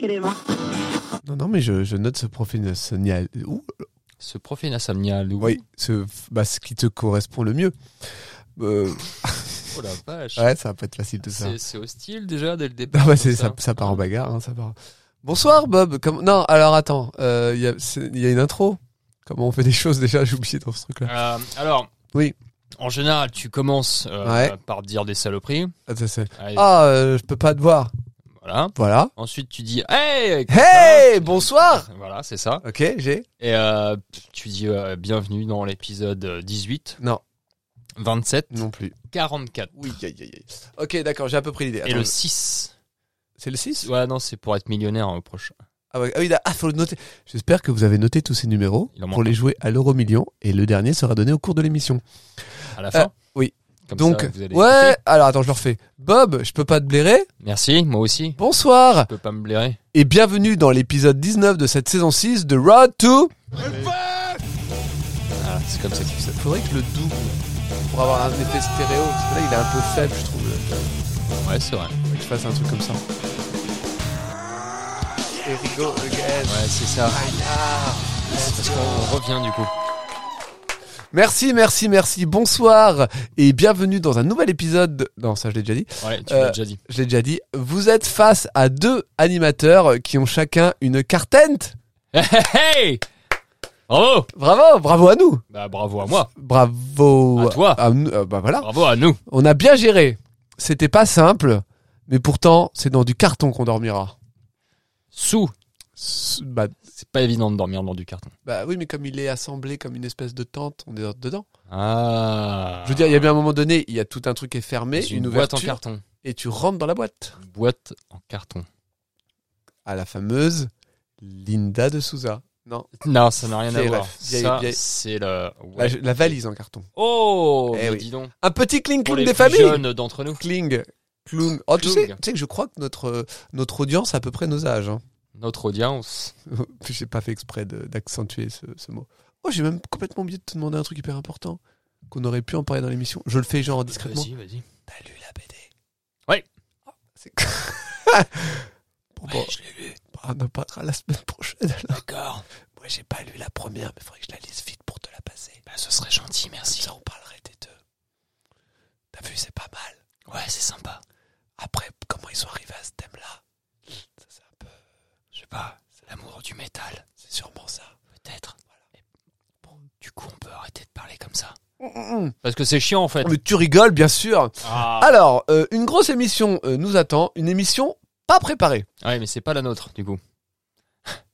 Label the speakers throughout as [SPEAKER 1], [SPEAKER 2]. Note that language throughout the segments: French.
[SPEAKER 1] élément.
[SPEAKER 2] Non, non, mais je, je note ce profil nasonial. Ouh,
[SPEAKER 3] Ce profil insomnial. ou-
[SPEAKER 2] Oui, ce, bah, ce qui te correspond le mieux. Euh,
[SPEAKER 3] Oh la vache.
[SPEAKER 2] ouais, ça va pas être facile tout ça.
[SPEAKER 3] C'est c'est hostile déjà dès le départ.
[SPEAKER 2] Ah bah,
[SPEAKER 3] comme
[SPEAKER 2] c'est, ça, ça part en bagarre, hein, ça part. Bonsoir Bob. Comme... Non, alors attends, euh, il y, a- c'est- il y a une intro. Comment on fait des choses déjà J'ai oublié dans ce truc-là.
[SPEAKER 3] Euh, alors.
[SPEAKER 2] Oui.
[SPEAKER 3] En général, tu commences euh,
[SPEAKER 2] Ouais.
[SPEAKER 3] par dire des saloperies.
[SPEAKER 2] Ah, ça, c'est-
[SPEAKER 3] Allez,
[SPEAKER 2] Ah, euh, je peux pas te voir.
[SPEAKER 3] Voilà.
[SPEAKER 2] Voilà.
[SPEAKER 3] Ensuite, tu dis Hey
[SPEAKER 2] Hey,
[SPEAKER 3] Quentin
[SPEAKER 2] bonsoir.
[SPEAKER 3] Voilà, c'est ça.
[SPEAKER 2] Ok, j'ai.
[SPEAKER 3] Et euh, tu dis euh, bienvenue dans l'épisode euh, 18,
[SPEAKER 2] Non,
[SPEAKER 3] 27,
[SPEAKER 2] non plus.
[SPEAKER 3] 44
[SPEAKER 2] Oui, aïe, aïe, aïe. Ok, d'accord, j'ai à peu près l'idée.
[SPEAKER 3] et
[SPEAKER 2] Attends,
[SPEAKER 3] le 6.
[SPEAKER 2] C'est le 6
[SPEAKER 3] Ouais, non, c'est pour être millionnaire hein, au prochain.
[SPEAKER 2] Ah, ouais, ah oui, là, ah, faut le noter. J'espère que vous avez noté tous ces numéros
[SPEAKER 3] Il en manque
[SPEAKER 2] pour les jouer à l'euro million et le dernier sera donné au cours de l'émission.
[SPEAKER 3] À la fin.
[SPEAKER 2] Ah, oui.
[SPEAKER 3] Comme
[SPEAKER 2] Donc,
[SPEAKER 3] ça, vous allez
[SPEAKER 2] ouais,
[SPEAKER 3] écouter.
[SPEAKER 2] alors attends, je le refais. Bob, je peux pas te blairer
[SPEAKER 3] Merci, moi aussi.
[SPEAKER 2] Bonsoir
[SPEAKER 3] Je peux pas me blairer.
[SPEAKER 2] et bienvenue dans l'épisode 19 de cette saison 6 de Road to.
[SPEAKER 3] Voilà, Ah, c'est comme ça qu'il
[SPEAKER 2] Ça faudrait que le double pour avoir un effet stéréo, parce que là il est un peu faible, je trouve.
[SPEAKER 3] faut. Ouais, c'est vrai.
[SPEAKER 2] Faudrait que je fasse un truc comme ça. Et rigole,
[SPEAKER 3] Ouais, c'est ça.
[SPEAKER 2] ah,
[SPEAKER 3] C'est parce qu'on revient du coup.
[SPEAKER 2] Merci, merci, merci. Bonsoir et bienvenue dans un nouvel épisode. de- Non, ça je l'ai déjà dit.
[SPEAKER 3] Ouais, tu
[SPEAKER 2] Euh,
[SPEAKER 3] l'as déjà dit.
[SPEAKER 2] Je l'ai déjà dit. Vous êtes face à deux animateurs qui ont chacun une cartente.
[SPEAKER 3] Hey, hey, hey Bravo
[SPEAKER 2] Bravo, bravo à nous.
[SPEAKER 3] Bah, bravo à moi.
[SPEAKER 2] Bravo
[SPEAKER 3] À toi.
[SPEAKER 2] nous. Euh, bah voilà.
[SPEAKER 3] Bravo à nous.
[SPEAKER 2] On a bien géré. C'était pas simple, mais pourtant c'est dans du carton qu'on dormira.
[SPEAKER 3] Sous.
[SPEAKER 2] S- Bah,
[SPEAKER 3] C'est pas évident de dormir dans du carton.
[SPEAKER 2] bah oui, mais comme il est assemblé comme une espèce de tente, on est dedans.
[SPEAKER 3] Ah.
[SPEAKER 2] Je veux dire, il y a bien un moment donné, il y a tout un truc qui est fermé,
[SPEAKER 3] J'ai
[SPEAKER 2] une,
[SPEAKER 3] une boîte en
[SPEAKER 2] ouverture,
[SPEAKER 3] carton.
[SPEAKER 2] et tu rentres dans la boîte.
[SPEAKER 3] Une boîte en carton.
[SPEAKER 2] à la fameuse Linda de Souza. Non,
[SPEAKER 3] Non, ça n'a rien à
[SPEAKER 2] Vieille
[SPEAKER 3] voir.
[SPEAKER 2] ref. Vieille-
[SPEAKER 3] Ça,
[SPEAKER 2] vieille-
[SPEAKER 3] c'est le.
[SPEAKER 2] la,
[SPEAKER 3] ouais.
[SPEAKER 2] la valise en carton.
[SPEAKER 3] Oh,
[SPEAKER 2] Eh
[SPEAKER 3] mais
[SPEAKER 2] oui.
[SPEAKER 3] dis donc.
[SPEAKER 2] Un petit cling
[SPEAKER 3] Pour
[SPEAKER 2] cling
[SPEAKER 3] les
[SPEAKER 2] des
[SPEAKER 3] plus
[SPEAKER 2] familles.
[SPEAKER 3] jeunes d'entre nous,
[SPEAKER 2] Cling, cloung. Oh, tu sais,
[SPEAKER 3] Cloung.
[SPEAKER 2] tu sais que je crois que notre euh, notre audience a à peu près nos âges. Hein.
[SPEAKER 3] notre audience.
[SPEAKER 2] j'ai pas fait exprès de- d'accentuer ce, ce mot. Oh, j'ai même complètement oublié de te demander un truc hyper important qu'on aurait pu en parler dans l'émission. Je le fais genre discrètement.
[SPEAKER 3] Vas-y, vas-y.
[SPEAKER 2] T'as lu la BD
[SPEAKER 3] Ouais.
[SPEAKER 2] Oh, C'est. bon, bon,
[SPEAKER 3] je l'ai lu.
[SPEAKER 2] on en parlera la semaine prochaine. alors.
[SPEAKER 3] D'accord.
[SPEAKER 2] Moi, j'ai pas lu la première, mais faudrait que je la lise vite pour te la passer.
[SPEAKER 3] Bah, ce serait gentil, merci.
[SPEAKER 2] on parlerait des deux. T'as vu, c'est pas mal.
[SPEAKER 3] Ouais, c'est sympa.
[SPEAKER 2] Après, comment ils sont arrivés à ce thème-là Ça, c'est un peu.
[SPEAKER 3] Je sais pas, c'est l'amour du métal,
[SPEAKER 2] C'est sûrement ça.
[SPEAKER 3] peut-être. Et Bon, du coup, on peut arrêter de parler comme ça. Parce que c'est chiant en fait.
[SPEAKER 2] Mm, Mais tu rigoles, bien sûr.
[SPEAKER 3] Ah.
[SPEAKER 2] Alors, euh, une grosse émission euh, nous attend. Une émission pas préparée.
[SPEAKER 3] Ah. Ouais, mais c'est pas la nôtre, du coup.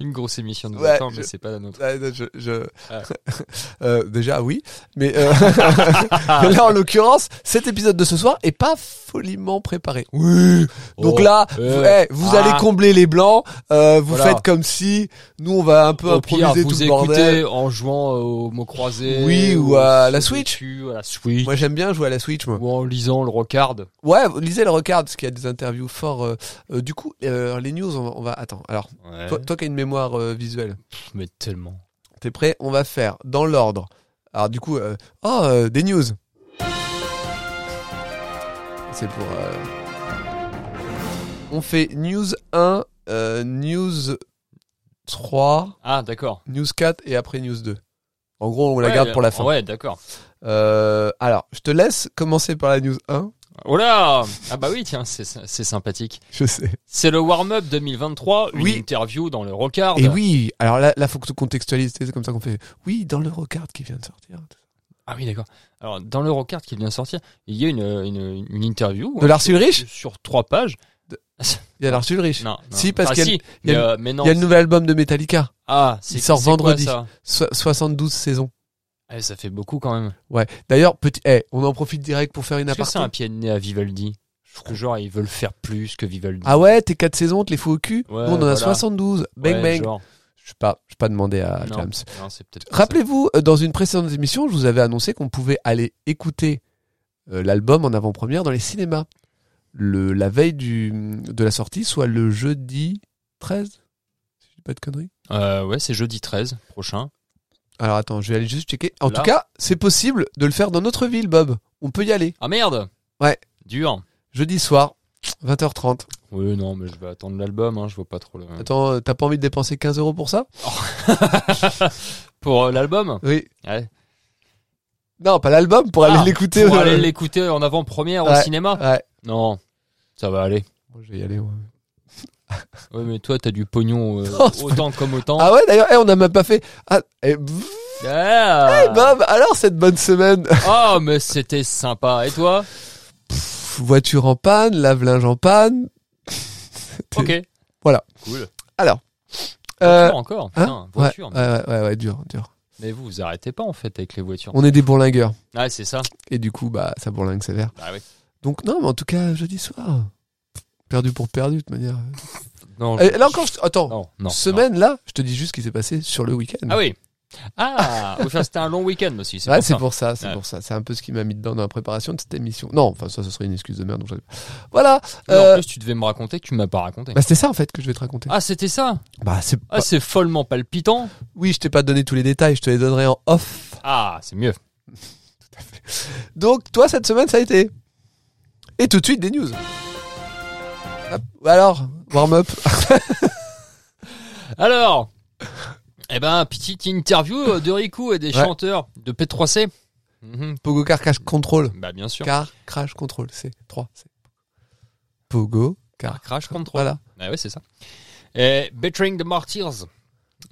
[SPEAKER 3] Une grosse émission de
[SPEAKER 2] Ouais,
[SPEAKER 3] attend, mais
[SPEAKER 2] je- Euh,
[SPEAKER 3] c'est pas la nôtre. Ah.
[SPEAKER 2] déjà, oui. Mais euh, là, en l'occurrence, cet épisode de ce soir est pas foliment préparé. Oui. Donc
[SPEAKER 3] Oh,
[SPEAKER 2] là,
[SPEAKER 3] euh,
[SPEAKER 2] vous, eh, vous
[SPEAKER 3] ah.
[SPEAKER 2] allez combler les blancs, euh, vous
[SPEAKER 3] Voilà.
[SPEAKER 2] faites comme si nous on va un peu
[SPEAKER 3] Au pire,
[SPEAKER 2] improviser
[SPEAKER 3] vous
[SPEAKER 2] tout le
[SPEAKER 3] écoutez
[SPEAKER 2] bordel.
[SPEAKER 3] en jouant euh, aux mots croisés.
[SPEAKER 2] Oui, ou
[SPEAKER 3] au
[SPEAKER 2] à la
[SPEAKER 3] Sudoku, à la Switch.
[SPEAKER 2] Moi j'aime bien jouer à la Switch moi.
[SPEAKER 3] Ou en lisant le rocard.
[SPEAKER 2] Ouais, lisez le Rocard parce qu'il y a des interviews forts. euh, euh, du coup, euh, les news, on va, on va- attends. Alors,
[SPEAKER 3] Ouais.
[SPEAKER 2] toi, toi qui as une mémoire euh, visuelle,
[SPEAKER 3] Mais tellement.
[SPEAKER 2] t'es prêt On va faire dans l'ordre. Alors du coup, euh, oh euh, des news. C'est pour. euh, On fait news 1, euh, news 3,
[SPEAKER 3] Ah, d'accord.
[SPEAKER 2] news 4 et après news 2. En gros, on la
[SPEAKER 3] Ouais,
[SPEAKER 2] garde pour la fin.
[SPEAKER 3] Ouais, d'accord.
[SPEAKER 2] Euh, alors, je te laisse commencer par la news 1.
[SPEAKER 3] Oh là Ah bah oui, tiens, c'est c'est sympathique.
[SPEAKER 2] Je sais.
[SPEAKER 3] C'est le warm-up 2023, une
[SPEAKER 2] Oui.
[SPEAKER 3] interview dans le rocard.
[SPEAKER 2] Et oui, alors là, là, faut que tu contextualises, c'est comme ça qu'on fait. Oui, dans l'Eurocard qui vient de sortir.
[SPEAKER 3] Ah oui, d'accord. Alors, dans le rocard qui vient de sortir, il y a une, une, une interview
[SPEAKER 2] De l'Arsul Rich
[SPEAKER 3] hein, sur trois pages.
[SPEAKER 2] Il y a l'Arsul Rich.
[SPEAKER 3] Non, non.
[SPEAKER 2] Si, parce
[SPEAKER 3] Ah,
[SPEAKER 2] qu'il y a-
[SPEAKER 3] si,
[SPEAKER 2] il y a
[SPEAKER 3] mais, euh, mais non.
[SPEAKER 2] Il y a le nouvel album de Metallica,
[SPEAKER 3] Ah, c'est
[SPEAKER 2] il sort
[SPEAKER 3] c'est quoi,
[SPEAKER 2] vendredi.
[SPEAKER 3] ça
[SPEAKER 2] so- 72 saisons.
[SPEAKER 3] Ah, ça fait beaucoup quand même.
[SPEAKER 2] Ouais. D'ailleurs, petit, eh, on en profite direct pour faire une
[SPEAKER 3] Est-ce que c'est un
[SPEAKER 2] aparté.
[SPEAKER 3] pied de nez à Vivaldi Je trouve que genre, ils veulent faire plus que Vivaldi.
[SPEAKER 2] Ah ouais, tes 4 saisons, te les fous au cul
[SPEAKER 3] Ouais,
[SPEAKER 2] Nous, on en a
[SPEAKER 3] voilà.
[SPEAKER 2] 72. Bang
[SPEAKER 3] Ouais,
[SPEAKER 2] bang.
[SPEAKER 3] genre.
[SPEAKER 2] Je sais pas, je vais pas demander à
[SPEAKER 3] Non,
[SPEAKER 2] James.
[SPEAKER 3] non, c'est peut-être pas ça.
[SPEAKER 2] Rappelez-vous, euh, dans une précédente émission, je vous avais annoncé qu'on pouvait aller écouter euh, l'album en avant-première dans les cinémas. Le, la veille du, de la sortie, soit le jeudi 13, si je dis pas de conneries.
[SPEAKER 3] Euh, ouais, c'est jeudi 13 prochain.
[SPEAKER 2] Alors attends, je vais aller juste checker. En
[SPEAKER 3] Là.
[SPEAKER 2] tout cas, c'est possible de le faire dans notre ville, Bob. On peut y aller.
[SPEAKER 3] Ah merde
[SPEAKER 2] Ouais.
[SPEAKER 3] Dur.
[SPEAKER 2] Jeudi soir, 20h30.
[SPEAKER 3] Oui, non, mais je vais attendre l'album, hein, je vois pas trop le.
[SPEAKER 2] Attends, euh, t'as pas envie de dépenser 15 euros pour ça
[SPEAKER 3] Pour euh, l'album
[SPEAKER 2] Oui.
[SPEAKER 3] Ouais.
[SPEAKER 2] Non, pas l'album, pour
[SPEAKER 3] Ah,
[SPEAKER 2] aller l'écouter.
[SPEAKER 3] Pour
[SPEAKER 2] euh,
[SPEAKER 3] aller l'écouter en avant-première au
[SPEAKER 2] Ouais.
[SPEAKER 3] cinéma
[SPEAKER 2] Ouais.
[SPEAKER 3] Non, ça va aller.
[SPEAKER 2] Bon, je vais y aller. ouais.
[SPEAKER 3] Ouais, mais toi, t'as du pognon euh,
[SPEAKER 2] Non, Oh, c'est
[SPEAKER 3] autant comme autant.
[SPEAKER 2] Ah ouais, d'ailleurs, eh, on n'a même pas fait. Ah, eh, pff,
[SPEAKER 3] Yeah.
[SPEAKER 2] Bob, alors cette bonne semaine
[SPEAKER 3] Oh, mais c'était sympa. Et toi
[SPEAKER 2] Pff, Voiture en panne, lave-linge en panne.
[SPEAKER 3] Ok.
[SPEAKER 2] Voilà.
[SPEAKER 3] Cool.
[SPEAKER 2] Euh,
[SPEAKER 3] Voiture encore. putain,
[SPEAKER 2] hein
[SPEAKER 3] voiture.
[SPEAKER 2] Ouais, ouais, ouais, ouais, dur, dur.
[SPEAKER 3] Mais vous, vous arrêtez pas en fait avec les voitures.
[SPEAKER 2] On est des bourlingueurs.
[SPEAKER 3] Ah, c'est ça.
[SPEAKER 2] Et du coup, bah, ça bourlingue sévère.
[SPEAKER 3] Bah oui.
[SPEAKER 2] Donc, non, mais en tout cas, jeudi soir. Perdu pour perdu, de toute manière.
[SPEAKER 3] Non.
[SPEAKER 2] Eh, là encore, je- attends.
[SPEAKER 3] Non, non,
[SPEAKER 2] Semaine, là, je te dis juste ce qui s'est passé sur le week-end.
[SPEAKER 3] non. Ah oui. Ah, oui, enfin, c'était un long week-end aussi. C'est
[SPEAKER 2] Ouais,
[SPEAKER 3] pour
[SPEAKER 2] c'est
[SPEAKER 3] ça.
[SPEAKER 2] pour ça, c'est
[SPEAKER 3] Ouais.
[SPEAKER 2] pour ça. C'est un peu ce qui m'a mis dedans dans la préparation de cette émission. Non, enfin, ça, ce serait une excuse de merde. donc je- Voilà.
[SPEAKER 3] Mais
[SPEAKER 2] euh,
[SPEAKER 3] En plus, tu devais me raconter que tu m'as pas raconté.
[SPEAKER 2] Bah, c'était ça, en fait, que je vais te raconter.
[SPEAKER 3] Ah, c'était ça.
[SPEAKER 2] Bah, c'est
[SPEAKER 3] Ah, c'est follement palpitant.
[SPEAKER 2] Oui, je t'ai pas donné tous les détails, je te les donnerai en off.
[SPEAKER 3] Ah, c'est mieux.
[SPEAKER 2] Donc, toi, cette semaine, ça a été. Et tout de suite, des news. Hop. Alors, warm-up.
[SPEAKER 3] Alors, eh ben, petite interview euh, de Riku et des
[SPEAKER 2] Ouais.
[SPEAKER 3] chanteurs de P3C. Mhm.
[SPEAKER 2] Pogo Car Crash Control.
[SPEAKER 3] Bah, bien sûr.
[SPEAKER 2] Car Crash Control, c'est 3. c'est- Pogo Car.
[SPEAKER 3] Crash Control.
[SPEAKER 2] Voilà.
[SPEAKER 3] Ah ouais, c'est ça. Et Bettering the Martyrs.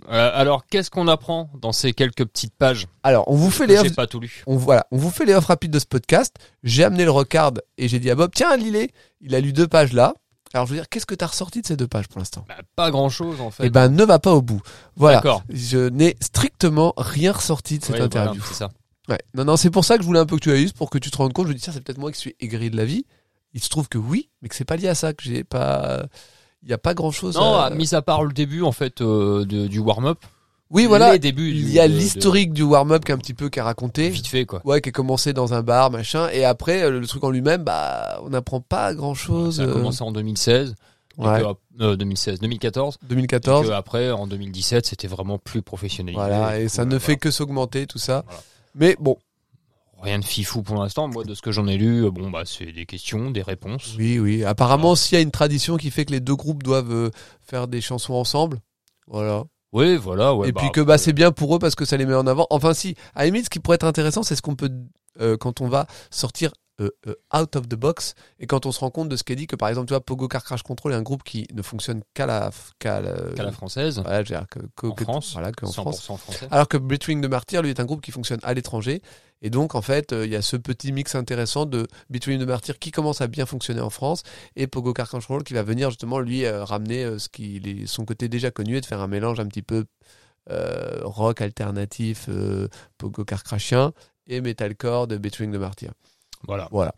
[SPEAKER 3] Euh, alors, qu'est-ce qu'on apprend dans ces quelques petites pages
[SPEAKER 2] Alors, on vous fait les
[SPEAKER 3] que J'ai
[SPEAKER 2] offres.
[SPEAKER 3] pas tout lu.
[SPEAKER 2] On, voilà, on vous fait les offres rapides de ce podcast. J'ai amené le recard et j'ai dit à Bob, tiens, lis-les. Il a lu deux pages là. Alors, je veux dire, qu'est-ce que t'as ressorti de ces deux pages pour l'instant
[SPEAKER 3] Bah, pas grand-chose en fait.
[SPEAKER 2] Eh ben, ne va pas au bout. Voilà.
[SPEAKER 3] D'accord.
[SPEAKER 2] Je n'ai strictement rien ressorti de cette
[SPEAKER 3] Ouais, voilà,
[SPEAKER 2] interview.
[SPEAKER 3] c'est ça.
[SPEAKER 2] Ouais. Non, non, c'est pour ça que je voulais un peu que tu ailles, pour que tu te rendes compte. Je me dis, tiens, c'est peut-être moi qui suis aigri de la vie. Il se trouve que oui, mais que c'est pas lié à ça, que j'ai pas. Il n'y a pas grand chose.
[SPEAKER 3] Non,
[SPEAKER 2] à...
[SPEAKER 3] ah, mis à part le début en fait euh, de- du warm-up.
[SPEAKER 2] Oui, voilà.
[SPEAKER 3] Les débuts.
[SPEAKER 2] Il
[SPEAKER 3] du-
[SPEAKER 2] y a
[SPEAKER 3] de- de-
[SPEAKER 2] l'historique du warm-up qui est un petit peu qu'à raconter.
[SPEAKER 3] Vite fait quoi.
[SPEAKER 2] Ouais, qui a commencé dans un bar, machin. Et après, euh, le truc en lui-même, bah, on n'apprend pas grand-chose.
[SPEAKER 3] Ça a
[SPEAKER 2] euh,
[SPEAKER 3] commencé en 2016. et
[SPEAKER 2] ouais,
[SPEAKER 3] que ap- euh, 2016, 2014. Et
[SPEAKER 2] 2014.
[SPEAKER 3] que après, en 2017, c'était vraiment plus professionnel.
[SPEAKER 2] Voilà, et ça ne fait que s'augmenter, tout ça.
[SPEAKER 3] Voilà.
[SPEAKER 2] Mais bon,
[SPEAKER 3] Rien de fifou pour l'instant. Moi, de ce que j'en ai lu, euh, bon, bah, c'est des questions, des réponses.
[SPEAKER 2] oui, oui. Apparemment, s'il y a une tradition qui fait que les deux groupes doivent euh, faire des chansons ensemble, voilà.
[SPEAKER 3] Oui, voilà. Ouais,
[SPEAKER 2] et
[SPEAKER 3] bah,
[SPEAKER 2] puis que bah,
[SPEAKER 3] euh,
[SPEAKER 2] c'est bien pour eux parce que ça les met en avant. Enfin, si, à la limite, ce qui pourrait être intéressant, c'est ce qu'on peut, euh, quand on va sortir euh, euh, out of the box et quand on se rend compte de ce qu'est dit, que par exemple, tu vois, Pogo Car Crash Control est un groupe qui ne fonctionne qu'à la. Qu'à la,
[SPEAKER 3] qu'à la française,
[SPEAKER 2] voilà, je veux dire, que, que-
[SPEAKER 3] En
[SPEAKER 2] que-
[SPEAKER 3] France,
[SPEAKER 2] Voilà, que en
[SPEAKER 3] 100%
[SPEAKER 2] France.
[SPEAKER 3] français.
[SPEAKER 2] Alors que Between the Martyr, lui, est un groupe qui fonctionne à l'étranger. Et donc, en fait, euh, il y a ce petit mix intéressant de Between the Martyr qui commence à bien fonctionner en France et Pogo Car Control qui va venir justement, lui, euh, ramener euh, ce qui, les- son côté déjà connu et de faire un mélange un petit peu euh, rock alternatif, euh, Pogo Car Crashien et metalcore de Between the Martyr.
[SPEAKER 3] Voilà.
[SPEAKER 2] Voilà.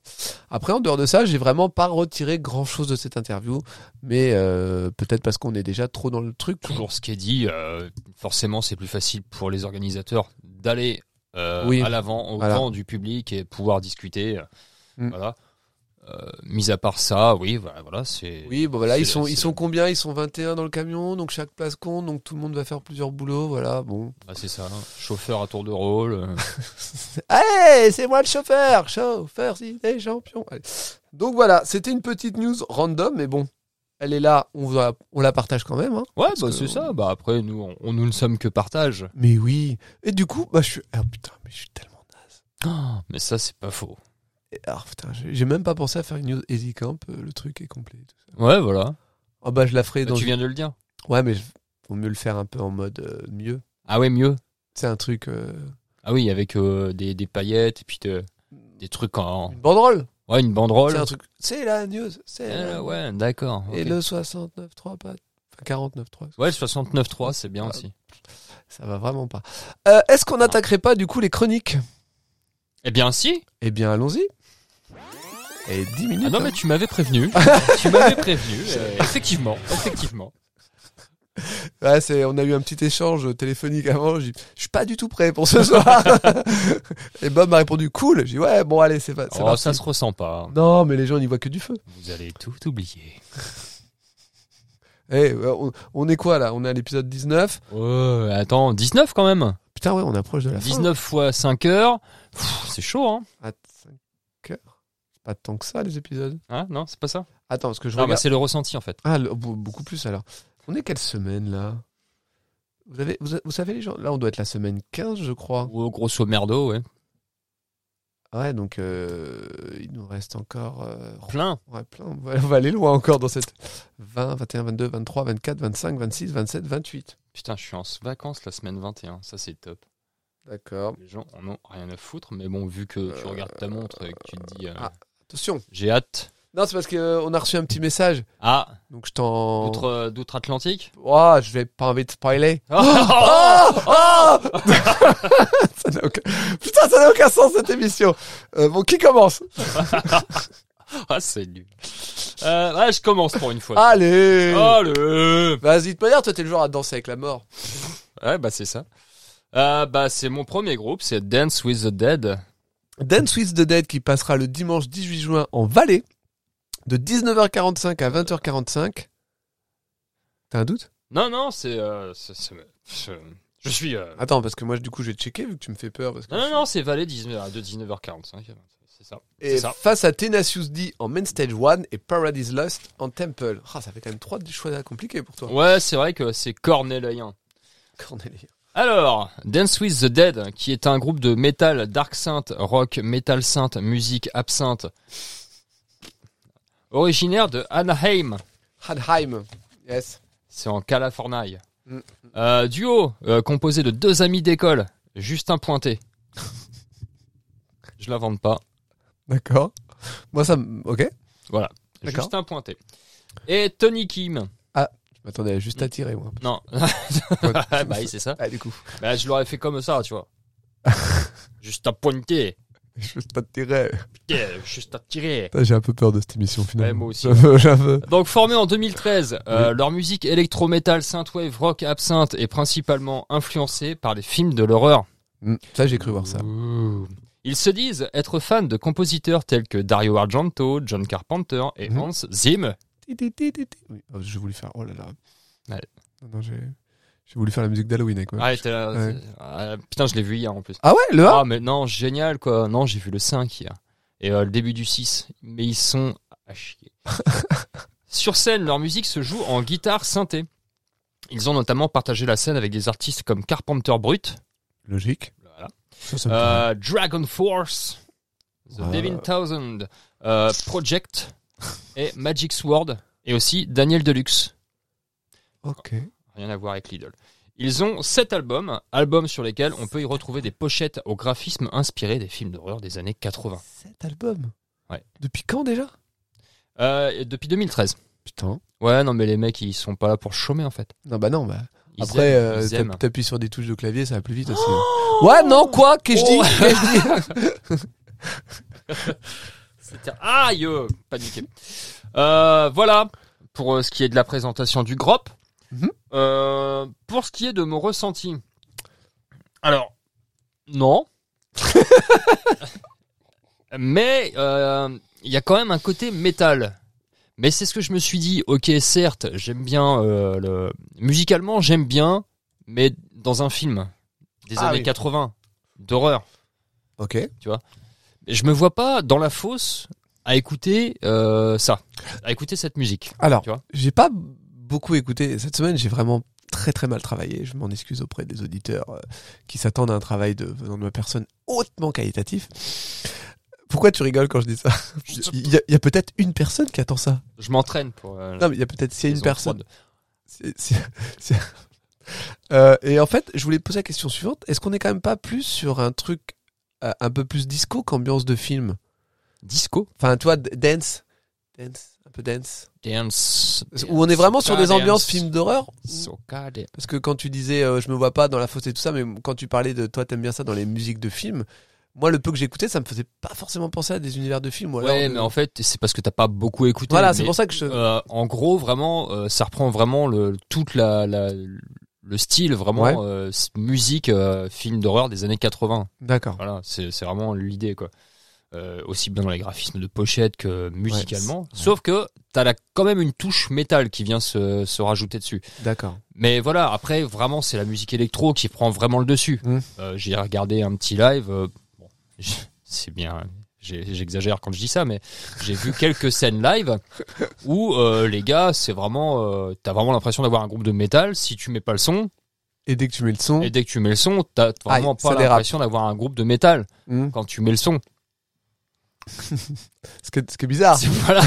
[SPEAKER 2] Après, en dehors de ça, j'ai vraiment pas retiré grand chose de cette interview, mais euh, peut-être parce qu'on est déjà trop dans le truc.
[SPEAKER 3] Toujours ce qui est dit, euh, forcément, c'est plus facile pour les organisateurs d'aller euh,
[SPEAKER 2] Oui.
[SPEAKER 3] à l'avant, au
[SPEAKER 2] Voilà.
[SPEAKER 3] camp du public et pouvoir discuter. euh,
[SPEAKER 2] Mm.
[SPEAKER 3] Voilà. Euh, mis à part ça, oui, voilà, voilà, c'est.
[SPEAKER 2] Oui, bon voilà,
[SPEAKER 3] C'est
[SPEAKER 2] ils
[SPEAKER 3] la-
[SPEAKER 2] sont,
[SPEAKER 3] c'est
[SPEAKER 2] ils
[SPEAKER 3] la-
[SPEAKER 2] sont combien Ils sont 21 dans le camion, donc chaque place compte, donc tout le monde va faire plusieurs boulots, voilà, bon.
[SPEAKER 3] Ah, c'est ça. hein. Chauffeur à tour de rôle. euh,
[SPEAKER 2] Allez, c'est moi le chauffeur Chauffeur, si t'es champion Allez. Donc voilà, c'était une petite news random, mais bon, elle est là, on, va- on la partage quand même. hein.
[SPEAKER 3] Ouais,
[SPEAKER 2] Parce
[SPEAKER 3] bah
[SPEAKER 2] que-
[SPEAKER 3] c'est ça. Bah après, nous, on, on- nous ne sommes que partage.
[SPEAKER 2] Mais oui, et du coup, bah, je suis... Ah putain, mais je suis tellement naze.
[SPEAKER 3] Mais ça, c'est pas faux.
[SPEAKER 2] Et Alors putain, j'ai j'ai même pas pensé à faire une news Easy Camp, euh, le truc est complet. et tout ça.
[SPEAKER 3] Ouais, voilà.
[SPEAKER 2] Ah bah je la ferai
[SPEAKER 3] Bah,
[SPEAKER 2] dans...
[SPEAKER 3] tu viens de le dire.
[SPEAKER 2] Ouais, mais je- vaut mieux le faire un peu en mode euh, mieux.
[SPEAKER 3] Ah ouais, mieux.
[SPEAKER 2] C'est un truc... euh,
[SPEAKER 3] Ah oui, avec euh, des, des paillettes et puis de- des trucs en.
[SPEAKER 2] Une banderole
[SPEAKER 3] Ouais, une
[SPEAKER 2] C'est
[SPEAKER 3] banderole.
[SPEAKER 2] un truc. C'est la news. C'est
[SPEAKER 3] Euh,
[SPEAKER 2] la-
[SPEAKER 3] ouais, d'accord.
[SPEAKER 2] Et
[SPEAKER 3] ok.
[SPEAKER 2] le 69.3, pas. Enfin, 49.3.
[SPEAKER 3] Ouais, le 69.3, c'est
[SPEAKER 2] Ah.
[SPEAKER 3] bien aussi.
[SPEAKER 2] Ça va vraiment pas. Euh, Est-ce qu'on n'attaquerait pas du coup les chroniques
[SPEAKER 3] Eh bien, si.
[SPEAKER 2] Eh bien, allons-y. Et 10 minutes.
[SPEAKER 3] Ah non,
[SPEAKER 2] hein.
[SPEAKER 3] mais tu m'avais prévenu. tu m'avais prévenu. euh, effectivement, effectivement.
[SPEAKER 2] Ouais, c'est- on a eu un petit échange téléphonique avant. J'ai dit, Je suis pas du tout prêt pour ce soir. Et Bob m'a répondu cool. J'ai dit ouais, bon, allez, c'est pas.
[SPEAKER 3] Oh, ça se ressent pas. hein.
[SPEAKER 2] Non, mais les gens n'y voient que du feu.
[SPEAKER 3] Vous allez tout oublier.
[SPEAKER 2] Eh, euh, on, on est quoi là On est à l'épisode 19.
[SPEAKER 3] Ouais, Oh, attends, 19 quand même.
[SPEAKER 2] Putain, ouais, on approche de la fin.
[SPEAKER 3] 19 fois 5 heures. Pff, C'est chaud, hein
[SPEAKER 2] À 5 heures. C'est Pas tant que ça, les épisodes.
[SPEAKER 3] Hein Non, c'est pas ça
[SPEAKER 2] Attends, parce que je
[SPEAKER 3] Ah, bah,
[SPEAKER 2] regarde.
[SPEAKER 3] c'est le ressenti en fait.
[SPEAKER 2] Ah, le- be- beaucoup plus alors. On est quelle semaine là vous, avez, vous, vous savez les gens Là, on doit être la semaine 15, je crois. Ah
[SPEAKER 3] Ou Oh, grosso merdo, ouais.
[SPEAKER 2] Ouais, donc euh, il nous reste encore. euh,
[SPEAKER 3] Plein.
[SPEAKER 2] ouais, plein. On va, on va aller loin encore dans cette 20, 21, 22, 23, 24, 25, 26, 27, 28.
[SPEAKER 3] Putain, je suis en vacances la semaine 21. Ça, c'est top.
[SPEAKER 2] D'accord.
[SPEAKER 3] Les gens en ont rien à foutre, mais bon, vu que tu
[SPEAKER 2] Euh,
[SPEAKER 3] regardes ta montre et que tu te dis euh,
[SPEAKER 2] ah. Attention.
[SPEAKER 3] j'ai hâte.
[SPEAKER 2] Non, c'est parce qu'on a reçu un petit message.
[SPEAKER 3] Ah,
[SPEAKER 2] Donc je t'en.
[SPEAKER 3] outre, euh, d'outre-Atlantique
[SPEAKER 2] Oh, je vais pas envie de spoiler.
[SPEAKER 3] Ah
[SPEAKER 2] Oh Oh Ça n'a aucun- Putain, ça n'a aucun sens cette émission. Euh, bon, qui commence
[SPEAKER 3] Ah, c'est nul. Euh, ah, je commence pour une fois.
[SPEAKER 2] Allez
[SPEAKER 3] Oh Allez
[SPEAKER 2] Vas-y, de manière, toi t'es le genre à danser avec la mort.
[SPEAKER 3] Ouais, bah c'est ça. Euh, bah c'est mon premier groupe, c'est Dance with the Dead.
[SPEAKER 2] Dance with the Dead qui passera le dimanche 18 juin en Valais de 19h45 à 20h45. T'as un doute
[SPEAKER 3] Non, non, c'est... euh, c'est- c'est- c'est- je suis... euh,
[SPEAKER 2] Attends, parce que moi du coup je vais checker vu que tu me fais peur. Parce que
[SPEAKER 3] Non,
[SPEAKER 2] Ah, je
[SPEAKER 3] non,
[SPEAKER 2] suis-
[SPEAKER 3] non, c'est Valet 19, de 19h45. euh, C'est ça.
[SPEAKER 2] Et
[SPEAKER 3] C'est ça.
[SPEAKER 2] face à Tenacious D en Main Stage 1 et Paradise Lost en Temple. Ah, ça fait quand même trois choix compliqués pour toi.
[SPEAKER 3] Ouais, c'est vrai que c'est cornélien.
[SPEAKER 2] Cornelia.
[SPEAKER 3] Alors, Dance with the Dead, qui est un groupe de metal, dark synth, rock, metal synth, musique absinthe, originaire de Anaheim,
[SPEAKER 2] Hadheim. Yes.
[SPEAKER 3] c'est en Californie.
[SPEAKER 2] Mm.
[SPEAKER 3] Euh, duo euh, composé de deux amis d'école, Justin Pointé. Je l'invente pas.
[SPEAKER 2] D'accord. Moi ça me... Ok. D'accord.
[SPEAKER 3] Justin Pointé. Et Tony Kim.
[SPEAKER 2] Je m'attendais à juste à tirer moi.
[SPEAKER 3] Non. bah oui, c'est ça.
[SPEAKER 2] Ah du coup.
[SPEAKER 3] Bah, je l'aurais fait comme ça, tu vois. Justin Pointé.
[SPEAKER 2] Je veux pas te tirer.
[SPEAKER 3] Putain, Justin Tiré.
[SPEAKER 2] Putain, J'ai un peu peur de cette émission finalement.
[SPEAKER 3] Ouais, moi aussi.
[SPEAKER 2] J'ai un peu- j'ai un peu-
[SPEAKER 3] Donc formés en 2013, euh, leur musique électro-metal, synthwave, rock, absinthe est principalement influencée par les films de l'horreur.
[SPEAKER 2] Mm, Ça j'ai cru voir ça.
[SPEAKER 3] Ouh. Ils se disent être fans de compositeurs tels que Dario Argento, John Carpenter et
[SPEAKER 2] Mhm.
[SPEAKER 3] Hans Zimmer.
[SPEAKER 2] Ti, ti, ti, ti, ti. Oui. Oh, je voulais faire. Oh là là.
[SPEAKER 3] Ouais.
[SPEAKER 2] Non, non, j'ai. J'ai voulu faire la musique d'Halloween avec moi.
[SPEAKER 3] Ah, t'es là,
[SPEAKER 2] Ouais.
[SPEAKER 3] c'est- ah, putain, je l'ai vu hier en plus.
[SPEAKER 2] Ah ouais, le 1
[SPEAKER 3] Ah, mais non, génial quoi. Non, j'ai vu le 5 hier. Et euh, le début du 6. Mais ils sont à chier. Sur scène, leur musique se joue en guitare synthé. Ils ont notamment partagé la scène avec des artistes comme Carpenter Brut.
[SPEAKER 2] Logique.
[SPEAKER 3] Voilà.
[SPEAKER 2] Ça, ça me paraît.
[SPEAKER 3] Euh, Dragon Force, The
[SPEAKER 2] Ouais.
[SPEAKER 3] Devin Thousand euh, Project et Magic Sword et aussi Daniel Deluxe.
[SPEAKER 2] Ok.
[SPEAKER 3] Rien à voir avec Lidl. Ils ont sept albums, albums sur lesquels on peut y retrouver des pochettes au graphisme inspiré des films d'horreur des années 80.
[SPEAKER 2] Cet album
[SPEAKER 3] Ouais.
[SPEAKER 2] Depuis quand déjà
[SPEAKER 3] Euh, et depuis 2013.
[SPEAKER 2] Putain.
[SPEAKER 3] Ouais, non mais les mecs ils sont pas là pour chômer en fait.
[SPEAKER 2] Non, bah non, bah.
[SPEAKER 3] Ils
[SPEAKER 2] Après,
[SPEAKER 3] aiment,
[SPEAKER 2] euh,
[SPEAKER 3] ils aiment.
[SPEAKER 2] t'ap- t'appuies sur des touches de clavier, ça va plus vite aussi. ouais, non, quoi Qu'est-ce que
[SPEAKER 3] Oh.
[SPEAKER 2] je dis Qu'est-ce que je dis
[SPEAKER 3] C'était- Aïe euh, Paniqué. Euh, voilà pour euh, ce qui est de la présentation du groupe.
[SPEAKER 2] Mhm.
[SPEAKER 3] Euh, pour ce qui est de mon ressenti. Alors, non. Mais euh, il y a quand même un côté métal. Mais c'est ce que je me suis dit. Ok, certes, j'aime bien. euh, le... Musicalement, j'aime bien, mais dans un film des
[SPEAKER 2] Ah
[SPEAKER 3] années
[SPEAKER 2] oui.
[SPEAKER 3] 80 d'horreur.
[SPEAKER 2] Ok.
[SPEAKER 3] Je me vois pas dans la fosse à écouter euh, ça, à écouter cette musique.
[SPEAKER 2] Alors,
[SPEAKER 3] Tu vois
[SPEAKER 2] j'ai pas beaucoup écouté. Cette semaine, j'ai vraiment très très mal travaillé. Je m'en excuse auprès des auditeurs euh, qui s'attendent à un travail de, venant de ma personne hautement qualitatif. Pourquoi tu rigoles quand je dis ça Il y a, il y a peut-être une personne qui attend ça.
[SPEAKER 3] Je m'entraîne pour. euh,
[SPEAKER 2] Non, mais il y a peut-être s'il y a
[SPEAKER 3] la
[SPEAKER 2] une
[SPEAKER 3] saison
[SPEAKER 2] personne.
[SPEAKER 3] trois
[SPEAKER 2] C'est-
[SPEAKER 3] de-
[SPEAKER 2] c'est- c'est- Euh, et en fait, je voulais poser la question suivante. Est-ce qu'on n'est quand même pas plus sur un truc euh, un peu plus disco qu'ambiance de film
[SPEAKER 3] Disco,
[SPEAKER 2] Enfin, toi, d- dance, dance, un peu dance.
[SPEAKER 3] dance.
[SPEAKER 2] Où on est vraiment sur des
[SPEAKER 3] soca
[SPEAKER 2] ambiances
[SPEAKER 3] dance,
[SPEAKER 2] films d'horreur
[SPEAKER 3] soca dance.
[SPEAKER 2] Parce que quand tu disais euh, je me vois pas dans la fosse et tout ça, mais quand tu parlais de toi t'aimes bien ça dans les musiques de films, moi le peu que j'écoutais ça me faisait pas forcément penser à des univers de films. ou alors
[SPEAKER 3] Ouais,
[SPEAKER 2] de-
[SPEAKER 3] mais en fait, c'est parce que t'as pas beaucoup écouté.
[SPEAKER 2] Voilà,
[SPEAKER 3] mais,
[SPEAKER 2] c'est pour ça que je.
[SPEAKER 3] euh, en gros, vraiment, euh, ça reprend vraiment le toute la, la- le style vraiment
[SPEAKER 2] Ouais.
[SPEAKER 3] euh, s- musique euh, film d'horreur des années 80.
[SPEAKER 2] D'accord.
[SPEAKER 3] Voilà, c'est c'est vraiment l'idée quoi. Euh, aussi bien dans les graphismes de pochette que musicalement. Sauf que t'as là quand même une touche métal qui vient se, se rajouter dessus.
[SPEAKER 2] D'accord.
[SPEAKER 3] Mais voilà, après vraiment c'est la musique électro qui prend vraiment le dessus.
[SPEAKER 2] Mm.
[SPEAKER 3] Euh, J'ai regardé un petit live. euh, bon, je- c'est bien. j'ai- j'exagère quand je dis ça, mais j'ai vu quelques scènes live où euh, les gars, c'est vraiment, euh, t'as vraiment l'impression d'avoir un groupe de métal. Si tu mets pas le son,
[SPEAKER 2] Et dès que tu mets le son,
[SPEAKER 3] et dès que tu mets le son, t'as vraiment
[SPEAKER 2] Mmh. Aïe, ça
[SPEAKER 3] pas
[SPEAKER 2] dérape.
[SPEAKER 3] l'impression d'avoir un groupe de métal
[SPEAKER 2] hmm,
[SPEAKER 3] quand tu mets le son.
[SPEAKER 2] ce, qui est, ce qui est bizarre,
[SPEAKER 3] C'est- Voilà.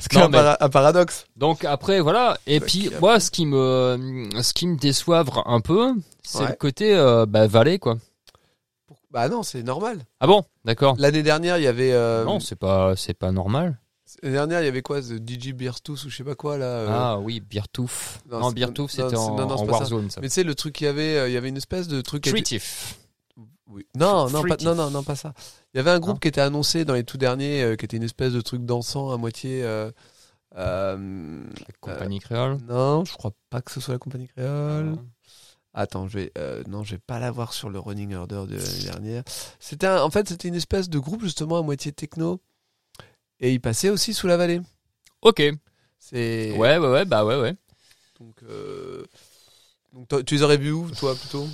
[SPEAKER 2] ce qui est
[SPEAKER 3] Non,
[SPEAKER 2] un, para- un paradoxe.
[SPEAKER 3] Donc après voilà et
[SPEAKER 2] Bah,
[SPEAKER 3] puis
[SPEAKER 2] qui a-
[SPEAKER 3] moi ce qui me ce qui me déçoivre un peu c'est
[SPEAKER 2] Ouais.
[SPEAKER 3] le côté euh, bah, valet quoi.
[SPEAKER 2] Bah non, c'est normal.
[SPEAKER 3] Ah bon d'accord.
[SPEAKER 2] L'année dernière, il y avait euh,
[SPEAKER 3] Non c'est pas c'est pas normal.
[SPEAKER 2] l'année dernière, il y avait quoi, The DJ Beerstooth ou je sais pas quoi là. euh,
[SPEAKER 3] Ah oui Birtouf.
[SPEAKER 2] non,
[SPEAKER 3] Non,
[SPEAKER 2] c'est-
[SPEAKER 3] Birtouf
[SPEAKER 2] non,
[SPEAKER 3] c'était
[SPEAKER 2] c'est-
[SPEAKER 3] en,
[SPEAKER 2] non, non, c'est
[SPEAKER 3] en
[SPEAKER 2] pas ça.
[SPEAKER 3] Warzone ça.
[SPEAKER 2] Mais tu sais le truc qu'il y avait, euh, il y avait une espèce de truc. avec-
[SPEAKER 3] Treatif.
[SPEAKER 2] Oui. Non, non, pas,
[SPEAKER 3] Fruitif.
[SPEAKER 2] non, non, non, pas ça. Il y avait un groupe
[SPEAKER 3] Ah.
[SPEAKER 2] qui était annoncé dans les tout derniers, euh, qui était une espèce de truc dansant à moitié. euh, euh,
[SPEAKER 3] La compagnie créole.
[SPEAKER 2] non, je crois pas que ce soit la compagnie créole.
[SPEAKER 3] Non.
[SPEAKER 2] Attends, je vais, euh, non, je vais pas l'avoir sur le running order de l'année dernière. C'était, un- en fait, c'était une espèce de groupe justement à moitié techno, et il passait aussi sous la vallée.
[SPEAKER 3] Ok.
[SPEAKER 2] C'est
[SPEAKER 3] Ouais ouais ouais bah ouais ouais.
[SPEAKER 2] Donc, euh, donc toi, tu les aurais vus où, toi, plutôt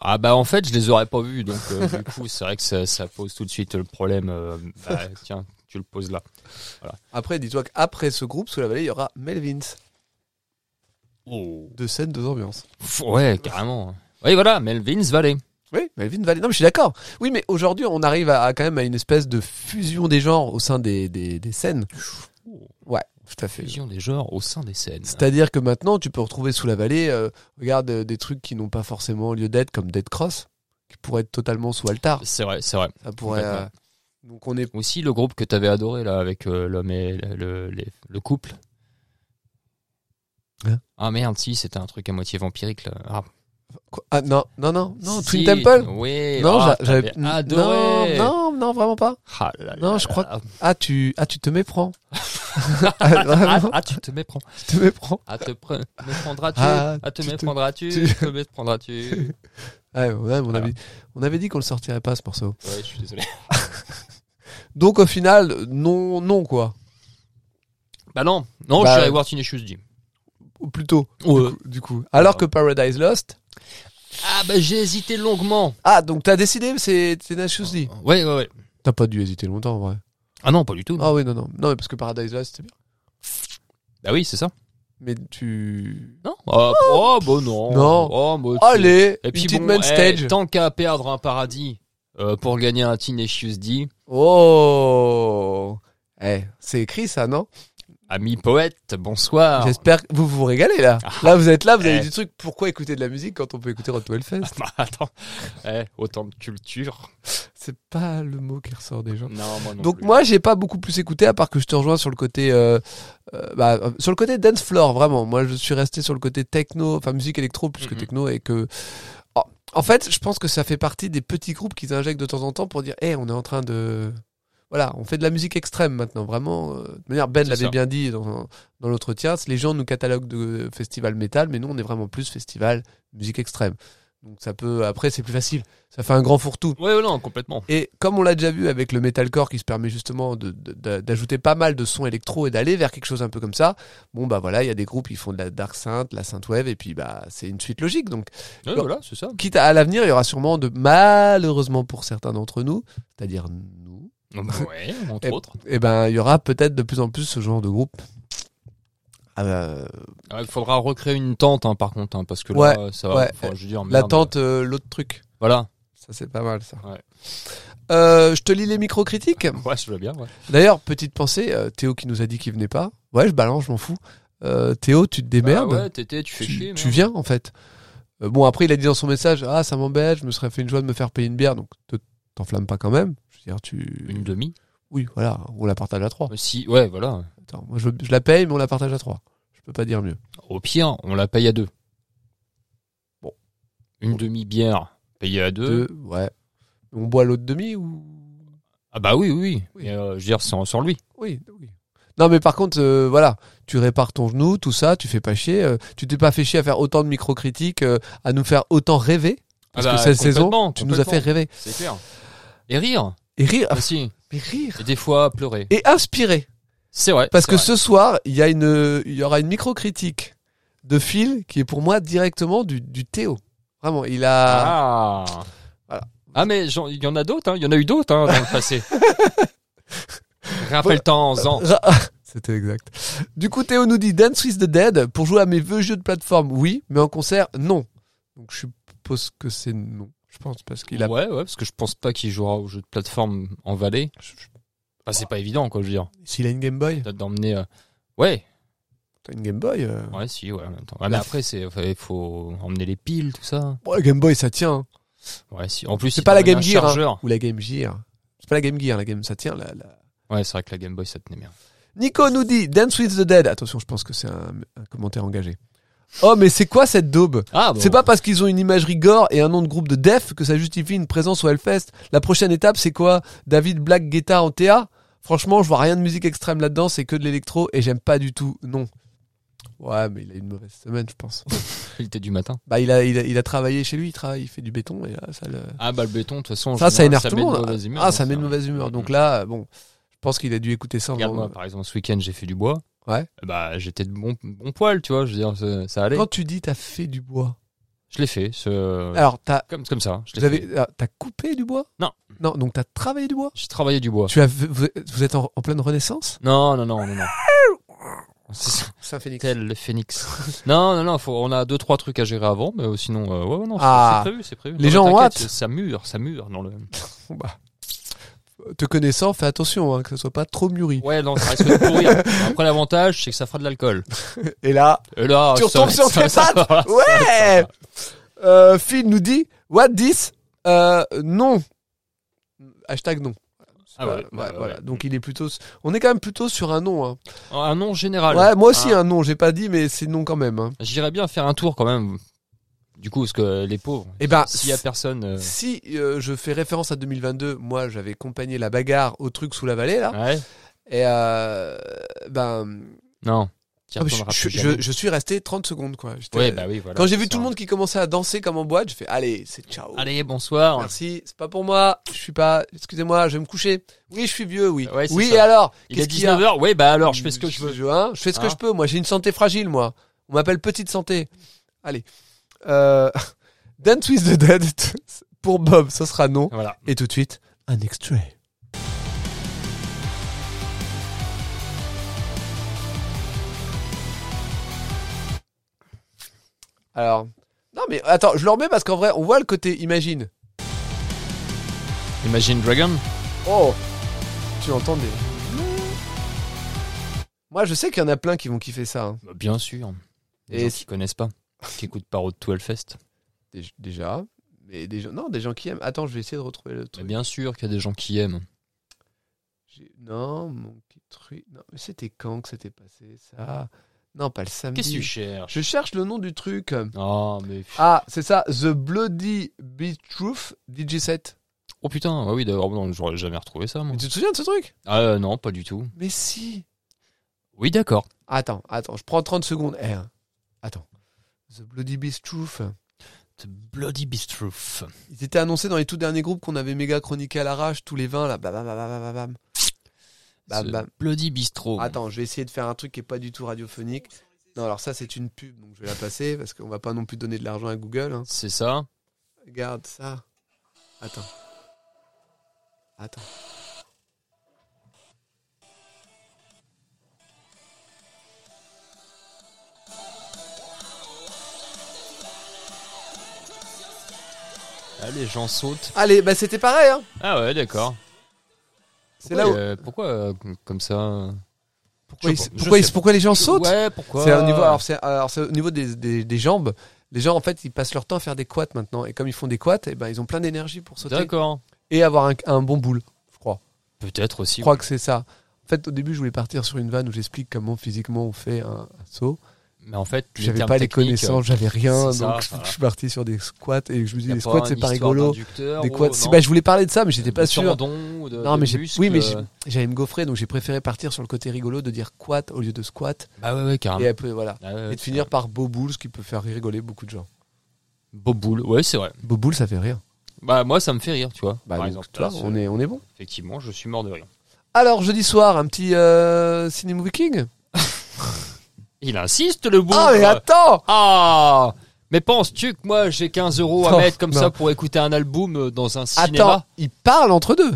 [SPEAKER 3] Ah bah en fait je les aurais pas vus donc euh, du coup c'est vrai que ça, ça pose tout de suite le problème. euh, bah, tiens tu le poses là.
[SPEAKER 2] Après, dis-toi qu'après ce groupe sous la vallée, il y aura Melvins. Deux scènes, deux ambiances.
[SPEAKER 3] Ouais carrément. Oui voilà Melvin's Valet.
[SPEAKER 2] Oui, Melvin Valley. Non, mais je suis d'accord. Oui, mais aujourd'hui, on arrive à, à quand même à une espèce de fusion des genres au sein des, des, des scènes. Ouais, tout à fait.
[SPEAKER 3] Fusion des genres au sein des scènes.
[SPEAKER 2] C'est-à-dire que maintenant, tu peux retrouver sous la vallée, euh, regarde, euh, des trucs qui n'ont pas forcément lieu d'être, comme Dead Cross, qui pourrait être totalement sous Altar.
[SPEAKER 3] C'est vrai, c'est vrai.
[SPEAKER 2] Ça pourrait. euh, donc on est.
[SPEAKER 3] Aussi le groupe que t'avais adoré là avec euh, l'homme et le, le- les- le couple.
[SPEAKER 2] Hein
[SPEAKER 3] ah merde, si c'était un truc à moitié vampirique là. Ah.
[SPEAKER 2] quoi Ah non, non, non, non,
[SPEAKER 3] Si,
[SPEAKER 2] Twin Temple
[SPEAKER 3] Oui.
[SPEAKER 2] Non, oh,
[SPEAKER 3] ah,
[SPEAKER 2] j'a- j'avais.
[SPEAKER 3] t'avais adoré.
[SPEAKER 2] Non, non, non, vraiment pas.
[SPEAKER 3] Ah là là
[SPEAKER 2] Non,
[SPEAKER 3] là
[SPEAKER 2] je crois
[SPEAKER 3] là.
[SPEAKER 2] Ah, tu, ah, tu te méprends. Ah,
[SPEAKER 3] Ah,
[SPEAKER 2] vraiment,
[SPEAKER 3] ah, tu te méprends.
[SPEAKER 2] tu te méprends.
[SPEAKER 3] Ah te pre- méprendras-tu
[SPEAKER 2] Ah,
[SPEAKER 3] Ah, te
[SPEAKER 2] tu te-
[SPEAKER 3] méprendras-tu
[SPEAKER 2] tu-
[SPEAKER 3] Te méprendras-tu
[SPEAKER 2] Ouais, ouais, on,
[SPEAKER 3] Voilà.
[SPEAKER 2] avait, on avait dit qu'on le sortirait pas ce morceau.
[SPEAKER 3] Ouais, je suis désolé.
[SPEAKER 2] Donc au final, non, non quoi.
[SPEAKER 3] Bah non, non,
[SPEAKER 2] Bah,
[SPEAKER 3] je dirais What une Issues dit.
[SPEAKER 2] Ou plutôt,
[SPEAKER 3] Ouais.
[SPEAKER 2] du, coup, du coup. Alors que Paradise Lost.
[SPEAKER 3] Ah bah j'ai hésité longuement.
[SPEAKER 2] Ah, donc t'as décidé, c'est Tenacious D.
[SPEAKER 3] Ouais, ouais, ouais.
[SPEAKER 2] T'as pas dû hésiter longtemps en vrai.
[SPEAKER 3] Ah non, pas du tout.
[SPEAKER 2] Ah oui, non, non. Non, mais parce que Paradise Lost, c'est bien.
[SPEAKER 3] Bah oui, c'est ça.
[SPEAKER 2] Mais tu.
[SPEAKER 3] Non Ah, Oh, bah non.
[SPEAKER 2] Non.
[SPEAKER 3] Oh, bah, tu-
[SPEAKER 2] Allez,
[SPEAKER 3] Et puis
[SPEAKER 2] une petite
[SPEAKER 3] bon,
[SPEAKER 2] main
[SPEAKER 3] eh,
[SPEAKER 2] stage.
[SPEAKER 3] tant qu'à perdre un paradis euh, pour gagner un Tenacious D,
[SPEAKER 2] Oh Eh, c'est écrit ça, non
[SPEAKER 3] ami poète, bonsoir.
[SPEAKER 2] J'espère que vous vous régalez là. Là, vous êtes là, vous avez
[SPEAKER 3] Ah. Eh.
[SPEAKER 2] du truc. Pourquoi écouter de la musique quand on peut écouter Roto Hellfest
[SPEAKER 3] Bah, attends, Eh, autant de culture.
[SPEAKER 2] C'est pas le mot qui ressort des gens.
[SPEAKER 3] Non, moi non
[SPEAKER 2] Donc
[SPEAKER 3] plus.
[SPEAKER 2] moi j'ai pas beaucoup plus écouté à part que je te rejoins sur le côté euh, euh, bah, euh, sur le côté dance floor vraiment. Moi je suis resté sur le côté techno, enfin musique électro plus que
[SPEAKER 3] Mhm.
[SPEAKER 2] techno et que Oh, en fait je pense que ça fait partie des petits groupes qu'ils injectent de temps en temps pour dire Eh, on est en train de voilà on fait de la musique extrême maintenant vraiment. euh, De manière Ben
[SPEAKER 3] C'est
[SPEAKER 2] l'avait
[SPEAKER 3] ça.
[SPEAKER 2] bien dit dans dans l'entretien, c'est les gens nous cataloguent de festival métal mais nous on est vraiment plus festival musique extrême. Donc ça peut après c'est plus facile, ça fait un grand fourre-tout.
[SPEAKER 3] Ouais, ouais, non, complètement.
[SPEAKER 2] Et comme on l'a déjà vu avec le metalcore qui se permet justement de- de- de- d'ajouter pas mal de sons électro et d'aller vers quelque chose un peu comme ça, bon bah voilà, il y a des groupes qui font de la dark synth, la synthwave et puis bah c'est une suite logique. Donc
[SPEAKER 3] Ouais,
[SPEAKER 2] Bon.
[SPEAKER 3] voilà, c'est ça.
[SPEAKER 2] quitte à, à l'avenir, il y aura sûèrement de malheureusement pour certains d'entre nous, c'est-à-dire nous,
[SPEAKER 3] bah Ouais, entre
[SPEAKER 2] Et-
[SPEAKER 3] autres.
[SPEAKER 2] et ben il y aura peut-être de plus en plus ce genre de groupe. Ah bah,
[SPEAKER 3] Ah, Il faudra recréer une tente, hein, par contre, hein, parce que là, ça va.
[SPEAKER 2] ouais.
[SPEAKER 3] enfin, je veux dire,
[SPEAKER 2] la
[SPEAKER 3] merde.
[SPEAKER 2] tente, euh, l'autre truc.
[SPEAKER 3] Voilà.
[SPEAKER 2] Ça c'est pas mal ça.
[SPEAKER 3] Ouais.
[SPEAKER 2] Euh, je te lis les micro-critiques.
[SPEAKER 3] Ouais, je veux bien. ouais.
[SPEAKER 2] D'ailleurs, petite pensée, euh, Théo qui nous a dit qu'il venait pas. Ouais, je balance, je m'en fous. Euh, Théo, tu te démerdes.
[SPEAKER 3] Bah ouais, t'étais, tu fais
[SPEAKER 2] tu,
[SPEAKER 3] chier.
[SPEAKER 2] tu
[SPEAKER 3] merde.
[SPEAKER 2] viens, en fait. Euh, bon, après, il a dit dans son message Ah, ça m'embête, je me serais fait une joie de me faire payer une bière. Donc, te- t'enflamme pas quand même. Je veux dire, tu.
[SPEAKER 3] Une demi.
[SPEAKER 2] Oui, voilà, on la partage à trois.
[SPEAKER 3] Si, ouais, voilà.
[SPEAKER 2] Attends, moi, je, je la paye, mais on la partage à trois. Je peux pas dire mieux.
[SPEAKER 3] Au pire, on la paye à deux.
[SPEAKER 2] Bon.
[SPEAKER 3] Une demi-bière payée à deux.
[SPEAKER 2] Deux, ouais. On boit l'autre demi ou.
[SPEAKER 3] Ah bah oui, oui,
[SPEAKER 2] Oui.
[SPEAKER 3] oui. Et, euh, je veux dire, sans, sans lui.
[SPEAKER 2] Oui, oui. Non, mais par contre, euh, voilà, tu répares ton genou, tout ça, tu fais pas chier. euh, tu t'es pas fait chier à faire autant de micro-critiques, euh, à nous faire autant rêver. Parce
[SPEAKER 3] Ah bah,
[SPEAKER 2] que cette saison,
[SPEAKER 3] complètement,
[SPEAKER 2] tu nous as fait
[SPEAKER 3] complètement.
[SPEAKER 2] rêver.
[SPEAKER 3] C'est clair. Ah. Et rire
[SPEAKER 2] Et rire.
[SPEAKER 3] aussi.
[SPEAKER 2] Ah, Mais rire.
[SPEAKER 3] Et des fois pleurer.
[SPEAKER 2] Et inspirer.
[SPEAKER 3] C'est vrai.
[SPEAKER 2] Parce
[SPEAKER 3] c'est
[SPEAKER 2] que
[SPEAKER 3] vrai.
[SPEAKER 2] ce soir, il y, a une, il y aura une micro-critique de Ah. Phil qui est pour moi directement du, du Théo. Vraiment, il a.
[SPEAKER 3] Ah. Ah, mais j'en- il y en a d'autres, hein. il y en a eu d'autres hein, dans le passé. Rappelle-t'en-en.
[SPEAKER 2] Ra- C'était exact. Du coup, Théo nous dit Dance with the Dead pour jouer à mes vieux jeux de plateforme, oui, mais en concert, non. Donc je suppose que c'est non. Je pense parce qu'il a.
[SPEAKER 3] Ouais, ouais, parce que je pense pas qu'il jouera au jeu de plateforme en Valais.
[SPEAKER 2] Je- je-
[SPEAKER 3] Enfin, c'est pas évident, quoi, je veux dire.
[SPEAKER 2] S'il a une Game Boy,
[SPEAKER 3] Peut-être d'emmener. euh, Ouais,
[SPEAKER 2] t'as une Game Boy. euh,
[SPEAKER 3] ouais, si, ouais, en même temps. Ouais, mais
[SPEAKER 2] La-
[SPEAKER 3] après, c'est, enfin, il faut emmener les piles, tout ça.
[SPEAKER 2] bon, la Game Boy, ça tient. hein.
[SPEAKER 3] Ouais, si. En plus,
[SPEAKER 2] C'est
[SPEAKER 3] il
[SPEAKER 2] pas la
[SPEAKER 3] t'emmène
[SPEAKER 2] Game
[SPEAKER 3] un
[SPEAKER 2] Gear, hein.
[SPEAKER 3] chargeur.
[SPEAKER 2] Ou la Game Gear. C'est pas la Game Gear, la Game, ça tient. La, la-
[SPEAKER 3] Ouais, c'est vrai que la Game Boy, ça tenait bien.
[SPEAKER 2] Nico nous dit Dance with the Dead. Attention, je pense que c'est un, un commentaire engagé. Oh, mais c'est quoi cette daube
[SPEAKER 3] Ah, bon.
[SPEAKER 2] C'est pas parce qu'ils ont une imagerie gore et un nom de groupe de def que ça justifie une présence au Hellfest. La prochaine étape, c'est quoi David Black Guetta en TA Franchement, je vois rien de musique extrême là-dedans, c'est que de l'électro et j'aime pas du tout, non. Ouais, mais il a eu une mauvaise semaine, je pense.
[SPEAKER 3] Il était du matin.
[SPEAKER 2] Bah, il a, il a, il a travaillé chez lui, il travaille, il fait du béton et là, ça le.
[SPEAKER 3] Ah, bah, le béton, de toute façon. en
[SPEAKER 2] Ça, ça
[SPEAKER 3] général,
[SPEAKER 2] énerve tout le
[SPEAKER 3] met de
[SPEAKER 2] monde.
[SPEAKER 3] mauvaise humeur,
[SPEAKER 2] ah,
[SPEAKER 3] hein,
[SPEAKER 2] ça met de mauvaise humeur. Donc là, bon, je pense qu'il a dû écouter ça. en-
[SPEAKER 3] Regarde-moi, par exemple, ce week-end, j'ai fait du bois.
[SPEAKER 2] Ouais.
[SPEAKER 3] Bah, j'étais de bon, bon poil, tu vois. Je veux dire, ça, ça allait.
[SPEAKER 2] Quand tu dis t'as fait du bois,
[SPEAKER 3] Je l'ai fait. ce-
[SPEAKER 2] alors t'as,
[SPEAKER 3] Comme, comme ça. Je l'ai
[SPEAKER 2] vous avez-
[SPEAKER 3] fait.
[SPEAKER 2] ah, t'as coupé du bois
[SPEAKER 3] Non.
[SPEAKER 2] Non, donc t'as travaillé du bois
[SPEAKER 3] J'ai travaillé du bois.
[SPEAKER 2] tu as, vous, vous êtes en, en pleine renaissance
[SPEAKER 3] Non, non, non, non, non. C'est ça,
[SPEAKER 2] C'est un phénix.
[SPEAKER 3] tel le phénix. non, non, non, faut- on a deux, trois trucs à gérer avant, mais euh, sinon, euh, ouais, ouais, non, c'est-
[SPEAKER 2] Ah.
[SPEAKER 3] c'est prévu, c'est prévu.
[SPEAKER 2] Les
[SPEAKER 3] Non,
[SPEAKER 2] gens
[SPEAKER 3] mais
[SPEAKER 2] ont
[SPEAKER 3] t'inquiète,
[SPEAKER 2] hâte.
[SPEAKER 3] Ça mûre, ça mûre dans le.
[SPEAKER 2] Bon, bah, te connaissant, fais attention hein, que ce soit pas trop mûri.
[SPEAKER 3] Ouais, non, ça risque de pourrir. Après, l'avantage, c'est que ça fera de l'alcool.
[SPEAKER 2] Et là,
[SPEAKER 3] Et là,
[SPEAKER 2] tu
[SPEAKER 3] ça-
[SPEAKER 2] retombes sur
[SPEAKER 3] ça-
[SPEAKER 2] tes
[SPEAKER 3] ça-
[SPEAKER 2] pattes. Ouais. Euh, Phil nous dit What this Euh, Non. Hashtag non.
[SPEAKER 3] Ah
[SPEAKER 2] Voilà,
[SPEAKER 3] ouais,
[SPEAKER 2] voilà,
[SPEAKER 3] ouais,
[SPEAKER 2] voilà.
[SPEAKER 3] ouais.
[SPEAKER 2] Donc il est plutôt. On est quand même plutôt sur un non. hein.
[SPEAKER 3] Un nom général.
[SPEAKER 2] Ouais, moi aussi
[SPEAKER 3] Ah.
[SPEAKER 2] un non. J'ai pas dit, mais c'est non quand même. hein.
[SPEAKER 3] J'irais bien faire un tour quand même. Du coup, parce que les pauvres,
[SPEAKER 2] Eh ben,
[SPEAKER 3] s'il y a personne. euh,
[SPEAKER 2] si euh, je fais référence à 2022, moi j'avais accompagné la bagarre au truc sous la vallée là.
[SPEAKER 3] Ouais.
[SPEAKER 2] Et euh, ben,
[SPEAKER 3] Non. t'y
[SPEAKER 2] ah, mais je,
[SPEAKER 3] retourneras
[SPEAKER 2] je-
[SPEAKER 3] plus
[SPEAKER 2] je-
[SPEAKER 3] jamais.
[SPEAKER 2] je suis resté 30 secondes quoi. J'étais-
[SPEAKER 3] Ouais, bah oui, voilà.
[SPEAKER 2] Quand j'ai vu
[SPEAKER 3] c'est
[SPEAKER 2] tout le
[SPEAKER 3] ça.
[SPEAKER 2] monde qui commençait à danser comme en boîte, j'ai fait allez, c'est ciao.
[SPEAKER 3] Allez, bonsoir.
[SPEAKER 2] Merci, c'est pas pour moi, je suis pas, excusez-moi, je vais me coucher. Oui, je suis vieux, oui.
[SPEAKER 3] Ouais, c'est
[SPEAKER 2] oui,
[SPEAKER 3] ça.
[SPEAKER 2] et alors
[SPEAKER 3] Il est
[SPEAKER 2] Qu'est-ce qu'il y a
[SPEAKER 3] 19h. Ouais, bah alors, je fais ce que je veux.
[SPEAKER 2] hein, je fais ce que
[SPEAKER 3] Hein
[SPEAKER 2] je peux, moi, j'ai une santé fragile, moi. On m'appelle Petite Santé. Allez. Euh, Dance with the Dead, pour Bob, ce sera non.
[SPEAKER 3] Voilà.
[SPEAKER 2] Et tout de suite, un extrait. Alors, non mais attends, je le remets parce qu'en vrai, on voit le côté imagine.
[SPEAKER 3] Imagine Dragon.
[SPEAKER 2] Oh Tu entends des... Moi, je sais qu'il y en a plein qui vont kiffer ça. hein.
[SPEAKER 3] Bah, bien sûr. Des
[SPEAKER 2] Et
[SPEAKER 3] gens qui connaissent pas, qui écoutent pas Road to Hellfest.
[SPEAKER 2] Dé- Déjà. Mais des gens... Non, des gens qui aiment. Attends, je vais essayer de retrouver le
[SPEAKER 3] Mais
[SPEAKER 2] truc.
[SPEAKER 3] Eh bien sûr qu'il y a des gens qui aiment.
[SPEAKER 2] J'ai- Non, mon petit truc... Non, mais c'était quand que c'était passé, ça Non, pas le samedi.
[SPEAKER 3] Qu'est-ce que tu cherches
[SPEAKER 2] Je cherche le nom du truc.
[SPEAKER 3] Oh, mais. pff.
[SPEAKER 2] Ah, c'est ça, The Bloody Beat Truth DJ7.
[SPEAKER 3] Oh putain, ah oui, d'ailleurs, non, j'aurais jamais retrouvé ça, moi.
[SPEAKER 2] Mais tu te souviens de ce truc
[SPEAKER 3] Ah euh, non, pas du tout.
[SPEAKER 2] Mais si
[SPEAKER 3] Oui, d'accord.
[SPEAKER 2] Attends, attends, je prends 30 secondes. Eh, hein. attends. The Bloody Beat Truth.
[SPEAKER 3] The Bloody Beast Roof.
[SPEAKER 2] Ils étaient annoncés dans les tout derniers groupes qu'on avait méga chroniqué à l'arrache, tous les 20, là. Bam, bam, bam, bam, bam, bam. Bam, bam.
[SPEAKER 3] Bloody Bistro.
[SPEAKER 2] Bah, Attends, je vais essayer de faire un truc qui est pas du tout radiophonique. Non, alors ça, c'est une pub, donc je vais la passer parce qu'on va pas non plus donner de l'argent à Google. hein.
[SPEAKER 3] C'est ça.
[SPEAKER 2] Regarde ça. Attends. Attends.
[SPEAKER 3] Ah, les gens sautent.
[SPEAKER 2] Allez, bah c'était pareil, hein.
[SPEAKER 3] Ah ouais, d'accord.
[SPEAKER 2] C'est là où.
[SPEAKER 3] Pourquoi, euh, pourquoi euh, comme ça
[SPEAKER 2] Pourquoi,
[SPEAKER 3] Je sais
[SPEAKER 2] ils-
[SPEAKER 3] pas, je
[SPEAKER 2] pourquoi
[SPEAKER 3] sais
[SPEAKER 2] ils-
[SPEAKER 3] pas.
[SPEAKER 2] pourquoi les gens sautent
[SPEAKER 3] Ouais, pourquoi
[SPEAKER 2] C'est au niveau, alors c'est, alors c'est au niveau des, des- des jambes. Les gens, en fait, ils passent leur temps à faire des quats maintenant. Et comme ils font des quats, eh ben, ils ont plein d'énergie pour sauter
[SPEAKER 3] D'accord.
[SPEAKER 2] et avoir un, un bon boule, je crois.
[SPEAKER 3] Peut-être aussi.
[SPEAKER 2] Je crois que c'est ça. En fait, au début, je voulais partir sur une vanne où j'explique comment physiquement on fait un, un saut.
[SPEAKER 3] Mais en fait, les
[SPEAKER 2] J'avais
[SPEAKER 3] termes
[SPEAKER 2] pas les
[SPEAKER 3] techniques, euh,
[SPEAKER 2] connaissances, j'avais rien. Donc,
[SPEAKER 3] c'est ça,
[SPEAKER 2] je,
[SPEAKER 3] voilà.
[SPEAKER 2] je suis parti sur des squats et je me
[SPEAKER 3] y
[SPEAKER 2] dis,
[SPEAKER 3] a
[SPEAKER 2] les
[SPEAKER 3] pas
[SPEAKER 2] squats, c'est
[SPEAKER 3] une
[SPEAKER 2] pas
[SPEAKER 3] histoire
[SPEAKER 2] rigolo.
[SPEAKER 3] d'inducteur
[SPEAKER 2] Des
[SPEAKER 3] ou-
[SPEAKER 2] quats, si,
[SPEAKER 3] non. Euh,
[SPEAKER 2] bah, je voulais parler de ça, mais j'étais
[SPEAKER 3] De
[SPEAKER 2] pas sûr.
[SPEAKER 3] tendons, de-
[SPEAKER 2] Non,
[SPEAKER 3] de
[SPEAKER 2] mais j'ai,
[SPEAKER 3] muscles,
[SPEAKER 2] oui, mais j'ai-
[SPEAKER 3] euh.
[SPEAKER 2] j'allais me gaufrer, donc j'ai préféré partir sur le côté rigolo de dire quat au lieu de squat.
[SPEAKER 3] Bah ouais, ouais,
[SPEAKER 2] Et
[SPEAKER 3] carrément.
[SPEAKER 2] après, voilà.
[SPEAKER 3] Ah ouais,
[SPEAKER 2] Et
[SPEAKER 3] ouais,
[SPEAKER 2] de finir par beau boule, ce qui peut faire rigoler beaucoup de gens.
[SPEAKER 3] Boboule, ouais, c'est vrai.
[SPEAKER 2] Beau boule, ça fait rire.
[SPEAKER 3] Bah moi, ça me fait rire, tu vois.
[SPEAKER 2] Bah,
[SPEAKER 3] par
[SPEAKER 2] donc,
[SPEAKER 3] exemple,
[SPEAKER 2] tu vois,
[SPEAKER 3] Là,
[SPEAKER 2] on,
[SPEAKER 3] c'est-
[SPEAKER 2] est, on est bon.
[SPEAKER 3] Effectivement, je suis mort de rire.
[SPEAKER 2] Alors, jeudi soir, un petit euh, Ciné Movie King.
[SPEAKER 3] Il insiste, le bougre.
[SPEAKER 2] Ah, mais attends
[SPEAKER 3] Ah Mais penses-tu que moi j'ai 15 euros à
[SPEAKER 2] Oh,
[SPEAKER 3] mettre comme
[SPEAKER 2] non.
[SPEAKER 3] ça pour écouter un album euh, dans un cinéma
[SPEAKER 2] Attends, ils parlent entre deux.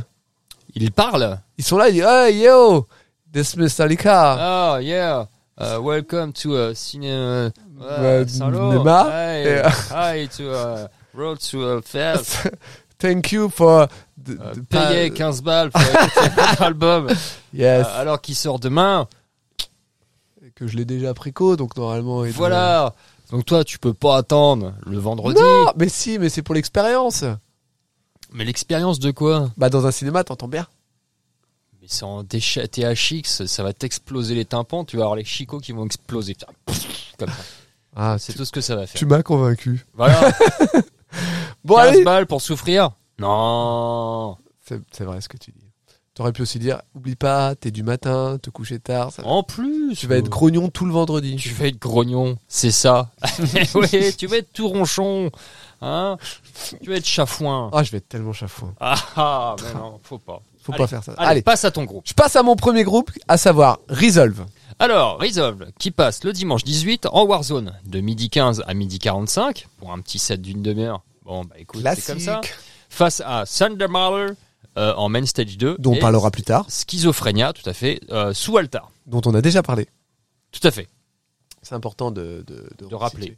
[SPEAKER 3] Il parle
[SPEAKER 2] Ils sont là, ils disent Hey yo, this is Mr. Lika.
[SPEAKER 3] Ah, yeah Uh, welcome to uh, cinéma.
[SPEAKER 2] Euh, cinéma. Et, euh,
[SPEAKER 3] Hi to uh, Road to uh, Fell.
[SPEAKER 2] Thank you for. the-
[SPEAKER 3] Euh,
[SPEAKER 2] the-
[SPEAKER 3] payer 15 balles pour écouter votre album euh,
[SPEAKER 2] Yes.
[SPEAKER 3] alors qu'il sort demain.
[SPEAKER 2] que je l'ai déjà préco, donc normalement. il devrait-
[SPEAKER 3] Voilà. Donc toi, tu peux pas attendre le vendredi.
[SPEAKER 2] Non, Ah, mais si, mais c'est pour l'expérience.
[SPEAKER 3] Mais l'expérience de quoi
[SPEAKER 2] Bah, dans un cinéma, t'entends bien.
[SPEAKER 3] Mais c'est en déchet THX, ça va t'exploser les tympans, tu vas avoir les chicots qui vont exploser. Putain, pff, Comme ça.
[SPEAKER 2] Ah,
[SPEAKER 3] C'est tout ce que ça va faire.
[SPEAKER 2] m'as convaincu.
[SPEAKER 3] Voilà,
[SPEAKER 2] Bon,
[SPEAKER 3] 15
[SPEAKER 2] allez.
[SPEAKER 3] balles pour souffrir Non
[SPEAKER 2] C'est c'est vrai ce que tu dis. T'aurais pu aussi dire oublie pas, t'es du matin, te coucher tard. ça-
[SPEAKER 3] En plus
[SPEAKER 2] Tu vas être grognon tout le vendredi.
[SPEAKER 3] Oh, Tu vas être grognon, c'est ça. oui, tu vas être tout ronchon. Hein tu vas être chafouin.
[SPEAKER 2] Ah, je vais être tellement chafouin.
[SPEAKER 3] Ah, ah mais non, faut pas.
[SPEAKER 2] Faut
[SPEAKER 3] Allez,
[SPEAKER 2] pas faire ça.
[SPEAKER 3] Allez,
[SPEAKER 2] allez.
[SPEAKER 3] passe à ton groupe.
[SPEAKER 2] Je passe à mon premier groupe, à savoir Resolve.
[SPEAKER 3] Alors, Resolve, qui passe le dimanche 18 en Warzone, de midi 15 à midi 45, pour un petit set d'une demi-heure. Bon, bah écoute, c'est comme ça. Face à Thundermother euh, en Main Stage 2.
[SPEAKER 2] Dont on
[SPEAKER 3] et
[SPEAKER 2] parlera plus tard,
[SPEAKER 3] Schizophrénia, tout à fait, euh, sous Altar.
[SPEAKER 2] dont on a déjà parlé.
[SPEAKER 3] Tout à fait.
[SPEAKER 2] C'est important de, de,
[SPEAKER 3] De rappeler.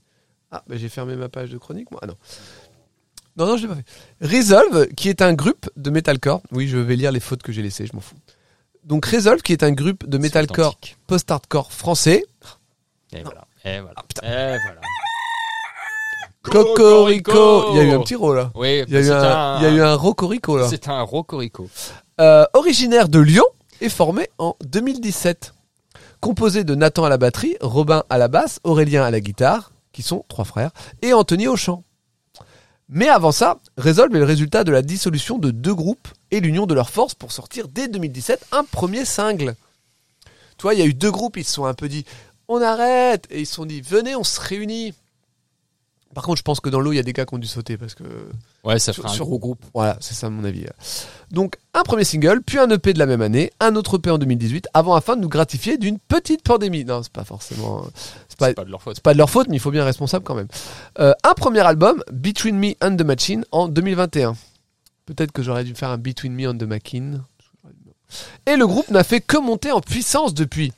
[SPEAKER 2] Ah, mais j'ai fermé ma page de chronique, moi. Ah non. Non, non, je l'ai pas fait. Resolve, qui est un groupe de metalcore. Oui, je vais lire les fautes que j'ai laissées, je m'en fous. Donc Resolve, qui est un groupe de metalcore
[SPEAKER 3] authentique.
[SPEAKER 2] post-hardcore français.
[SPEAKER 3] Et voilà.
[SPEAKER 2] Ah.
[SPEAKER 3] Et voilà. et voilà.
[SPEAKER 2] Cocorico Il y a eu un petit rôle là.
[SPEAKER 3] Oui,
[SPEAKER 2] Il y a eu
[SPEAKER 3] c'est
[SPEAKER 2] un, il y a eu un Rocorico là.
[SPEAKER 3] C'est un rocorico.
[SPEAKER 2] Euh, originaire de Lyon et formé en 2017. Composé de Nathan à la batterie, Robin à la basse, Aurélien à la guitare, qui sont trois frères, et Anthony au chant. Mais avant ça, Resolve est le résultat de la dissolution de deux groupes et l'union de leurs forces pour sortir dès 2017 un premier single. Tu vois, il y a eu deux groupes, ils se sont un peu dit on arrête et ils se sont dit venez, on se réunit. Par contre, je pense que dans l'eau, il y a des gars qui ont dû sauter parce que
[SPEAKER 3] Ouais, ça
[SPEAKER 2] Sur-
[SPEAKER 3] fera un
[SPEAKER 2] sur-
[SPEAKER 3] gros groupe.
[SPEAKER 2] voilà, c'est ça mon avis. Donc un premier single, puis un EP de la même année, un autre EP en 2018, avant afin de nous gratifier d'une petite pandémie. Non, c'est pas forcément, hein. c'est pas,
[SPEAKER 3] C'est pas de leur faute.
[SPEAKER 2] c'est pas de leur faute, mais il faut bien être responsable quand même. Euh, un premier album, Between Me and the Machine, en 2021. Peut-être que j'aurais dû faire un Between Me and the Machine. Et le groupe n'a fait que monter en puissance depuis,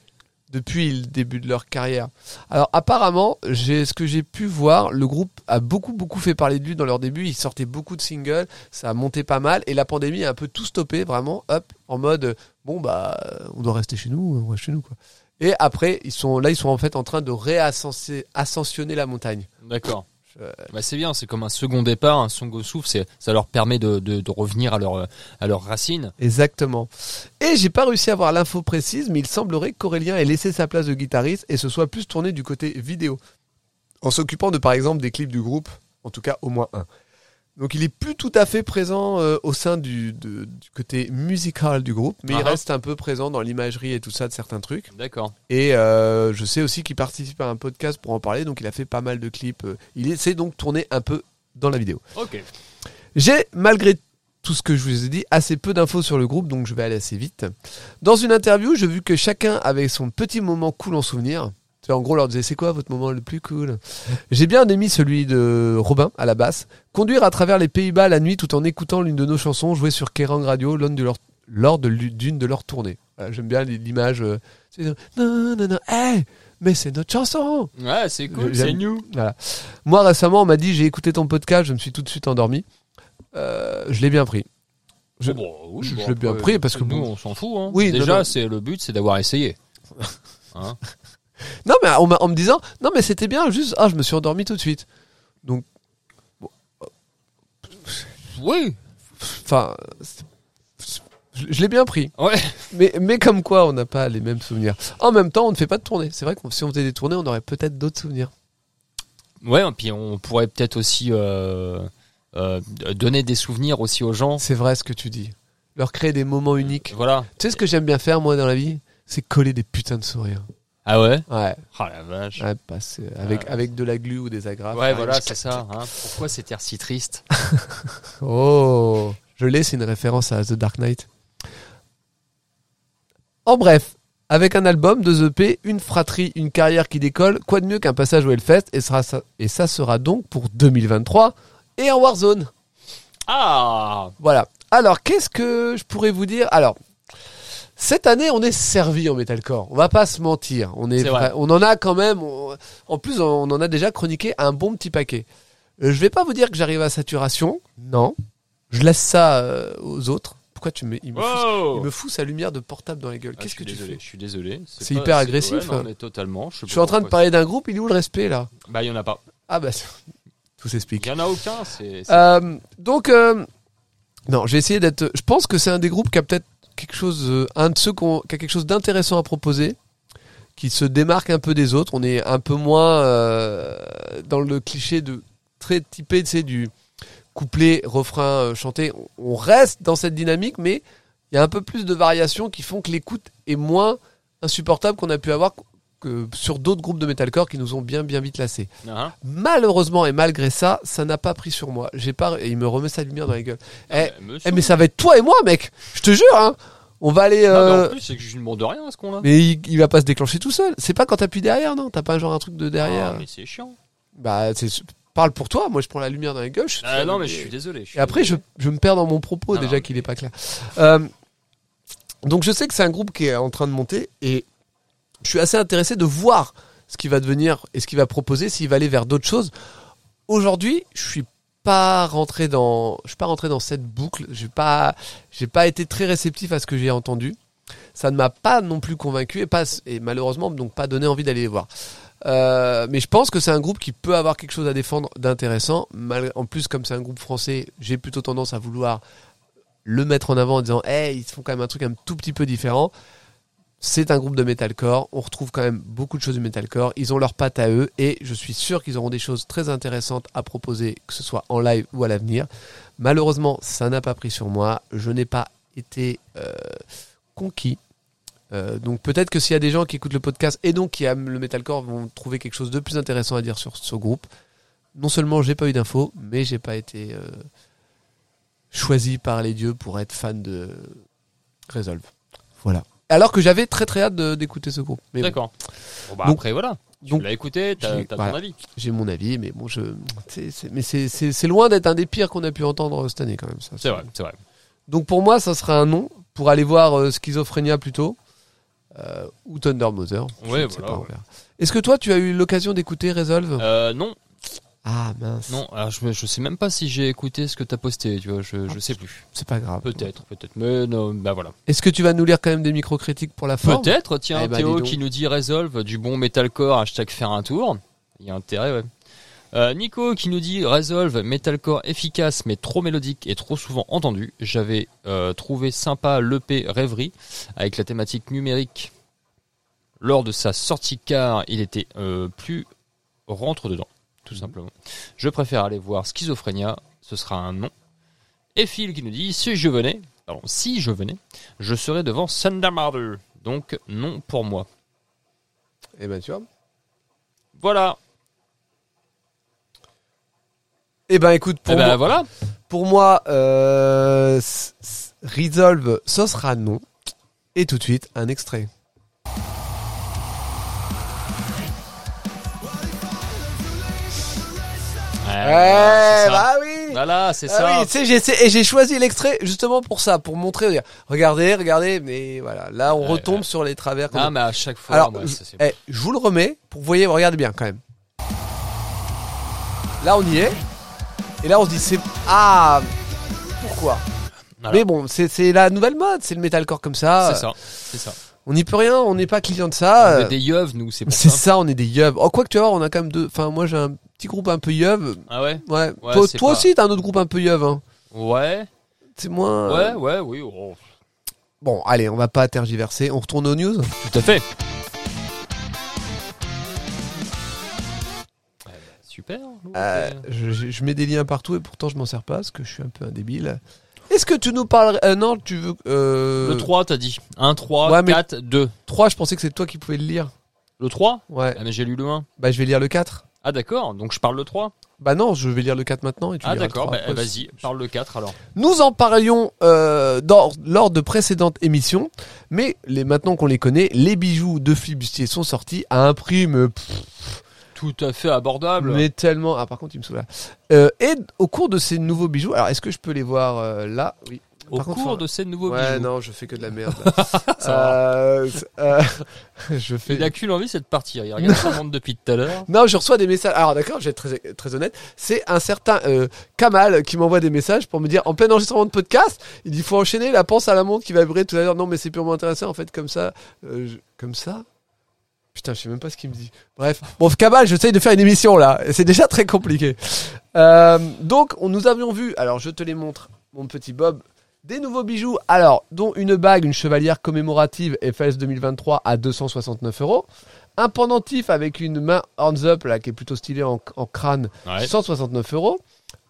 [SPEAKER 2] depuis le début de leur carrière. Alors apparemment, j'ai ce que j'ai pu voir, le groupe a beaucoup beaucoup fait parler de lui dans leur début. Ils sortaient beaucoup de singles, ça a monté pas mal, et la pandémie a un peu tout stoppé, vraiment, hop, en mode euh, bon bah euh, on doit rester chez nous, on reste chez nous quoi. Et après, ils sont là, ils sont en fait en train de réascensionner ascensionner la montagne.
[SPEAKER 3] D'accord.
[SPEAKER 2] Je- euh,
[SPEAKER 3] Bah c'est bien, c'est comme un second départ, un second souffle, c'est- ça leur permet de, de- de revenir à leur, euh, à leurs racines.
[SPEAKER 2] Exactement. Et j'ai pas réussi à avoir l'info précise, mais il semblerait qu'Aurélien ait laissé sa place de guitariste et se soit plus tourné du côté vidéo, en s'occupant de par exemple des clips du groupe, en tout cas au moins un. Donc il est plus tout à fait présent euh, au sein du, de- du côté musical du groupe, mais il
[SPEAKER 3] Ah.
[SPEAKER 2] reste un peu présent dans l'imagerie et tout ça de certains trucs.
[SPEAKER 3] D'accord.
[SPEAKER 2] Et euh, je sais aussi qu'il participe à un podcast pour en parler, donc il a fait pas mal de clips. euh, Il essaie donc de tourner un peu dans la vidéo.
[SPEAKER 3] Ok.
[SPEAKER 2] J'ai, malgré tout ce que je vous ai dit, assez peu d'infos sur le groupe, donc je vais aller assez vite. Dans une interview, j'ai vu que chacun avait son petit moment cool en souvenir. Tu vois, En gros, leur disait c'est quoi votre moment le plus cool J'ai bien aimé celui de Robin à la basse. Conduire à travers les Pays-Bas la nuit tout en écoutant l'une de nos chansons jouée sur Kerrang Radio lors de leur- lors de l'u- d'une de leurs tournées. Voilà, J'aime bien l'image. euh, c'est- non, non, non, hey, mais c'est notre chanson
[SPEAKER 3] Ouais, c'est cool,
[SPEAKER 2] J'aime-
[SPEAKER 3] c'est new.
[SPEAKER 2] voilà. Moi, récemment, on m'a dit j'ai écouté ton podcast, je me suis tout de suite endormi. Euh, je l'ai bien pris. Je-
[SPEAKER 3] Bon, bah, oui,
[SPEAKER 2] je-
[SPEAKER 3] bon,
[SPEAKER 2] je l'ai bien
[SPEAKER 3] après,
[SPEAKER 2] pris parce que
[SPEAKER 3] nous,
[SPEAKER 2] bon-
[SPEAKER 3] on s'en fout. hein.
[SPEAKER 2] Oui, non, non.
[SPEAKER 3] Déjà, c'est le but, c'est d'avoir essayé. Hein
[SPEAKER 2] Non, mais en, m'a- en me disant non, mais c'était bien, juste ah, je me suis endormi tout de suite. Donc,
[SPEAKER 3] oui.
[SPEAKER 2] enfin, c'est- je, je l'ai bien pris.
[SPEAKER 3] Ouais.
[SPEAKER 2] Mais, mais comme quoi, on n'a pas les mêmes souvenirs. En même temps, on ne fait pas de tournée. C'est vrai que si on faisait des tournées, on aurait peut-être d'autres souvenirs.
[SPEAKER 3] Ouais, et puis on pourrait peut-être aussi euh, euh, donner des souvenirs aussi aux gens.
[SPEAKER 2] C'est vrai ce que tu dis. Leur créer des moments uniques.
[SPEAKER 3] Voilà.
[SPEAKER 2] Tu sais ce que j'aime bien faire, moi, dans la vie C'est coller des putains de sourires.
[SPEAKER 3] Ah ouais
[SPEAKER 2] Ouais,
[SPEAKER 3] Ah la vache.
[SPEAKER 2] ouais, passer avec,
[SPEAKER 3] Ouais.
[SPEAKER 2] avec de la glu ou des agrafes.
[SPEAKER 3] Ouais, voilà, c'est ça. hein. Pourquoi cet air si triste
[SPEAKER 2] Oh, je l'ai, c'est une référence à The Dark Knight. En bref, Avec un album, deux EP, une fratrie, une carrière qui décolle, quoi de mieux qu'un passage au Hellfest et, sera ça, et ça sera donc pour 2023 et un Warzone.
[SPEAKER 3] Ah
[SPEAKER 2] Voilà. Alors, qu'est-ce que je pourrais vous dire Alors, cette année, on est servi en metalcore. On va pas se mentir. On est,
[SPEAKER 3] C'est vrai.
[SPEAKER 2] vra- on en a quand même. on- en plus, on en a déjà chroniqué un bon petit paquet. Euh, je vais pas vous dire que j'arrive à saturation. Non. Je laisse ça euh, aux autres. Pourquoi tu me, il me, fout, il
[SPEAKER 3] Wow
[SPEAKER 2] me fout sa lumière de portable dans la gueule
[SPEAKER 3] Oh. Ah,
[SPEAKER 2] Qu'est-ce
[SPEAKER 3] je
[SPEAKER 2] que
[SPEAKER 3] suis
[SPEAKER 2] tu
[SPEAKER 3] désolé,
[SPEAKER 2] fais
[SPEAKER 3] Je suis désolé.
[SPEAKER 2] C'est
[SPEAKER 3] pas-
[SPEAKER 2] hyper agressif,
[SPEAKER 3] ouais, non,
[SPEAKER 2] hein.
[SPEAKER 3] mais totalement.
[SPEAKER 2] Je suis en train de parler d'un groupe. Il est où le respect là
[SPEAKER 3] Bah, il y en a pas.
[SPEAKER 2] Ah bah c'est- tout s'explique.
[SPEAKER 3] Il y en a aucun. C'est c'est-
[SPEAKER 2] Euh, donc, euh, non, j'ai essayé d'être. Je pense que c'est un des groupes qui a peut-être quelque chose, euh, un de ceux qu'on- qui a quelque chose d'intéressant à proposer, qui se démarque un peu des autres. On est un peu moins euh, dans le cliché de très typé, tu sais, du couplet, refrain, euh, chanté. On- On reste dans cette dynamique, mais il y a un peu plus de variations qui font que l'écoute est moins insupportable qu'on a pu avoir que sur d'autres groupes de metalcore qui nous ont bien bien vite lassés.
[SPEAKER 3] Hein
[SPEAKER 2] Malheureusement et malgré ça, ça n'a pas pris sur moi. J'ai pas et il me remet sa lumière dans la gueule. Eh,
[SPEAKER 3] Ah, monsieur.
[SPEAKER 2] Eh mais ça va être toi et moi mec. Je te jure hein. On va aller
[SPEAKER 3] Non, mais
[SPEAKER 2] euh,
[SPEAKER 3] en plus, c'est que je ne demande rien à ce qu'on a
[SPEAKER 2] mais il, il va pas se déclencher tout seul. C'est pas quand t'appuies derrière non, t'as pas genre un truc de derrière.
[SPEAKER 3] Ah, mais c'est chiant.
[SPEAKER 2] Bah c'est parle pour toi, moi je prends la lumière dans la gueule. je-
[SPEAKER 3] Ah, non, mais je suis désolé. je suis
[SPEAKER 2] Et après, je,
[SPEAKER 3] désolé.
[SPEAKER 2] je me perds dans mon propos,
[SPEAKER 3] Non,
[SPEAKER 2] déjà
[SPEAKER 3] non,
[SPEAKER 2] qu'il n'est pas clair. Euh, donc, je sais que c'est un groupe qui est en train de monter et je suis assez intéressé de voir ce qu'il va devenir et ce qu'il va proposer, s'il va aller vers d'autres choses. Aujourd'hui, je suis pas rentré dans, je suis pas rentré dans cette boucle. J'ai pas, j'ai pas été très réceptif à ce que j'ai entendu. Ça ne m'a pas non plus convaincu et pas, et malheureusement donc pas donné envie d'aller les voir. Euh, mais je pense que c'est un groupe qui peut avoir quelque chose à défendre d'intéressant. Mal- En plus, comme c'est un groupe français, j'ai plutôt tendance à vouloir le mettre en avant en disant Hey, ils font quand même un truc un tout petit peu différent. C'est un groupe de metalcore. On retrouve quand même beaucoup de choses du metalcore. Ils ont leur patte à eux et je suis sûr qu'ils auront des choses très intéressantes à proposer, que ce soit en live ou à l'avenir. Malheureusement, ça n'a pas pris sur moi. Je n'ai pas été euh, conquis. Euh, donc peut-être que s'il y a des gens qui écoutent le podcast et donc qui aiment le metalcore vont trouver quelque chose de plus intéressant à dire sur ce groupe. Non seulement j'ai pas eu d'infos, mais j'ai pas été euh, choisi par les dieux pour être fan de Resolve. Voilà. Alors que j'avais très très hâte de- d'écouter ce groupe. Mais bon,
[SPEAKER 3] D'accord. Bon, bah,
[SPEAKER 2] Donc-
[SPEAKER 3] après, voilà. Tu
[SPEAKER 2] donc,
[SPEAKER 3] l'as écouté, t'as
[SPEAKER 2] j'ai-
[SPEAKER 3] t'as ton
[SPEAKER 2] voilà.
[SPEAKER 3] avis.
[SPEAKER 2] j'ai mon avis, mais bon, je, c'est- c'est- mais c'est- c'est c'est loin d'être un des pires qu'on a pu entendre cette année quand même. ça.
[SPEAKER 3] C'est vrai, c'est vrai.
[SPEAKER 2] Donc pour moi, ça sera un non pour aller voir euh, Schizophrénia plutôt euh, ou Thunder Mother. Je
[SPEAKER 3] Ouais,
[SPEAKER 2] ne sais
[SPEAKER 3] voilà,
[SPEAKER 2] pas, on
[SPEAKER 3] ouais.
[SPEAKER 2] verra. Est-ce que toi, tu as eu l'occasion d'écouter Resolve
[SPEAKER 3] Euh, non,
[SPEAKER 2] Ah mince,
[SPEAKER 3] non, alors je, me- je sais même pas si j'ai écouté ce que t'as posté, tu vois, je, je
[SPEAKER 2] Ah.
[SPEAKER 3] sais plus.
[SPEAKER 2] c'est pas grave.
[SPEAKER 3] Peut-être, peut-être, mais non, bah voilà.
[SPEAKER 2] Est-ce que tu vas nous lire quand même des micro-critiques pour la fin
[SPEAKER 3] Peut-être, tiens,
[SPEAKER 2] Eh ben, dis
[SPEAKER 3] Théo
[SPEAKER 2] donc.
[SPEAKER 3] qui nous dit Resolve, du bon metalcore, hashtag faire un tour. Il y a intérêt, ouais. Euh, Nico qui nous dit Resolve, metalcore efficace mais trop mélodique et trop souvent entendu. J'avais euh, trouvé sympa l'EP Rêverie avec la thématique numérique. Lors de sa sortie car il était euh, plus rentre dedans, tout simplement. Je préfère aller voir Schizophrénia, ce sera un nom. Et Phil qui nous dit si je venais, pardon, si je venais, je serai devant Sundamarder. Donc, non pour moi.
[SPEAKER 2] Eh ben tu vois.
[SPEAKER 3] Voilà.
[SPEAKER 2] Eh ben écoute, pour
[SPEAKER 3] Eh ben
[SPEAKER 2] moi,
[SPEAKER 3] voilà.
[SPEAKER 2] pour moi, euh, s- s- Resolve, ce sera non. Et tout de suite, un extrait.
[SPEAKER 3] Euh, c'est
[SPEAKER 2] Eh
[SPEAKER 3] ça.
[SPEAKER 2] bah oui.
[SPEAKER 3] Eh, Voilà, c'est
[SPEAKER 2] Ah
[SPEAKER 3] ça.
[SPEAKER 2] oui, tu sais, j'ai essayé- et j'ai choisi l'extrait justement pour ça, pour montrer. dire, Regardez, regardez, mais voilà, là on
[SPEAKER 3] Ouais,
[SPEAKER 2] retombe
[SPEAKER 3] ouais.
[SPEAKER 2] sur les travers. qu'on a.
[SPEAKER 3] Ah, mais à chaque fois.
[SPEAKER 2] Alors,
[SPEAKER 3] moi,
[SPEAKER 2] je,
[SPEAKER 3] ça, c'est-
[SPEAKER 2] eh, je vous le remets pour que vous voyez, regardez bien quand même. Là on y est, et là on se dit c'est ah pourquoi
[SPEAKER 3] Voilà.
[SPEAKER 2] Mais bon, c'est c'est la nouvelle mode, c'est le metalcore comme ça.
[SPEAKER 3] C'est ça. C'est ça.
[SPEAKER 2] On n'y peut rien, on n'est pas client de
[SPEAKER 3] On
[SPEAKER 2] ça.
[SPEAKER 3] est des yeuves, nous, c'est pour
[SPEAKER 2] Ah. C'est
[SPEAKER 3] ça.
[SPEAKER 2] ça, on est des yeuves. Oh quoi que tu vois, on a quand même deux. Enfin moi j'ai un petit groupe un peu yeuve.
[SPEAKER 3] Ah ouais
[SPEAKER 2] Ouais.
[SPEAKER 3] Ouais,
[SPEAKER 2] toi
[SPEAKER 3] c'est
[SPEAKER 2] toi
[SPEAKER 3] pas-
[SPEAKER 2] aussi t'as un autre groupe un peu yeuve. Hein.
[SPEAKER 3] Ouais.
[SPEAKER 2] C'est moins.
[SPEAKER 3] Ouais, ouais, oui. oh.
[SPEAKER 2] Bon, allez, on va pas tergiverser, on retourne aux news.
[SPEAKER 3] Tout à fait. Eh ben, Super.
[SPEAKER 2] Euh,
[SPEAKER 3] hein.
[SPEAKER 2] je, je- je mets des liens partout et pourtant je m'en sers pas parce que je suis un peu un débile. Est-ce que tu nous parles euh, Non, tu veux. euh,
[SPEAKER 3] Le 3, t'as dit. 1, 3,
[SPEAKER 2] Ouais, mais-
[SPEAKER 3] 4, 2.
[SPEAKER 2] 3, je pensais que c'est toi qui pouvais le lire.
[SPEAKER 3] Le 3
[SPEAKER 2] Ouais.
[SPEAKER 3] Ah, mais j'ai lu le 1.
[SPEAKER 2] Bah, je vais lire le 4.
[SPEAKER 3] Ah d'accord, donc je parle le 3.
[SPEAKER 2] Bah non, je vais lire le 4 maintenant et tu
[SPEAKER 3] ah
[SPEAKER 2] liras le
[SPEAKER 3] d'accord,
[SPEAKER 2] 3
[SPEAKER 3] bah,
[SPEAKER 2] après.
[SPEAKER 3] vas-y, parle le 4 alors.
[SPEAKER 2] Nous en parlions euh, dans- lors de précédentes émissions, mais les, maintenant qu'on les connaît, les bijoux de Philippe Bustier sont sortis à un prix mais, pff,
[SPEAKER 3] Tout à fait abordable.
[SPEAKER 2] mais tellement... Ah par contre, il me saoule là. Euh, et au cours de ces nouveaux bijoux, alors est-ce que je peux les voir euh, là Oui.
[SPEAKER 3] Au
[SPEAKER 2] par contre,
[SPEAKER 3] cours
[SPEAKER 2] faut-
[SPEAKER 3] de ces nouveaux
[SPEAKER 2] Ouais,
[SPEAKER 3] bijoux.
[SPEAKER 2] non, je fais que de la merde.
[SPEAKER 3] Ça
[SPEAKER 2] Euh, c'est- euh, je fais...
[SPEAKER 3] Il a qu'une envie, c'est de partir. Il regarde sa montre depuis tout à l'heure.
[SPEAKER 2] Non, je reçois des messages. Alors d'accord, je vais être très, très honnête. C'est un certain euh, Kamal qui m'envoie des messages pour me dire en plein enregistrement de podcast, il dit faut enchaîner la pense à la montre qui va vibrer tout à l'heure. Non, mais c'est purement intéressant en fait comme ça, euh, je- comme ça. Putain, je sais même pas ce qu'il me dit. Bref, bon Kamal, j'essaye de faire une émission là. C'est déjà très compliqué. Euh, donc, on nous avions vu. Alors, je te les montre, mon petit Bob. Des nouveaux bijoux, alors, dont une bague, une chevalière commémorative FS 2023 à 269 euros un pendentif avec une main hands up là qui est plutôt stylée en, en crâne,
[SPEAKER 3] Ouais.
[SPEAKER 2] 169 euros.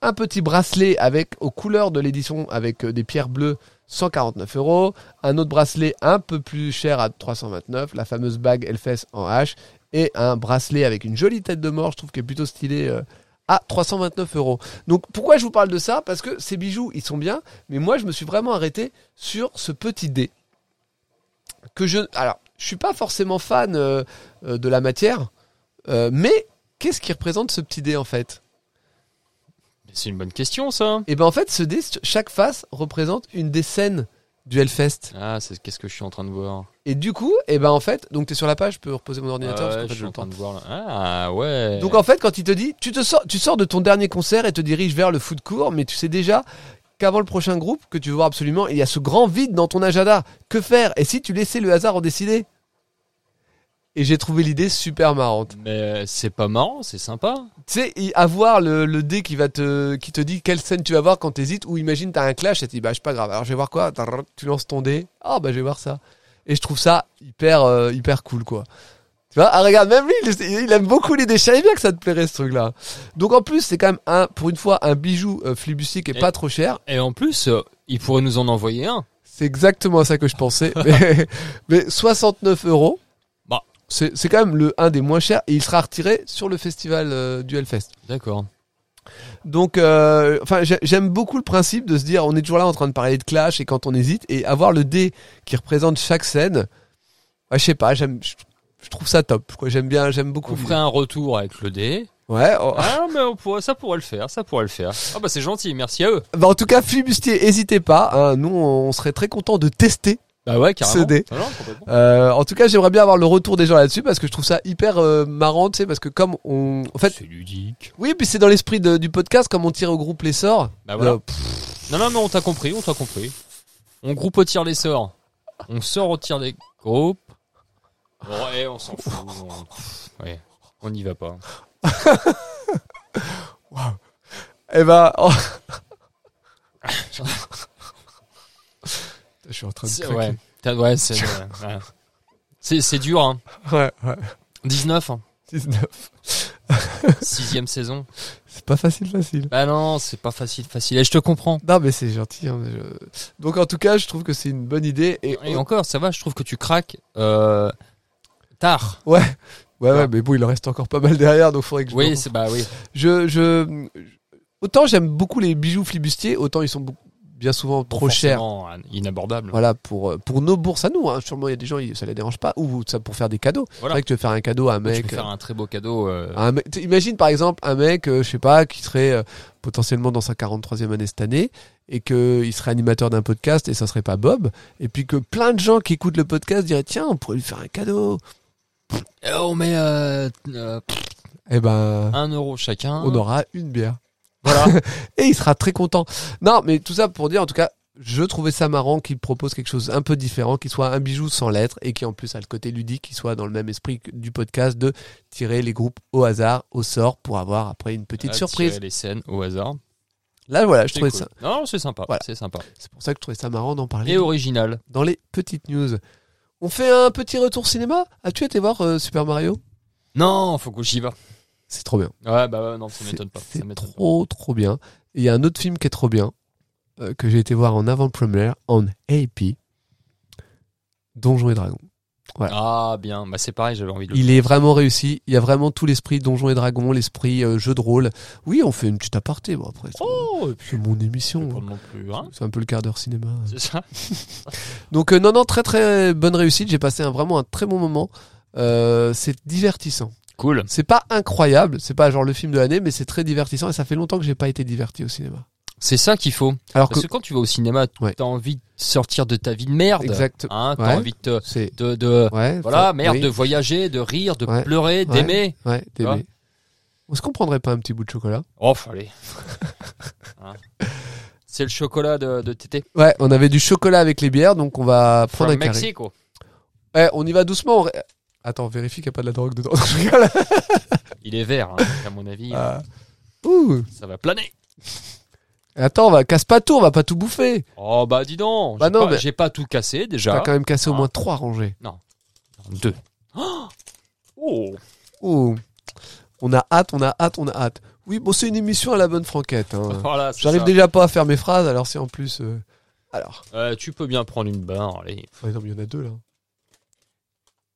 [SPEAKER 2] Un petit bracelet avec aux couleurs de l'édition avec euh, des pierres bleues, 149 euros. Un autre bracelet un peu plus cher à 329, la fameuse bague Elfes en H. Et un bracelet avec une jolie tête de mort, je trouve qui est plutôt stylé euh, à 329 euros. Donc pourquoi je vous parle de ça Parce que ces bijoux, ils sont bien, mais moi je me suis vraiment arrêté sur ce petit dé que je. Alors, je suis pas forcément fan euh, euh, de la matière, euh, mais qu'est-ce qui représente ce petit dé en fait
[SPEAKER 3] C'est une bonne question ça.
[SPEAKER 2] Et ben en fait, ce dé, chaque face représente une des scènes du Hellfest.
[SPEAKER 3] Ah, c'est qu'est-ce que je suis en train de voir
[SPEAKER 2] Et du coup, et ben en fait, donc tu es sur la page, je peux reposer mon ordinateur
[SPEAKER 3] Ah Ouais,
[SPEAKER 2] parce qu'en fait,
[SPEAKER 3] je suis en
[SPEAKER 2] j'entends.
[SPEAKER 3] train de voir là. Ah ouais.
[SPEAKER 2] Donc en fait, quand il te dit, tu te sors, tu sors de ton dernier concert et te diriges vers le foot court, mais tu sais déjà qu'avant le prochain groupe que tu veux voir absolument, il y a ce grand vide dans ton agenda. Que faire Et si tu laissais le hasard en décider Et j'ai trouvé l'idée super marrante.
[SPEAKER 3] Mais euh, c'est pas marrant, c'est sympa.
[SPEAKER 2] Tu sais, y- avoir le, le dé qui va te qui te dit quelle scène tu vas voir quand t'hésites, ou imagine t'as un clash et tu dis bah c'est pas grave, alors je vais voir quoi, Tarrr, tu lances ton dé, ah bah je vais voir ça. Et je trouve ça hyper euh, hyper cool quoi. Tu vois, ah regarde, même lui, il, il aime beaucoup les déchets, et bien que ça te plairait ce truc-là. Donc en plus, c'est quand même un, pour une fois, un bijou euh, flibustier qui est
[SPEAKER 3] Et-
[SPEAKER 2] pas trop cher.
[SPEAKER 3] Et en plus, euh, il pourrait nous en envoyer un.
[SPEAKER 2] C'est exactement ça que je pensais. mais, mais 69 euros,
[SPEAKER 3] Bah.
[SPEAKER 2] c'est c'est quand même le un des moins chers, et il sera retiré sur le festival euh, du Hellfest.
[SPEAKER 3] D'accord.
[SPEAKER 2] Donc, euh, enfin, j'ai- j'aime beaucoup le principe de se dire, on est toujours là en train de parler de clash et quand on hésite et avoir le dé qui représente chaque scène. ouais, je sais pas, j'aime, je je trouve ça top. quoi. J'aime bien, j'aime beaucoup.
[SPEAKER 3] On ferait un retour avec le dé.
[SPEAKER 2] Ouais. oh.
[SPEAKER 3] Ah, mais on pourrait- ça pourrait le faire, ça pourrait le faire. Ah bah c'est gentil, merci à eux.
[SPEAKER 2] Bah, en tout cas, Flibustier, hésitez pas. hein. nous, on serait très content de tester.
[SPEAKER 3] Bah ouais, carrément.
[SPEAKER 2] Ce dé.
[SPEAKER 3] Ah non, complètement.
[SPEAKER 2] Euh, en tout cas, j'aimerais bien avoir le retour des gens là-dessus parce que je trouve ça hyper euh, marrant, tu sais, parce que comme on, en fait,
[SPEAKER 3] C'est ludique.
[SPEAKER 2] oui, puis c'est dans l'esprit de- du podcast, comme on tire au groupe les sorts.
[SPEAKER 3] Bah voilà.
[SPEAKER 2] euh, pff,
[SPEAKER 3] Non, non, mais on t'a compris, on t'a compris. On groupe au tir les sorts. On sort au tir des groupes. Bon, eh, on s'en fout. on- Ouais, on n'y va pas.
[SPEAKER 2] eh ben, oh.
[SPEAKER 3] Ah,
[SPEAKER 2] je suis en train de
[SPEAKER 3] C'est-
[SPEAKER 2] craquer.
[SPEAKER 3] Ouais, T'as- ouais, c'est ouais. C'est- c'est dur. Hein.
[SPEAKER 2] Ouais, ouais.
[SPEAKER 3] 19, hein.
[SPEAKER 2] 19.
[SPEAKER 3] sixième saison.
[SPEAKER 2] C'est pas facile, facile.
[SPEAKER 3] Bah non, c'est pas facile, facile. Et je te comprends.
[SPEAKER 2] Non, mais c'est gentil. hein, mais je- Donc, en tout cas, je trouve que c'est une bonne idée. Et,
[SPEAKER 3] Et encore, ça va, je trouve que tu craques euh, tard.
[SPEAKER 2] Ouais. Ouais, ouais,
[SPEAKER 3] Ouais.
[SPEAKER 2] mais bon, il en reste encore pas mal derrière, donc faudrait que je.
[SPEAKER 3] Oui, c'est bah oui.
[SPEAKER 2] je, je- Autant j'aime beaucoup les bijoux flibustiers, autant ils sont beaucoup- bien souvent trop chers.
[SPEAKER 3] Forcément, hein, Inabordable.
[SPEAKER 2] Voilà, pour, euh, pour nos bourses à nous. Hein. Sûrement, il y a des gens, ils- ça les dérange pas. Ou ça pour faire des cadeaux. C'est
[SPEAKER 3] Voilà.
[SPEAKER 2] vrai que tu veux faire un cadeau à un
[SPEAKER 3] Tu
[SPEAKER 2] mec.
[SPEAKER 3] peux faire un très beau cadeau. euh,
[SPEAKER 2] Un mec- t- imagine par exemple un mec, euh, je sais pas, qui serait euh, potentiellement dans sa 43e année cette année et qu'il serait animateur d'un podcast et ça serait pas Bob. Et puis que plein de gens qui écoutent le podcast diraient tiens, on pourrait lui faire un cadeau.
[SPEAKER 3] eh, on met euh, euh,
[SPEAKER 2] Eh ben,
[SPEAKER 3] un euro chacun.
[SPEAKER 2] on aura une bière.
[SPEAKER 3] Ah. Voilà.
[SPEAKER 2] Et il sera très content. Non, mais tout ça pour dire en tout cas, je trouvais ça marrant qu'il propose quelque chose un peu différent, qui soit un bijou sans lettres et qui en plus a le côté ludique, qui soit dans le même esprit que du podcast de tirer les groupes au hasard, au sort pour avoir après une petite
[SPEAKER 3] Attirer
[SPEAKER 2] surprise.
[SPEAKER 3] Les scènes au hasard.
[SPEAKER 2] Là voilà, je
[SPEAKER 3] C'est
[SPEAKER 2] trouvais
[SPEAKER 3] cool.
[SPEAKER 2] ça
[SPEAKER 3] Non, c'est sympa.
[SPEAKER 2] Voilà.
[SPEAKER 3] C'est sympa.
[SPEAKER 2] C'est pour ça que je trouvais ça marrant d'en parler
[SPEAKER 3] Et original.
[SPEAKER 2] dans les petites news. On fait un petit retour cinéma As-tu été voir euh, Super Mario
[SPEAKER 3] Non, faut que j'y va.
[SPEAKER 2] C'est trop bien.
[SPEAKER 3] Ouais, bah ouais, non, ça
[SPEAKER 2] C'est-
[SPEAKER 3] m'étonne pas. Ça
[SPEAKER 2] C'est
[SPEAKER 3] m'étonne
[SPEAKER 2] trop, trop bien. Et Il y a un autre film qui est trop bien, euh, que j'ai été voir en avant-première, en AP, Donjons et Dragons. Voilà.
[SPEAKER 3] Ah, bien. Bah, c'est pareil, j'avais envie de le
[SPEAKER 2] Il est vraiment réussi. Il y a vraiment tout l'esprit Donjons et Dragons, l'esprit euh, jeu de rôle. Oui, on fait une petite aparté. Bon, après, c'est mon-
[SPEAKER 3] Oh, et
[SPEAKER 2] c'est
[SPEAKER 3] puis
[SPEAKER 2] mon
[SPEAKER 3] je vais
[SPEAKER 2] émission.
[SPEAKER 3] pas non plus, hein.
[SPEAKER 2] C'est un peu le quart d'heure cinéma.
[SPEAKER 3] C'est ça
[SPEAKER 2] Donc euh, non, non, très très bonne réussite. J'ai passé un, vraiment un très bon moment. Euh, c'est divertissant.
[SPEAKER 3] Cool.
[SPEAKER 2] C'est pas incroyable, c'est pas genre le film de l'année, mais c'est très divertissant et ça fait longtemps que j'ai pas été diverti au cinéma.
[SPEAKER 3] C'est ça qu'il faut.
[SPEAKER 2] Alors
[SPEAKER 3] Parce
[SPEAKER 2] que
[SPEAKER 3] que quand tu vas au cinéma,
[SPEAKER 2] Ouais.
[SPEAKER 3] t'as envie de sortir de ta vie de merde.
[SPEAKER 2] exact,
[SPEAKER 3] Hein, t'as
[SPEAKER 2] Ouais.
[SPEAKER 3] envie de, te-
[SPEAKER 2] c'est
[SPEAKER 3] de, de-
[SPEAKER 2] ouais,
[SPEAKER 3] voilà,
[SPEAKER 2] faut-
[SPEAKER 3] merde,
[SPEAKER 2] oui,
[SPEAKER 3] de voyager, de rire, de
[SPEAKER 2] Ouais.
[SPEAKER 3] pleurer,
[SPEAKER 2] Ouais.
[SPEAKER 3] d'aimer.
[SPEAKER 2] ouais,
[SPEAKER 3] vois.
[SPEAKER 2] d'aimer. Est-ce qu'on prendrait pas un petit bout de chocolat
[SPEAKER 3] Oh, allez. Hein. C'est le chocolat de, de Tété.
[SPEAKER 2] Ouais, on avait du chocolat avec les bières, donc on va prendre
[SPEAKER 3] From
[SPEAKER 2] un carré.
[SPEAKER 3] Mexico.
[SPEAKER 2] Eh, on y va doucement. on ré- Attends, vérifie qu'il n'y a pas de la drogue dedans. Je rigole.
[SPEAKER 3] Il est vert, hein, donc à mon avis,
[SPEAKER 2] Ah. Ouh.
[SPEAKER 3] ça va planer.
[SPEAKER 2] Attends, on va casse pas tout, on va pas tout bouffer.
[SPEAKER 3] Oh, bah dis donc.
[SPEAKER 2] Bah
[SPEAKER 3] j'ai,
[SPEAKER 2] non,
[SPEAKER 3] pas,
[SPEAKER 2] mais-
[SPEAKER 3] j'ai pas tout cassé
[SPEAKER 2] On va
[SPEAKER 3] déjà.
[SPEAKER 2] quand même casser au
[SPEAKER 3] Ah.
[SPEAKER 2] moins trois rangées.
[SPEAKER 3] Deux. Oh,
[SPEAKER 2] Oh. On a hâte, on a hâte, on a hâte. Oui, bon, c'est une émission à la bonne franquette. hein.
[SPEAKER 3] voilà, c'est
[SPEAKER 2] J'arrive
[SPEAKER 3] ça.
[SPEAKER 2] déjà pas à faire mes phrases, alors c'est en plus. euh, Alors.
[SPEAKER 3] Euh, tu peux bien prendre une barre, allez.
[SPEAKER 2] Ah non, mais il y en a deux là.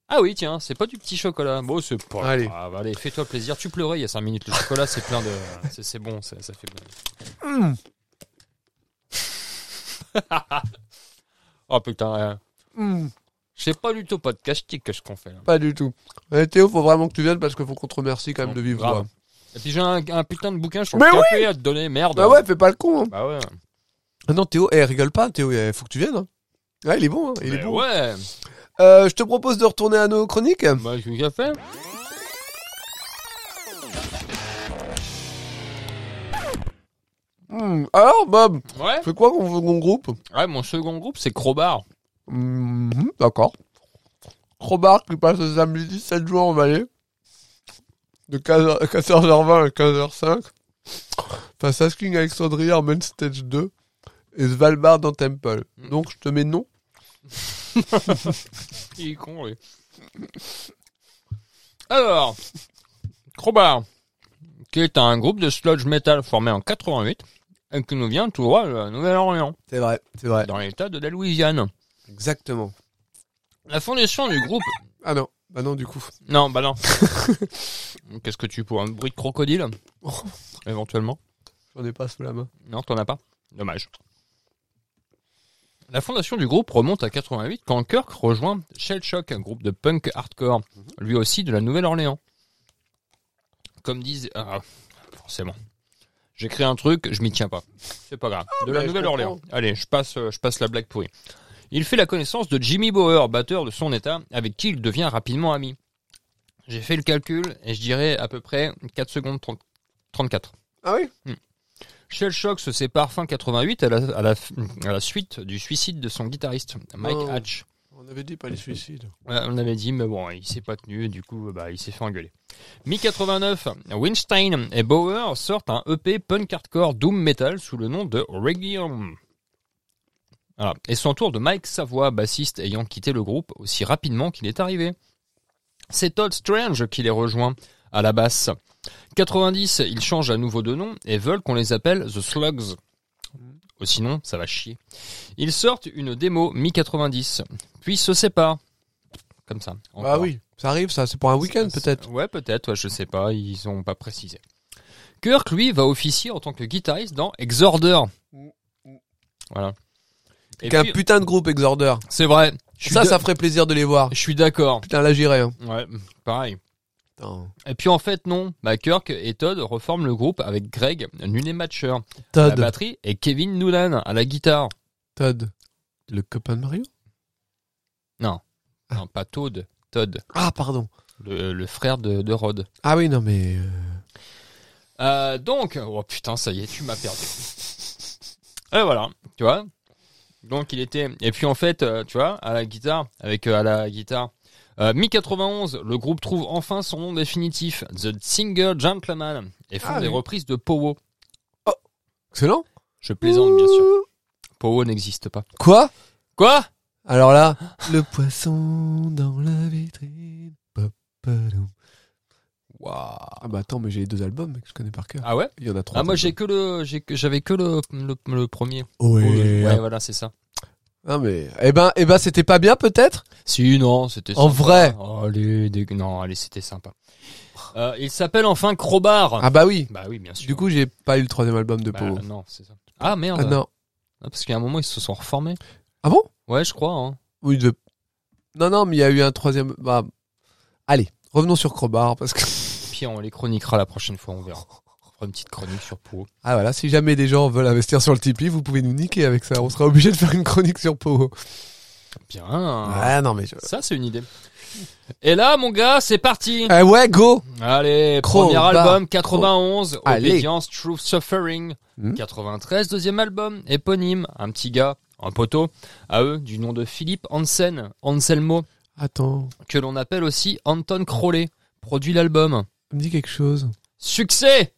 [SPEAKER 3] Ah oui, tiens, c'est pas du petit chocolat. Bon, c'est pas
[SPEAKER 2] Allez.
[SPEAKER 3] grave. Allez, fais-toi plaisir. Tu pleurais il y a 5 minutes. Le chocolat, c'est plein de. C'est, c'est bon, ça, ça fait bien. Hum, Oh putain, euh,
[SPEAKER 2] Mm,
[SPEAKER 3] je sais pas du tout podcastique que ce qu'on fait là.
[SPEAKER 2] Pas du tout. Eh, Théo, faut vraiment que tu viennes parce qu'il faut qu'on te remercie quand même de vivre.
[SPEAKER 3] Grave. Et puis j'ai un, un putain de bouquin sur
[SPEAKER 2] Mais
[SPEAKER 3] le café à te donner, merde.
[SPEAKER 2] Bah ouais, fais pas le con. hein.
[SPEAKER 3] Bah ouais.
[SPEAKER 2] Ah non, Théo, eh, rigole pas, Théo, eh, faut que tu viennes. hein. Ouais, il est bon, hein, il
[SPEAKER 3] Mais
[SPEAKER 2] est bon.
[SPEAKER 3] Ouais,
[SPEAKER 2] Euh, je te propose de retourner à nos chroniques.
[SPEAKER 3] bah du café. Hum.
[SPEAKER 2] Hmm, Alors, Bob,
[SPEAKER 3] Ouais.
[SPEAKER 2] c'est quoi qu'on qu'on groupe
[SPEAKER 3] Ouais, mon second groupe, c'est Crowbar.
[SPEAKER 2] Mhm, D'accord. Crowbar qui passe le samedi 17 juin en Valais. De 14h20 à 15h05. Face à King Alexandria en Main Stage 2. Et Svalbard dans Temple. Donc je te mets non.
[SPEAKER 3] Il est con, lui. Alors, Crowbar, qui est un groupe de sludge metal formé en 88 et qui nous vient tout droit de la Nouvelle-Orléans,
[SPEAKER 2] C'est vrai, c'est vrai.
[SPEAKER 3] dans l'état de la Louisiane.
[SPEAKER 2] Exactement.
[SPEAKER 3] La fondation du groupe.
[SPEAKER 2] Ah non, bah non du coup.
[SPEAKER 3] Non, bah non. Qu'est-ce que tu pour un bruit de crocodile Éventuellement.
[SPEAKER 2] J'en ai pas sous la main.
[SPEAKER 3] Non, t'en as pas. Dommage. La fondation du groupe remonte à 88 quand Kirk rejoint Shellshock, un groupe de punk hardcore,
[SPEAKER 2] Mhm.
[SPEAKER 3] lui aussi de la Nouvelle-Orléans. Comme disent... Ah, forcément. J'ai créé un truc, je m'y tiens pas. C'est pas grave. De
[SPEAKER 2] Ah, mais
[SPEAKER 3] la
[SPEAKER 2] je
[SPEAKER 3] Nouvelle-Orléans. Allez, je passe, euh, je passe la blague pourrie. Il fait la connaissance de Jimmy Bauer, batteur de son état, avec qui il devient rapidement ami. J'ai fait le calcul et je dirais à peu près 4 secondes 30 34.
[SPEAKER 2] Ah oui
[SPEAKER 3] Shellshock se sépare fin 88 à la, à la- à la suite du suicide de son guitariste, Mike
[SPEAKER 2] Oh.
[SPEAKER 3] Hatch.
[SPEAKER 2] On avait dit pas les suicides.
[SPEAKER 3] Ouais, on avait dit, mais bon, il s'est pas tenu, du coup, bah, il s'est fait engueuler. Mi-89, Winstein et Bauer sortent un EP punk hardcore doom metal sous le nom de Regium. Voilà. Et c'est au tour de Mike Savoie, bassiste ayant quitté le groupe aussi rapidement qu'il est arrivé. C'est Todd Strange qui les rejoint à la basse. 90, ils changent à nouveau de nom et veulent qu'on les appelle The Slugs. Oh, sinon, ça va chier. Ils sortent une démo mi-90, puis se séparent. Comme ça.
[SPEAKER 2] Bah
[SPEAKER 3] encore.
[SPEAKER 2] oui, ça arrive ça, c'est pour un week-end
[SPEAKER 3] C'est-
[SPEAKER 2] peut-être.
[SPEAKER 3] Ouais, peut-être, ouais, je sais pas, ils ont pas précisé. Kirk, lui, va officier en tant que guitariste dans Exorder. Voilà. Et
[SPEAKER 2] Qu'un
[SPEAKER 3] puis-
[SPEAKER 2] putain de groupe Exorder.
[SPEAKER 3] C'est vrai, je suis
[SPEAKER 2] Ça,
[SPEAKER 3] d'a-
[SPEAKER 2] ça ferait plaisir de les voir.
[SPEAKER 3] je suis d'accord.
[SPEAKER 2] Putain, là j'irai. hein.
[SPEAKER 3] Ouais, pareil.
[SPEAKER 2] Putain.
[SPEAKER 3] Et puis en fait, non, bah, Kirk et Todd reforment le groupe avec Greg Nunematcher à la
[SPEAKER 2] Todd.
[SPEAKER 3] batterie et Kevin Noonan à la guitare.
[SPEAKER 2] Todd. Le copain de Mario
[SPEAKER 3] Non, pas Todd, Todd,
[SPEAKER 2] Ah, pardon.
[SPEAKER 3] le, le frère de, de Rod.
[SPEAKER 2] Ah oui, non, mais. euh,
[SPEAKER 3] Euh, donc, oh putain, ça y est, tu m'as perdu. Et voilà, tu vois. Donc il était, et puis en fait, euh, tu vois, à la guitare, avec euh, à la guitare. Euh, Mi-91, le groupe trouve enfin son nom définitif, The Singer Gentleman, et font
[SPEAKER 2] Ah,
[SPEAKER 3] des
[SPEAKER 2] oui.
[SPEAKER 3] reprises de Powo.
[SPEAKER 2] Excellent.
[SPEAKER 3] Je plaisante, bien sûr. Powo n'existe pas.
[SPEAKER 2] Quoi
[SPEAKER 3] Quoi
[SPEAKER 2] Alors là. Le poisson dans la vitrine. Papadou. Ah bah attends, mais j'ai les deux albums mec, que je connais par cœur.
[SPEAKER 3] Ah ouais
[SPEAKER 2] Il y en a trois.
[SPEAKER 3] Ah moi
[SPEAKER 2] albums.
[SPEAKER 3] j'ai que le, j'ai que- j'avais que le, le, le premier.
[SPEAKER 2] Ouais.
[SPEAKER 3] Ouais, voilà, c'est ça.
[SPEAKER 2] Non mais, eh ben, eh ben, c'était pas bien peut-être.
[SPEAKER 3] Si, non, c'était
[SPEAKER 2] En
[SPEAKER 3] sympa.
[SPEAKER 2] vrai.
[SPEAKER 3] Oh, allez, dé- non, allez, c'était sympa. Euh, il s'appelle enfin Crowbar.
[SPEAKER 2] Ah bah oui.
[SPEAKER 3] Bah oui, bien sûr.
[SPEAKER 2] Du coup, j'ai pas eu le troisième album de
[SPEAKER 3] Bah,
[SPEAKER 2] Pogo.
[SPEAKER 3] non, c'est ça. Ah merde.
[SPEAKER 2] Ah non.
[SPEAKER 3] Ah, parce qu'à un moment, ils se sont reformés.
[SPEAKER 2] Ah bon
[SPEAKER 3] Ouais, je crois. hein.
[SPEAKER 2] Oui, de... Non, non, mais il y a eu un troisième. Bah... Allez, revenons sur Crowbar parce que.
[SPEAKER 3] Puis on les chroniquera la prochaine fois, on verra. On fera une petite chronique sur Pogo.
[SPEAKER 2] Ah voilà, si jamais des gens veulent investir sur le Tipeee, vous pouvez nous niquer avec ça. On sera obligé de faire une chronique sur Pogo.
[SPEAKER 3] Bien.
[SPEAKER 2] Ah non mais. Je...
[SPEAKER 3] Ça, c'est une idée. Et là, mon gars, c'est parti.
[SPEAKER 2] Eh ouais, go.
[SPEAKER 3] Allez,
[SPEAKER 2] Crowbar.
[SPEAKER 3] premier album, 91,
[SPEAKER 2] Allez.
[SPEAKER 3] Obedience, True Suffering.
[SPEAKER 2] Hmm.
[SPEAKER 3] 93, deuxième album, éponyme, un petit gars, un poteau, à eux, du nom de Philippe Hansen, Anselmo,
[SPEAKER 2] Attends,
[SPEAKER 3] que l'on appelle aussi Anton Crowley, produit l'album.
[SPEAKER 2] me dis quelque chose.
[SPEAKER 3] Succès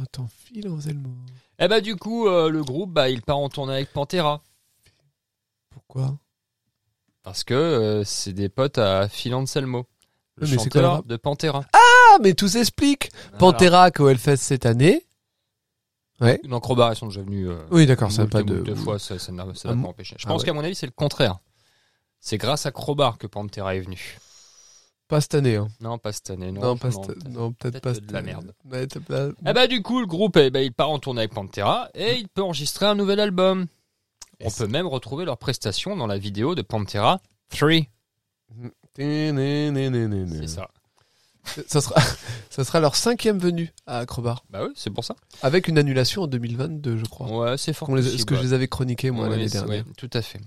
[SPEAKER 2] Attends, file Anselmo.
[SPEAKER 3] Eh bah du coup, euh, le groupe, bah, il part en tournée avec Pantera.
[SPEAKER 2] Pourquoi
[SPEAKER 3] Parce que euh, c'est des potes à Phil Anselmo, le
[SPEAKER 2] Mais c'est quoi le
[SPEAKER 3] chanteur
[SPEAKER 2] rap
[SPEAKER 3] de Pantera.
[SPEAKER 2] Ah mais tout s'explique.
[SPEAKER 3] Ah,
[SPEAKER 2] Pantera qu'au Hellfest cette année.
[SPEAKER 3] Alors, Non, Crowbar, ils sont déjà venus... euh,
[SPEAKER 2] Oui, d'accord, ça n'a
[SPEAKER 3] moult
[SPEAKER 2] pas
[SPEAKER 3] et
[SPEAKER 2] de.
[SPEAKER 3] moult fois, ça ça n'a
[SPEAKER 2] Ah,
[SPEAKER 3] ça n'a
[SPEAKER 2] mou-
[SPEAKER 3] pas empêché. Je
[SPEAKER 2] ah
[SPEAKER 3] pense
[SPEAKER 2] ouais.
[SPEAKER 3] qu'à mon avis, c'est le contraire. C'est grâce à Crowbar que Pantera est venu.
[SPEAKER 2] Pas cette année. Hein.
[SPEAKER 3] Non, pas cette année. Non,
[SPEAKER 2] Non, pas
[SPEAKER 3] non,
[SPEAKER 2] cette-
[SPEAKER 3] peut-être.
[SPEAKER 2] non, peut-être
[SPEAKER 3] peut-être
[SPEAKER 2] pas
[SPEAKER 3] de
[SPEAKER 2] cette
[SPEAKER 3] la
[SPEAKER 2] année.
[SPEAKER 3] merde.
[SPEAKER 2] Ouais, t'as pas-
[SPEAKER 3] Ah bah du coup, le groupe, eh ben, il part en tournée avec Pantera et il peut enregistrer un nouvel album. On
[SPEAKER 2] Yes.
[SPEAKER 3] peut même retrouver leurs prestations dans la vidéo de Pantera 3. C'est ça.
[SPEAKER 2] Ça sera, ça sera leur cinquième venue à Acrobar.
[SPEAKER 3] Bah oui, c'est pour ça.
[SPEAKER 2] Avec une annulation en 2022, je crois.
[SPEAKER 3] Ouais, c'est fort.
[SPEAKER 2] Qu'on les-
[SPEAKER 3] possible,
[SPEAKER 2] ce que je les avais chroniqués, moi,
[SPEAKER 3] Ouais,
[SPEAKER 2] l'année
[SPEAKER 3] c'est-
[SPEAKER 2] dernière.
[SPEAKER 3] ouais, tout à fait.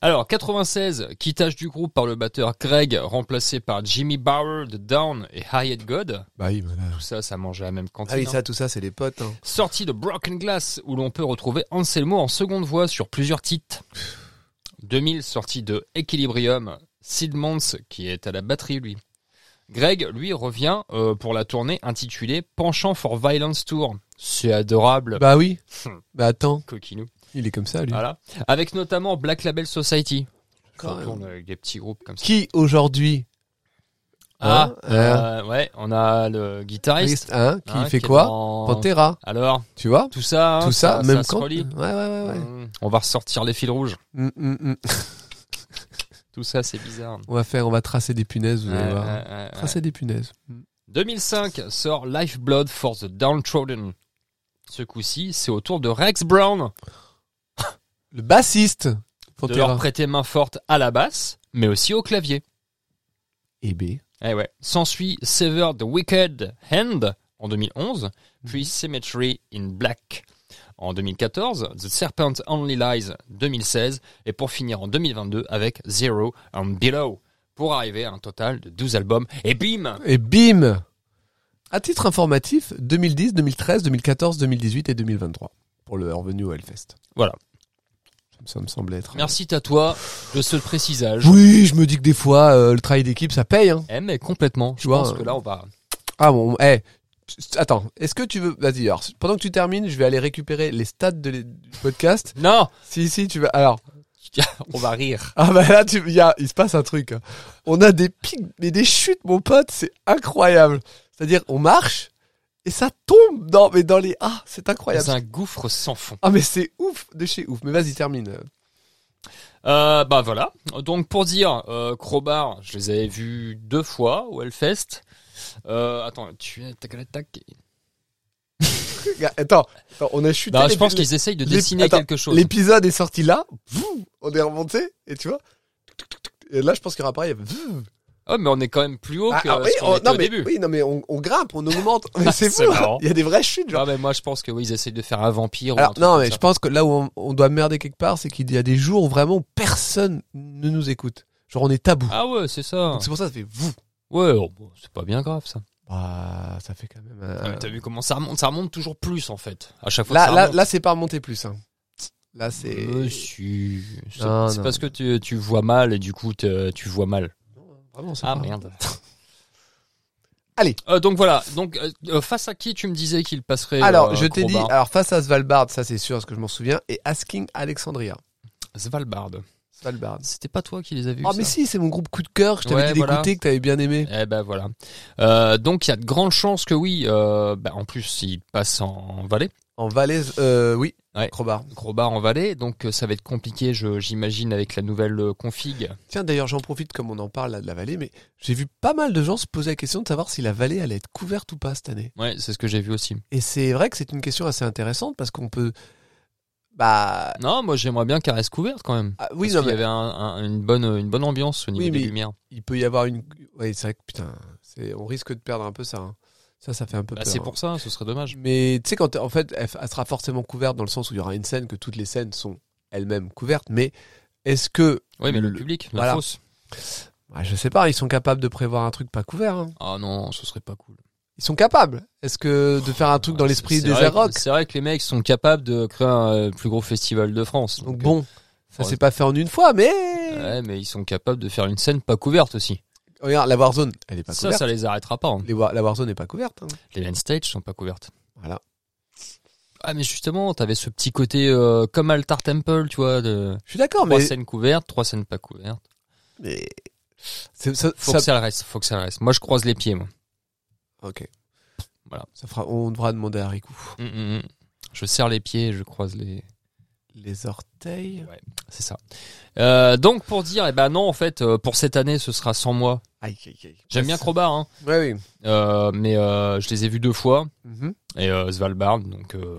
[SPEAKER 3] Alors, 96, quittage du groupe par le batteur Greg, remplacé par Jimmy Bauer de Down et Harriet God.
[SPEAKER 2] Bah oui, voilà.
[SPEAKER 3] Tout ça, ça mange à la même
[SPEAKER 2] Ah
[SPEAKER 3] cantine.
[SPEAKER 2] oui,
[SPEAKER 3] hein.
[SPEAKER 2] ça, tout ça, c'est les potes. hein.
[SPEAKER 3] Sortie de Broken Glass, où l'on peut retrouver Anselmo en seconde voix sur plusieurs titres. 2000, sortie de Equilibrium, Sid Mons, qui est à la batterie, lui. Greg, lui, revient euh, pour la tournée intitulée Penchant for Violence Tour. C'est adorable,
[SPEAKER 2] Bah oui.
[SPEAKER 3] Hmm. Ah,
[SPEAKER 2] Bah attends,
[SPEAKER 3] coquinou.
[SPEAKER 2] il est comme ça, lui.
[SPEAKER 3] Voilà. Avec notamment Black Label Society.
[SPEAKER 2] Quand
[SPEAKER 3] Ça
[SPEAKER 2] même.
[SPEAKER 3] tourne avec des petits groupes comme ça.
[SPEAKER 2] Qui, aujourd'hui,
[SPEAKER 3] Ah,
[SPEAKER 2] Hein,
[SPEAKER 3] euh, ouais, on a le guitariste.
[SPEAKER 2] hein, qui
[SPEAKER 3] hein,
[SPEAKER 2] fait
[SPEAKER 3] est
[SPEAKER 2] quoi
[SPEAKER 3] dans-
[SPEAKER 2] Pantera,
[SPEAKER 3] Alors,
[SPEAKER 2] tu vois
[SPEAKER 3] tout ça, hein,
[SPEAKER 2] Tout ça, même
[SPEAKER 3] se
[SPEAKER 2] quand
[SPEAKER 3] relie. Hmm.
[SPEAKER 2] Ouais, ouais, ouais. ouais.
[SPEAKER 3] Hum, On va ressortir les fils rouges.
[SPEAKER 2] Mm, mm, mm.
[SPEAKER 3] Tout ça, c'est bizarre.
[SPEAKER 2] On va faire, on va tracer des punaises, vous allez
[SPEAKER 3] Ouais,
[SPEAKER 2] voir.
[SPEAKER 3] ouais, ouais, ouais.
[SPEAKER 2] Tracer des punaises. Mm.
[SPEAKER 3] 2005 sort Lifeblood for the Downtrodden. Ce coup-ci, c'est au tour de Rex Brown
[SPEAKER 2] Le bassiste,
[SPEAKER 3] de leur
[SPEAKER 2] Pantera.
[SPEAKER 3] prêter main forte à la basse, mais aussi au clavier.
[SPEAKER 2] Et B.
[SPEAKER 3] Eh ouais. S'ensuit Sever the Wicked Hand en 2011,
[SPEAKER 2] Mhm.
[SPEAKER 3] puis Cemetery in Black en 2014, The Serpent Only Lies 2016, et pour finir en 2022 avec Zero and Below, pour arriver à un total de 12 albums. Et bim
[SPEAKER 2] Et bim À titre informatif, 2010, 2013, 2014, 2018 et 2023 pour le revenu au Hellfest.
[SPEAKER 3] Voilà.
[SPEAKER 2] Ça me semblait être.
[SPEAKER 3] Merci à toi de ce précisage.
[SPEAKER 2] Oui, je me dis que des fois, euh, le travail d'équipe, ça paye. Hein.
[SPEAKER 3] Eh mais complètement.
[SPEAKER 2] Tu
[SPEAKER 3] Je
[SPEAKER 2] vois,
[SPEAKER 3] pense
[SPEAKER 2] euh,
[SPEAKER 3] que là on va.
[SPEAKER 2] Ah bon, eh. tu- Attends, est-ce que tu veux. Vas-y, alors, pendant que tu termines, je vais aller récupérer les stats de les- du podcast.
[SPEAKER 3] Non,
[SPEAKER 2] si, si, tu vas. Alors,
[SPEAKER 3] on va rire.
[SPEAKER 2] ah bah là, tu... il y a... il se passe un truc. hein. On a des pics, mais des chutes, mon pote, c'est incroyable. C'est-à-dire, on marche, et ça tombe dans, mais dans les. Ah, c'est incroyable.
[SPEAKER 3] C'est un gouffre sans fond.
[SPEAKER 2] Ah mais c'est ouf de chez ouf. Mais vas-y termine.
[SPEAKER 3] Euh, bah voilà. Donc pour dire, euh, Crowbar, je les avais vus deux fois au Hellfest. Euh, attends, tu tac, tac.
[SPEAKER 2] Attends, attends, on a chuté.
[SPEAKER 3] Bah, je
[SPEAKER 2] l'épi-
[SPEAKER 3] pense qu'ils essayent de
[SPEAKER 2] les-
[SPEAKER 3] dessiner
[SPEAKER 2] attends,
[SPEAKER 3] quelque chose.
[SPEAKER 2] L'épisode est sorti là. Vroom, On est remonté et tu vois. Et là je pense qu'il y aura pareil. vroom.
[SPEAKER 3] Oh, mais on est quand même plus haut
[SPEAKER 2] Ah,
[SPEAKER 3] que
[SPEAKER 2] ah,
[SPEAKER 3] ce euh, qu'on
[SPEAKER 2] on-
[SPEAKER 3] était
[SPEAKER 2] non
[SPEAKER 3] au
[SPEAKER 2] mais
[SPEAKER 3] début.
[SPEAKER 2] oui non mais on, on grimpe, on augmente. Mais c'est
[SPEAKER 3] C'est
[SPEAKER 2] fou.
[SPEAKER 3] marrant.
[SPEAKER 2] Il y a des vraies chutes genre.
[SPEAKER 3] Ah, mais moi je pense que oui, ils essayent de faire un vampire. ou un
[SPEAKER 2] Alors
[SPEAKER 3] truc
[SPEAKER 2] non
[SPEAKER 3] comme
[SPEAKER 2] mais
[SPEAKER 3] ça.
[SPEAKER 2] je pense que là où on, on doit merder quelque part, c'est qu'il y a des jours où vraiment personne ne nous écoute. Genre on est tabou.
[SPEAKER 3] Ah ouais, c'est ça.
[SPEAKER 2] Donc c'est pour ça que ça fait vous.
[SPEAKER 3] Ouais, oh, bon, c'est pas bien grave ça.
[SPEAKER 2] Bah ça fait quand même. un-
[SPEAKER 3] Ah, mais T'as vu comment ça remonte Ça remonte toujours plus en fait. À chaque fois.
[SPEAKER 2] Là
[SPEAKER 3] ça
[SPEAKER 2] là
[SPEAKER 3] remonte.
[SPEAKER 2] là c'est pas remonté plus. hein. Là c'est.
[SPEAKER 3] Monsieur, c'est
[SPEAKER 2] Non,
[SPEAKER 3] c'est
[SPEAKER 2] non.
[SPEAKER 3] parce que tu, tu vois mal et du coup te- tu vois mal.
[SPEAKER 2] Vraiment, c'est
[SPEAKER 3] Ah
[SPEAKER 2] pas-
[SPEAKER 3] merde.
[SPEAKER 2] Allez.
[SPEAKER 3] Euh, donc voilà. Donc euh, euh, face à qui tu me disais qu'il passerait
[SPEAKER 2] Alors,
[SPEAKER 3] euh,
[SPEAKER 2] je t'ai dit,
[SPEAKER 3] Crowbar
[SPEAKER 2] alors face à Svalbard, ça c'est sûr, parce que je m'en souviens, et Asking Alexandria.
[SPEAKER 3] Svalbard.
[SPEAKER 2] Svalbard.
[SPEAKER 3] C'était pas toi qui les avais vus.
[SPEAKER 2] Ah, mais
[SPEAKER 3] ça
[SPEAKER 2] si, c'est mon groupe coup de cœur, je t'avais
[SPEAKER 3] Ouais,
[SPEAKER 2] dit d'écouter,
[SPEAKER 3] voilà.
[SPEAKER 2] que t'avais bien aimé.
[SPEAKER 3] Eh ben voilà. Euh, donc il y ben, a de grandes chances que oui. euh, bah, en plus, il passe en vallée.
[SPEAKER 2] En Valais, euh, oui,
[SPEAKER 3] Ouais.
[SPEAKER 2] Crowbar.
[SPEAKER 3] Crowbar en vallée, donc euh, ça va être compliqué, je- j'imagine, avec la nouvelle euh, config.
[SPEAKER 2] Tiens, d'ailleurs, j'en profite comme on en parle là, de la vallée, mais j'ai vu pas mal de gens se poser la question de savoir si la vallée allait être couverte ou pas cette année.
[SPEAKER 3] Ouais, c'est ce que j'ai vu aussi.
[SPEAKER 2] Et c'est vrai que c'est une question assez intéressante parce qu'on peut. Bah.
[SPEAKER 3] Non, moi j'aimerais bien qu'elle reste couverte quand même.
[SPEAKER 2] ah, oui,
[SPEAKER 3] Parce
[SPEAKER 2] non,
[SPEAKER 3] qu'il y
[SPEAKER 2] mais
[SPEAKER 3] avait un- un- une, bonne, une bonne ambiance au niveau
[SPEAKER 2] Oui,
[SPEAKER 3] des
[SPEAKER 2] mais-
[SPEAKER 3] lumières.
[SPEAKER 2] il peut y avoir une. Oui, c'est vrai que putain, c'est- on risque de perdre un peu ça. hein. Ça, ça fait un peu
[SPEAKER 3] Bah,
[SPEAKER 2] peur.
[SPEAKER 3] c'est
[SPEAKER 2] hein.
[SPEAKER 3] pour ça, ce serait dommage.
[SPEAKER 2] Mais tu sais, quand en fait, elle, elle sera forcément couverte dans le sens où il y aura une scène que toutes les scènes sont elles-mêmes couvertes. Mais est-ce que
[SPEAKER 3] Oui, mais le,
[SPEAKER 2] Le-
[SPEAKER 3] public, la
[SPEAKER 2] voilà.
[SPEAKER 3] fosse.
[SPEAKER 2] Ouais, je sais pas, ils sont capables de prévoir un truc pas couvert. hein.
[SPEAKER 3] Ah non, ce serait pas cool.
[SPEAKER 2] Ils sont capables. Est-ce que de faire un truc dans
[SPEAKER 3] Ouais,
[SPEAKER 2] l'esprit
[SPEAKER 3] c'est-
[SPEAKER 2] des
[SPEAKER 3] c'est vrai
[SPEAKER 2] Air
[SPEAKER 3] que-
[SPEAKER 2] Rock
[SPEAKER 3] C'est vrai que les mecs sont capables de créer un euh, plus gros festival de France.
[SPEAKER 2] Donc bon, ça s'est pas fait en une fois, mais
[SPEAKER 3] Ouais, mais ils sont capables de faire une scène pas couverte aussi.
[SPEAKER 2] regarde la Warzone, elle est pas
[SPEAKER 3] ça,
[SPEAKER 2] couverte.
[SPEAKER 3] ça les arrêtera pas. hein.
[SPEAKER 2] Les War- La Warzone n'est pas couverte. hein.
[SPEAKER 3] Les land stage sont pas couvertes.
[SPEAKER 2] Voilà.
[SPEAKER 3] Ah, mais justement, t'avais ce petit côté euh, comme Altar Temple, tu vois, de
[SPEAKER 2] Je suis d'accord,
[SPEAKER 3] trois
[SPEAKER 2] mais,
[SPEAKER 3] scènes couvertes, trois scènes pas couvertes.
[SPEAKER 2] mais... c'est- ça,
[SPEAKER 3] Faut
[SPEAKER 2] ça-
[SPEAKER 3] que ça le reste, faut que ça le reste. Moi, je croise les pieds, moi.
[SPEAKER 2] Ok.
[SPEAKER 3] Voilà.
[SPEAKER 2] Ça fera. On devra demander à Rico.
[SPEAKER 3] Mm, mm, mm. Je serre les pieds, je croise les.
[SPEAKER 2] Les orteils.
[SPEAKER 3] C'est ça. Euh, donc pour dire, eh ben non, en fait, euh, pour cette année, ce sera sans moi.
[SPEAKER 2] Aïe, aïe, aïe.
[SPEAKER 3] J'aime bien Crowbar, hein,
[SPEAKER 2] Ouais, oui.
[SPEAKER 3] Euh, mais euh, je les ai vus deux fois
[SPEAKER 2] Mhm.
[SPEAKER 3] et euh, Svalbard, donc euh,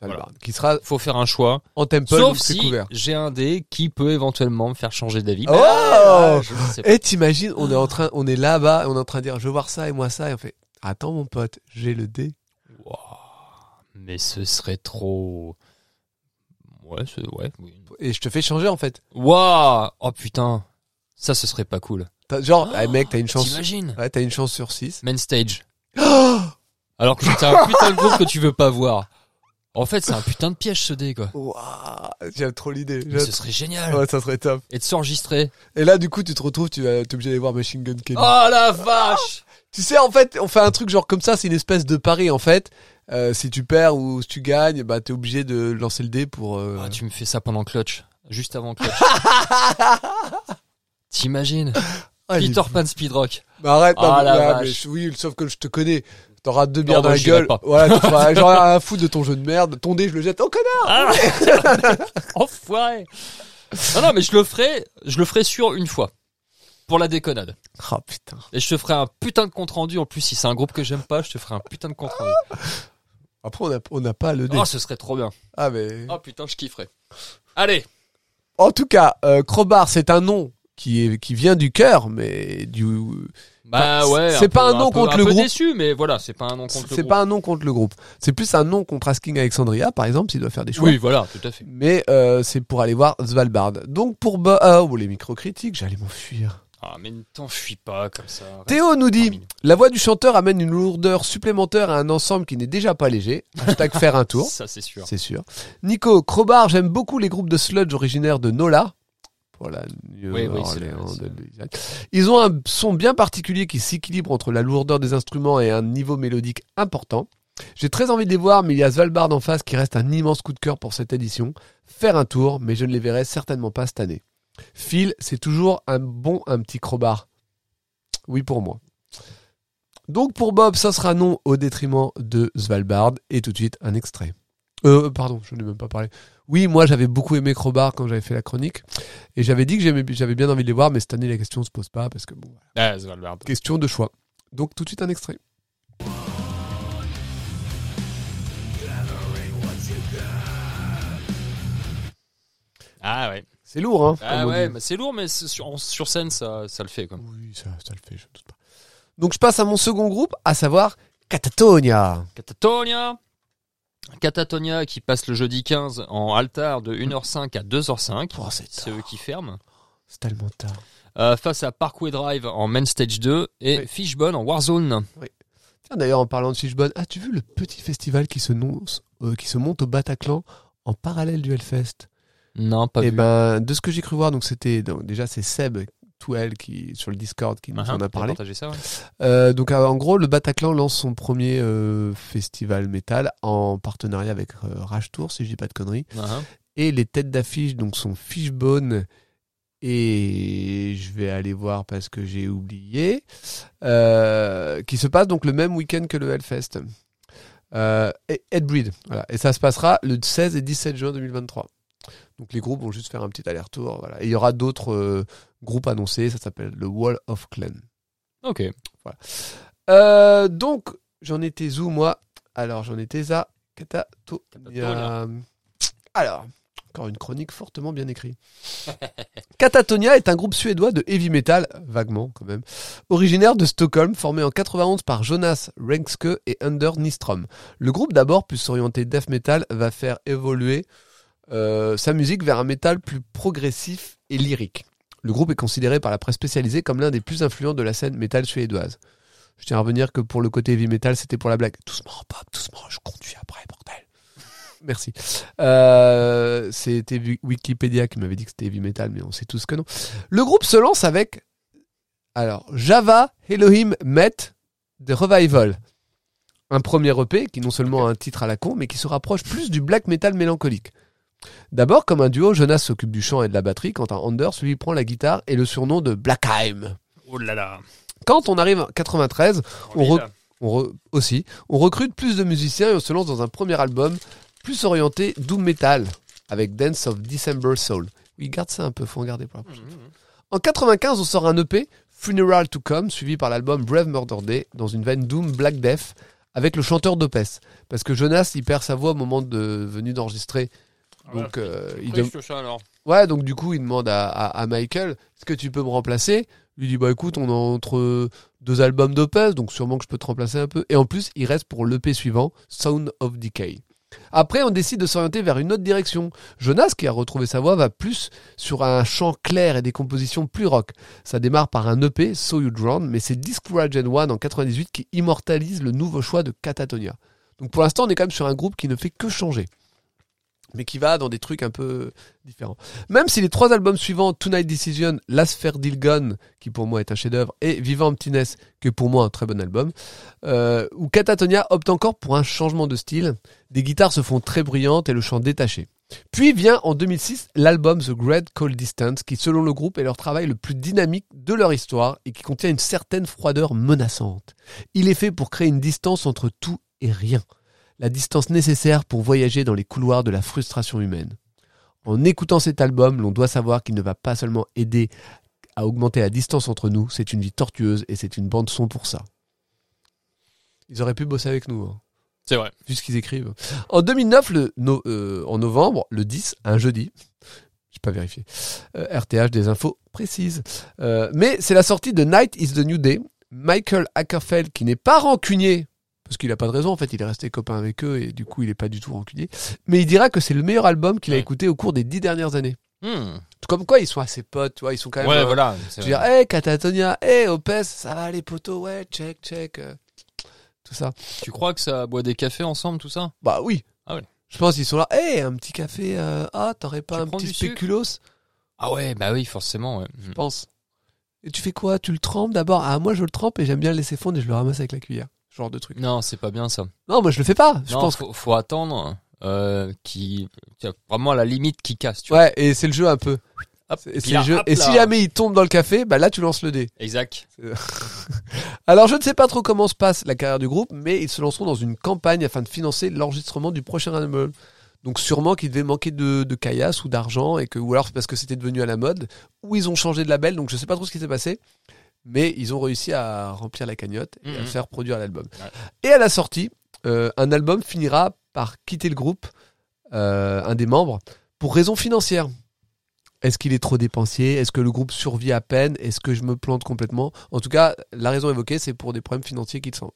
[SPEAKER 2] Ça
[SPEAKER 3] Voilà.
[SPEAKER 2] va. Qui sera
[SPEAKER 3] faut faire un choix.
[SPEAKER 2] en temple donc
[SPEAKER 3] Sauf
[SPEAKER 2] c'est
[SPEAKER 3] si
[SPEAKER 2] couvert.
[SPEAKER 3] j'ai un dé qui peut éventuellement me faire changer d'avis.
[SPEAKER 2] Oh
[SPEAKER 3] Mais là, je ne sais pas.
[SPEAKER 2] Et t'imagines, on est en train, on est là-bas, on est en train de dire, je veux voir ça et moi ça, et on fait, attends mon pote, j'ai le dé.
[SPEAKER 3] Ouah, mais ce serait trop. Ouais, c'est ouais. oui.
[SPEAKER 2] Et je te fais changer en fait.
[SPEAKER 3] Ouah, oh putain, ça ce serait pas cool.
[SPEAKER 2] T'as- genre, ah, mec, t'as une chance.
[SPEAKER 3] Oh, T'imagines
[SPEAKER 2] Ouais, t'as une chance sur 6.
[SPEAKER 3] Main stage. Alors que c'est un putain de groupe que tu veux pas voir. En fait, c'est un putain de piège ce dé, quoi.
[SPEAKER 2] Waouh, j'aime trop l'idée.
[SPEAKER 3] Mais
[SPEAKER 2] J'aime-
[SPEAKER 3] ce serait génial.
[SPEAKER 2] Ouais, ça serait top.
[SPEAKER 3] Et de s'enregistrer.
[SPEAKER 2] Et là, du coup, tu te retrouves, tu vas, t'es obligé d'aller voir Machine Gun Kelly.
[SPEAKER 3] Oh la vache
[SPEAKER 2] Tu sais, en fait, on fait un truc genre comme ça, c'est une espèce de pari en fait. Euh, si tu perds ou si tu gagnes, bah t'es obligé de lancer le dé pour. euh,
[SPEAKER 3] Ah, Tu me fais ça pendant Clutch. Juste avant Clutch. T'imagines
[SPEAKER 2] ah, il est
[SPEAKER 3] Peter Pan Speedrock.
[SPEAKER 2] Mais arrête, non,
[SPEAKER 3] Ah,
[SPEAKER 2] mais-
[SPEAKER 3] la
[SPEAKER 2] ouais,
[SPEAKER 3] vache.
[SPEAKER 2] mais je- oui, sauf que je te connais. T'auras deux bières
[SPEAKER 3] Non,
[SPEAKER 2] dans la
[SPEAKER 3] moi, j'irai
[SPEAKER 2] gueule.
[SPEAKER 3] pas.
[SPEAKER 2] Voilà, tu feras- j'en ai rien à foutre de ton jeu de merde. Ton dé, je le jette. Oh, connard!
[SPEAKER 3] Ah Enfoiré Non, non, mais je le ferai, je le ferai sur une fois. Pour la déconnade.
[SPEAKER 2] Oh, putain.
[SPEAKER 3] Et je te ferai un putain de compte rendu. En plus, si c'est un groupe que j'aime pas, je te ferai un putain de compte rendu.
[SPEAKER 2] Après, on n'a on n'a pas le dé.
[SPEAKER 3] Oh, ce serait trop bien.
[SPEAKER 2] Ah, mais.
[SPEAKER 3] Oh putain, je kifferais. Allez
[SPEAKER 2] En tout cas, euh, Crowbar, c'est un nom qui est, qui vient du cœur, mais du,
[SPEAKER 3] Bah
[SPEAKER 2] Enfin,
[SPEAKER 3] ouais.
[SPEAKER 2] c'est pas un nom contre le
[SPEAKER 3] peu
[SPEAKER 2] groupe.
[SPEAKER 3] déçu, mais voilà, c'est pas un nom contre le
[SPEAKER 2] c'est
[SPEAKER 3] groupe.
[SPEAKER 2] pas un nom contre le groupe. C'est plus un nom contre Asking Alexandria, par exemple, s'il doit faire des choix.
[SPEAKER 3] Oui, voilà, tout à fait.
[SPEAKER 2] Mais euh, c'est pour aller voir Svalbard. Donc pour Bo- ah, oh les microcritiques, j'allais m'enfuir.
[SPEAKER 3] Ah, mais ne t'enfuis pas comme ça. Reste
[SPEAKER 2] Théo nous
[SPEAKER 3] cinq
[SPEAKER 2] dit
[SPEAKER 3] minutes.
[SPEAKER 2] La voix du chanteur amène une lourdeur supplémentaire à un ensemble qui n'est déjà pas léger. Hashtag faire un tour,
[SPEAKER 3] Ça, c'est sûr.
[SPEAKER 2] c'est sûr. Nico, Crowbar, j'aime beaucoup les groupes de sludge originaires de Nola. Pour la
[SPEAKER 3] oui, c'est
[SPEAKER 2] Nouvelle-Orléans
[SPEAKER 3] vrai,
[SPEAKER 2] de l'Isaac. Ils ont un son bien particulier qui s'équilibre entre la lourdeur des instruments et un niveau mélodique important. J'ai très envie de les voir, mais il y a Svalbard en face qui reste un immense coup de cœur pour cette édition. Faire un tour, mais je ne les verrai certainement pas cette année. Phil, c'est toujours un bon un petit crowbar. Oui pour moi. Donc pour Bob, ça sera non au détriment de Svalbard. Et tout de suite, un extrait. Euh, pardon, je n'ai même pas parlé. Oui, moi j'avais beaucoup aimé Crowbar quand j'avais fait la chronique. Et j'avais dit que j'aimais- j'avais bien envie de les voir, mais cette année la question ne se pose pas parce que bon, voilà.
[SPEAKER 3] Ah, Svalbard.
[SPEAKER 2] question de choix. Donc tout de suite un extrait.
[SPEAKER 3] Ah ouais.
[SPEAKER 2] C'est lourd, hein
[SPEAKER 3] Ah
[SPEAKER 2] comme on
[SPEAKER 3] ouais,
[SPEAKER 2] dit.
[SPEAKER 3] mais c'est lourd, mais c'est sur, en- sur scène, ça, ça le fait, quoi.
[SPEAKER 2] Oui, ça, ça le fait, je ne doute pas. Donc je passe à mon second groupe, à savoir Catatonia.
[SPEAKER 3] Catatonia Catatonia qui passe le jeudi 15 en altar de 1h05 à 2h05.
[SPEAKER 2] Oh, c'est
[SPEAKER 3] C'est eux qui ferment.
[SPEAKER 2] C'est tellement tard.
[SPEAKER 3] Euh, face à Parkway Drive en Main Stage 2 et
[SPEAKER 2] Oui.
[SPEAKER 3] Fishbone en Warzone.
[SPEAKER 2] Tiens, d'ailleurs, en parlant de Fishbone, as-tu vu le petit festival qui se, nonce- euh, qui se monte au Bataclan en parallèle du Hellfest
[SPEAKER 3] Non, pas
[SPEAKER 2] Eh
[SPEAKER 3] vu.
[SPEAKER 2] ben, de ce que j'ai cru voir, donc c'était donc, déjà c'est Seb Touel qui sur le Discord qui nous
[SPEAKER 3] Ah,
[SPEAKER 2] en
[SPEAKER 3] t'as
[SPEAKER 2] a parlé.
[SPEAKER 3] partagé ça, ouais.
[SPEAKER 2] Euh, donc euh, en gros, le Bataclan lance son premier euh, festival métal en partenariat avec euh, Rage Tour, si je dis pas de conneries.
[SPEAKER 3] Ah,
[SPEAKER 2] Et les têtes d'affiche donc sont Fishbone et je vais aller voir parce que j'ai oublié, euh, qui se passe donc le même week-end que le Hellfest. Euh, et Ed Breed. Voilà. Et ça se passera le 16 et 17 juin 2023. Donc les groupes vont juste faire un petit aller-retour. Voilà. Et il y aura d'autres euh, groupes annoncés. Ça s'appelle le Wall of Clan.
[SPEAKER 3] Ok.
[SPEAKER 2] Euh, donc, j'en étais où, moi Alors, j'en étais à Catatonia.
[SPEAKER 3] Catatonia.
[SPEAKER 2] Alors, encore une chronique fortement bien écrite. Catatonia est un groupe suédois de heavy metal, vaguement quand même, originaire de Stockholm, formé en 91 par Jonas Rengske et Under Nistrom. Le groupe, d'abord plus orienté death metal, va faire évoluer euh, sa musique vers un métal plus progressif et lyrique. Le groupe est considéré par la presse spécialisée comme l'un des plus influents de la scène métal suédoise. Je tiens à revenir que pour le côté heavy metal, c'était pour la blague. Doucement, Bob, doucement, je conduis après, bordel. Merci. Euh, c'était Wi- Wikipédia qui m'avait dit que c'était heavy metal, mais on sait tous que non. Le groupe se lance avec, alors, Java Elohim Met de Revival. Un premier EP qui non seulement a un titre à la con, mais qui se rapproche plus du black metal mélancolique. D'abord, comme un duo, Jonas s'occupe du chant et de la batterie, quant à Anders lui prend la guitare et le surnom de Blackheim.
[SPEAKER 3] Oh là là.
[SPEAKER 2] Quand on arrive en 93, On
[SPEAKER 3] est
[SPEAKER 2] re-
[SPEAKER 3] là.
[SPEAKER 2] on re- aussi, on recrute plus de musiciens et on se lance dans un premier album plus orienté doom metal avec Dance of December Soul. Oui, garde ça un peu, faut en garder pour la prochaine.
[SPEAKER 3] Mhm.
[SPEAKER 2] En 95, on sort un EP, Funeral to Come, suivi par l'album Brave Murder Day, dans une veine Doom Black Death, avec le chanteur d'Opes. Parce que Jonas, il perd sa voix au moment de venu d'enregistrer.
[SPEAKER 3] Ah ouais.
[SPEAKER 2] Donc, euh, il, dem-
[SPEAKER 3] Triste, ça, alors.
[SPEAKER 2] Ouais, donc du coup, il demande à, à- à Michael Est-ce que tu peux me remplacer Il lui dit Bah écoute, on est entre deux albums d'Opus, donc sûrement que je peux te remplacer un peu. Et en plus, il reste pour l'EP suivant, Sound of Decay. Après, on décide de s'orienter vers une autre direction. Jonas, qui a retrouvé sa voix, va plus sur un chant clair et des compositions plus rock. Ça démarre par un EP, So You Drown, mais c'est Discourage and One en 98 qui immortalise le nouveau choix de Catatonia. Donc pour l'instant, on est quand même sur un groupe qui ne fait que changer, mais qui va dans des trucs un peu différents. Même si les trois albums suivants, Tonight Decision, Last Fair Deal Gone, qui pour moi est un chef-d'œuvre, et Vivant Emptiness, qui est pour moi un très bon album, euh, où Catatonia opte encore pour un changement de style, des guitares se font très brillantes et le chant détaché. Puis vient en 2006 l'album The Great Cold Distance, qui selon le groupe est leur travail le plus dynamique de leur histoire et qui contient une certaine froideur menaçante. Il est fait pour créer une distance entre tout et rien, la distance nécessaire pour voyager dans les couloirs de la frustration humaine. En écoutant cet album, l'on doit savoir qu'il ne va pas seulement aider à augmenter la distance entre nous, c'est une vie tortueuse et c'est une bande son pour ça. Ils auraient pu bosser avec nous. hein
[SPEAKER 3] C'est vrai.
[SPEAKER 2] vu ce qu'ils écrivent. En 2009, le no- euh, en novembre, le 10, un jeudi, j'ai pas vérifié, euh, RTH des infos précises. Euh, mais c'est la sortie de Night is the New Day. Michael Ackerfeld, qui n'est pas rancunier, parce qu'il n'a pas de raison, en fait, il est resté copain avec eux et du coup, il n'est pas du tout rancunier, mais il dira que c'est le meilleur album qu'il a
[SPEAKER 3] Ouais.
[SPEAKER 2] écouté au cours des dix dernières années.
[SPEAKER 3] Hmm.
[SPEAKER 2] Comme quoi, ils sont assez potes, tu vois, ils sont quand même.
[SPEAKER 3] Ouais,
[SPEAKER 2] euh,
[SPEAKER 3] voilà.
[SPEAKER 2] je
[SPEAKER 3] c'est
[SPEAKER 2] veux
[SPEAKER 3] vrai.
[SPEAKER 2] dire, hey, Catatonia, hey, Opes, ça va les potos, ouais, check, check, euh, tout ça.
[SPEAKER 3] Tu crois que ça boit des cafés ensemble, tout ça
[SPEAKER 2] Bah oui.
[SPEAKER 3] Ah ouais.
[SPEAKER 2] Je pense qu'ils sont là. Hé, un petit café. euh, ah, t'aurais pas
[SPEAKER 3] Tu
[SPEAKER 2] un
[SPEAKER 3] prends
[SPEAKER 2] petit
[SPEAKER 3] du sucre
[SPEAKER 2] spéculoos
[SPEAKER 3] Ah ouais, bah oui, forcément. ouais.
[SPEAKER 2] Je pense. Et tu fais quoi Tu le trempes d'abord Ah, moi je le trempe et j'aime bien le laisser fondre et je le ramasse avec la cuillère. Ce Genre de truc.
[SPEAKER 3] Non, c'est pas bien ça.
[SPEAKER 2] Non, moi je le fais pas. Je
[SPEAKER 3] non,
[SPEAKER 2] pense.
[SPEAKER 3] faut, faut attendre euh, qui qu'il y a vraiment à la limite qui casse. Tu vois.
[SPEAKER 2] Ouais, et c'est le jeu un peu.
[SPEAKER 3] Hop,
[SPEAKER 2] C'est- c'est
[SPEAKER 3] puis là,
[SPEAKER 2] le jeu.
[SPEAKER 3] hop
[SPEAKER 2] Et si
[SPEAKER 3] là.
[SPEAKER 2] jamais il tombe dans le café, bah là tu lances le dé.
[SPEAKER 3] Exact.
[SPEAKER 2] Alors je ne sais pas trop comment se passe la carrière du groupe, mais ils se lanceront dans une campagne afin de financer l'enregistrement du prochain album. Donc sûrement qu'il devait manquer de, de caillasse ou d'argent, et que, ou alors c'est parce que c'était devenu à la mode, ou ils ont changé de label, donc je ne sais pas trop ce qui s'est passé, mais ils ont réussi à remplir la cagnotte et à
[SPEAKER 3] Mhm.
[SPEAKER 2] faire produire l'album.
[SPEAKER 3] Ouais.
[SPEAKER 2] Et à la sortie, euh, un album finira par quitter le groupe, euh, un des membres, pour raison financière. Est-ce qu'il est trop dépensier Est-ce que le groupe survit à peine Est-ce que je me plante complètement En tout cas, la raison évoquée, c'est pour des problèmes financiers qu'ils sont.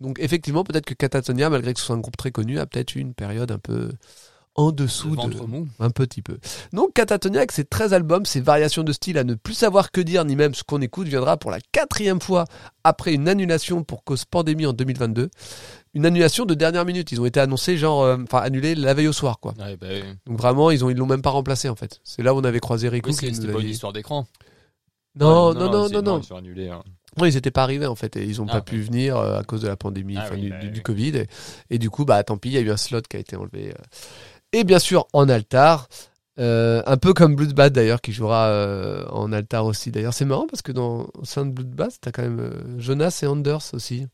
[SPEAKER 2] Donc effectivement, peut-être que Catatonia, malgré que ce soit un groupe très connu, a peut-être eu une période un peu en dessous
[SPEAKER 3] Le
[SPEAKER 2] de...
[SPEAKER 3] ventre mou.
[SPEAKER 2] Un petit peu. Donc Catatonia, avec ses 13 albums, ses variations de style à ne plus savoir que dire, ni même ce qu'on écoute, viendra pour la quatrième fois après une annulation pour cause pandémie en 2022. Une annulation de dernière minute. Ils ont été annoncés, genre, euh, enfin, annulés la veille au soir, quoi.
[SPEAKER 3] Ouais, bah, oui.
[SPEAKER 2] Donc vraiment, ils ont ils l'ont même pas remplacé, en fait. C'est là où on avait croisé Rico.
[SPEAKER 3] Oui,
[SPEAKER 2] qui
[SPEAKER 3] c'est-
[SPEAKER 2] nous
[SPEAKER 3] c'était
[SPEAKER 2] avait
[SPEAKER 3] pas une
[SPEAKER 2] dit-
[SPEAKER 3] histoire d'écran.
[SPEAKER 2] Non,
[SPEAKER 3] Ouais,
[SPEAKER 2] non, non,
[SPEAKER 3] c'est-
[SPEAKER 2] non, non.
[SPEAKER 3] Ils sont annulés. hein.
[SPEAKER 2] Non, ils n'étaient pas arrivés en fait, et ils n'ont
[SPEAKER 3] Ah,
[SPEAKER 2] pas
[SPEAKER 3] ouais.
[SPEAKER 2] pu venir euh, à cause de la pandémie,
[SPEAKER 3] Ah
[SPEAKER 2] enfin,
[SPEAKER 3] oui,
[SPEAKER 2] du,
[SPEAKER 3] bah
[SPEAKER 2] du- du
[SPEAKER 3] oui.
[SPEAKER 2] Covid. Et, et du coup, bah tant pis, il y a eu un slot qui a été enlevé. euh. Et bien sûr, en altar, euh, un peu comme Bloodbath d'ailleurs, qui jouera euh, en altar aussi. D'ailleurs, c'est marrant parce que dans au sein de Bloodbath, t'as quand même euh, Jonas et Anders aussi.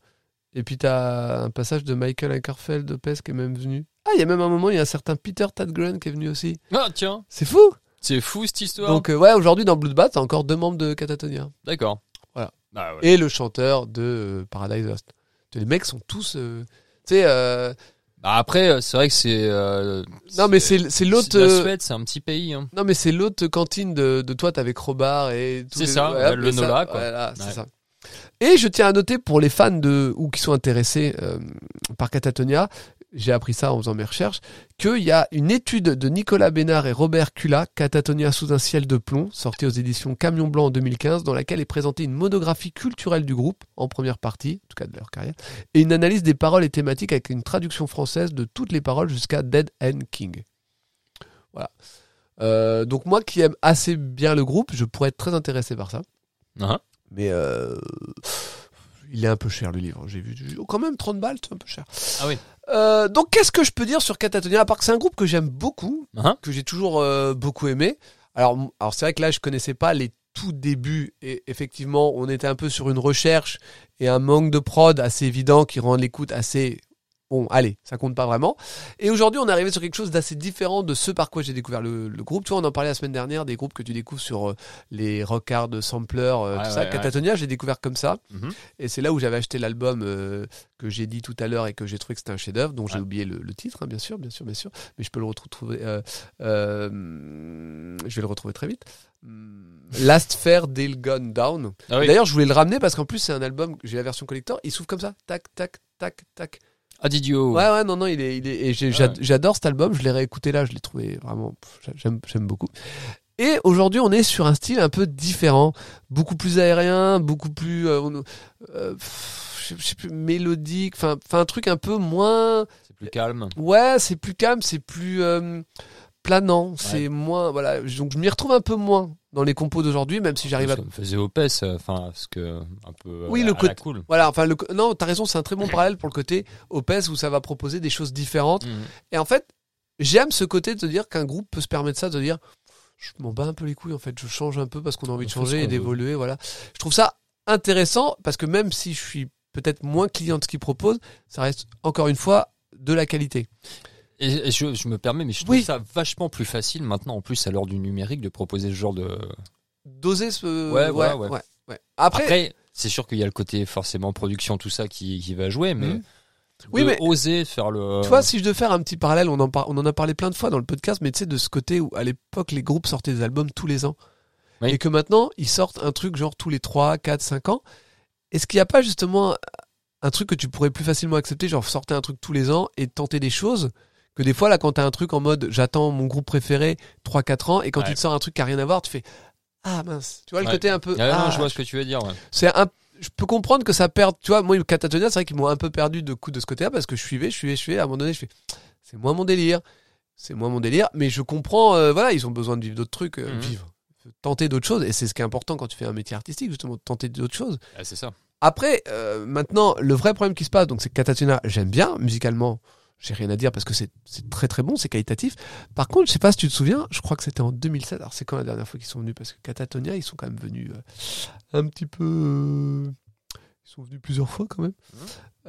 [SPEAKER 2] Et puis t'as un passage de Michael Ankerfeld Lopez qui est même venu. Ah, il y a même un moment, il y a un certain Peter Tadgren qui est venu aussi.
[SPEAKER 3] Ah, tiens,
[SPEAKER 2] C'est fou
[SPEAKER 3] c'est fou cette histoire.
[SPEAKER 2] Donc euh, ouais, aujourd'hui dans Bloodbath, t'as encore deux membres de Catatonia.
[SPEAKER 3] D'accord.
[SPEAKER 2] Voilà.
[SPEAKER 3] Ah, ouais.
[SPEAKER 2] Et le chanteur de euh, Paradise Lost. Tu sais, Les mecs sont tous... euh, Tu sais, euh,
[SPEAKER 3] Bah, après, euh, c'est vrai que c'est. euh,
[SPEAKER 2] non mais c'est c'est l'autre...
[SPEAKER 3] La
[SPEAKER 2] euh,
[SPEAKER 3] Suède, c'est un petit pays. hein.
[SPEAKER 2] Non mais c'est l'autre cantine de, de toi, t'es avec Robard et... tous
[SPEAKER 3] C'est
[SPEAKER 2] les-
[SPEAKER 3] ça,
[SPEAKER 2] ouais, hop,
[SPEAKER 3] le
[SPEAKER 2] et ça,
[SPEAKER 3] Nola, quoi.
[SPEAKER 2] voilà, c'est
[SPEAKER 3] Ouais.
[SPEAKER 2] ça. Et je tiens à noter pour les fans de ou qui sont intéressés euh, par Catatonia, j'ai appris ça en faisant mes recherches, qu'il y a une étude de Nicolas Bénard et Robert Cula, Catatonia sous un ciel de plomb, sortie aux éditions Camion Blanc en 2015, dans laquelle est présentée une monographie culturelle du groupe, en première partie, en tout cas de leur carrière, et une analyse des paroles et thématiques avec une traduction française de toutes les paroles jusqu'à Dead and King. Voilà. Euh, donc moi qui aime assez bien le groupe, je pourrais être très intéressé par ça. hein.
[SPEAKER 3] Ah,
[SPEAKER 2] Mais euh, il est un peu cher le livre. J'ai vu, j'ai vu- oh, quand même 30 balles, c'est un peu cher.
[SPEAKER 3] Ah oui.
[SPEAKER 2] Euh, donc qu'est-ce que je peux dire sur Catatonia à part que c'est un groupe que j'aime beaucoup,
[SPEAKER 3] ah,
[SPEAKER 2] que j'ai toujours euh, beaucoup aimé. Alors, m- alors c'est vrai que là je connaissais pas les tout débuts et effectivement on était un peu sur une recherche et un manque de prod assez évident qui rend l'écoute assez bon allez ça compte pas vraiment et aujourd'hui on est arrivé sur quelque chose d'assez différent de ce par quoi j'ai découvert le, le groupe tu vois on en parlait la semaine dernière des groupes que tu découvres sur euh, les rockards sampleurs euh,
[SPEAKER 3] Ouais,
[SPEAKER 2] tout ça
[SPEAKER 3] ouais, ouais.
[SPEAKER 2] Catatonia j'ai découvert comme ça
[SPEAKER 3] Mhm.
[SPEAKER 2] et c'est là où j'avais acheté l'album euh, que j'ai dit tout à l'heure et que j'ai trouvé que c'était un chef-d'œuvre, dont j'ai
[SPEAKER 3] Ouais.
[SPEAKER 2] oublié le, le titre, hein, bien sûr, bien sûr, bien sûr. Mais je peux le retrouver. euh, euh, je vais le retrouver très vite. Hum, Last Fair Deal Gone Down.
[SPEAKER 3] Ah oui.
[SPEAKER 2] D'ailleurs, je voulais le ramener parce qu'en plus, c'est un album, j'ai la version collector, il s'ouvre comme ça. Tac, tac, tac, tac.
[SPEAKER 3] Ah, Didio.
[SPEAKER 2] Ouais, ouais, non, non, il est. Il est et j'ai-
[SPEAKER 3] Ouais.
[SPEAKER 2] j'ad- j'adore cet album, je l'ai réécouté là, je l'ai trouvé vraiment. pff, j'a- J'aime j'aime beaucoup. Et aujourd'hui, on est sur un style un peu différent, beaucoup plus aérien, beaucoup plus. euh, on- euh, pff, je sais- je sais plus, mélodique, enfin, enfin, un truc un peu moins.
[SPEAKER 3] C'est plus calme.
[SPEAKER 2] Ouais, c'est plus calme, c'est plus euh, planant, c'est moins. Voilà, donc je m'y retrouve un peu moins dans les compos d'aujourd'hui, même si j'arrive à
[SPEAKER 3] Ça me faisait OPS, euh, enfin, parce que. Un peu. euh,
[SPEAKER 2] Oui, le
[SPEAKER 3] à la
[SPEAKER 2] côté-
[SPEAKER 3] cool.
[SPEAKER 2] Voilà, enfin, le, co- non, t'as raison, c'est un très bon parallèle pour le côté OPES où ça va proposer des choses différentes.
[SPEAKER 3] Mhm.
[SPEAKER 2] Et en fait, j'aime ce côté de te dire qu'un groupe peut se permettre ça, de dire je m'en bats un peu les couilles en fait, je change un peu parce qu'on a envie
[SPEAKER 3] On
[SPEAKER 2] de
[SPEAKER 3] fait ce
[SPEAKER 2] changer et
[SPEAKER 3] qu'on veut.
[SPEAKER 2] d'évoluer, voilà. Je trouve ça intéressant parce que même si je suis peut-être moins client de ce qu'ils proposent, ça reste encore une fois de la qualité.
[SPEAKER 3] Et, et je, je me permets, mais je trouve
[SPEAKER 2] Oui.
[SPEAKER 3] ça vachement plus facile maintenant, en plus, à l'heure du numérique, de proposer ce genre de.
[SPEAKER 2] Doser ce.
[SPEAKER 3] Ouais, voilà, ouais.
[SPEAKER 2] ouais. Après,
[SPEAKER 3] Après, c'est sûr qu'il y a le côté forcément production, tout ça qui, qui va jouer, mais.
[SPEAKER 2] Mhm. Oui,
[SPEAKER 3] de
[SPEAKER 2] mais-
[SPEAKER 3] Oser faire le.
[SPEAKER 2] Tu vois, si je devais faire un petit parallèle, on en, par- on en a parlé plein de fois dans le podcast, mais tu sais, de ce côté où à l'époque, les groupes sortaient des albums tous les ans.
[SPEAKER 3] Oui.
[SPEAKER 2] Et que maintenant, ils sortent un truc genre tous les 3, 4, 5 ans. Est-ce qu'il n'y a pas justement un truc que tu pourrais plus facilement accepter, genre sortir un truc tous les ans et tenter des choses que des fois, là, quand t'as un truc en mode j'attends mon groupe préféré 3-4 ans, et quand
[SPEAKER 3] Ouais.
[SPEAKER 2] tu te sors un truc qui a rien à voir, tu fais Ah mince, tu vois le
[SPEAKER 3] Ouais.
[SPEAKER 2] côté un peu.
[SPEAKER 3] Ah, non,
[SPEAKER 2] Ah,
[SPEAKER 3] je vois ce que tu veux dire, ouais.
[SPEAKER 2] c'est un je peux comprendre que ça perd tu vois moi Catatonia c'est vrai qu'ils m'ont un peu perdu de coup de ce côté là parce que je suivais je suivais je suivais à un moment donné je fais c'est moins mon délire c'est moins mon délire mais je comprends euh, voilà ils ont besoin de vivre d'autres trucs euh,
[SPEAKER 3] Mhm.
[SPEAKER 2] vivre tenter d'autres choses et c'est ce qui est important quand tu fais un métier artistique justement de tenter d'autres choses
[SPEAKER 3] Ah, c'est ça.
[SPEAKER 2] après euh, maintenant le vrai problème qui se passe donc c'est que Catatonia j'aime bien musicalement j'ai rien à dire parce que c'est c'est très très bon, c'est qualitatif. Par contre, je sais pas si tu te souviens, je crois que c'était en 2007. Alors c'est quand la dernière fois qu'ils sont venus Parce que Catatonia, ils sont quand même venus euh, un petit peu. euh, ils sont venus plusieurs fois quand même.
[SPEAKER 3] Mhm.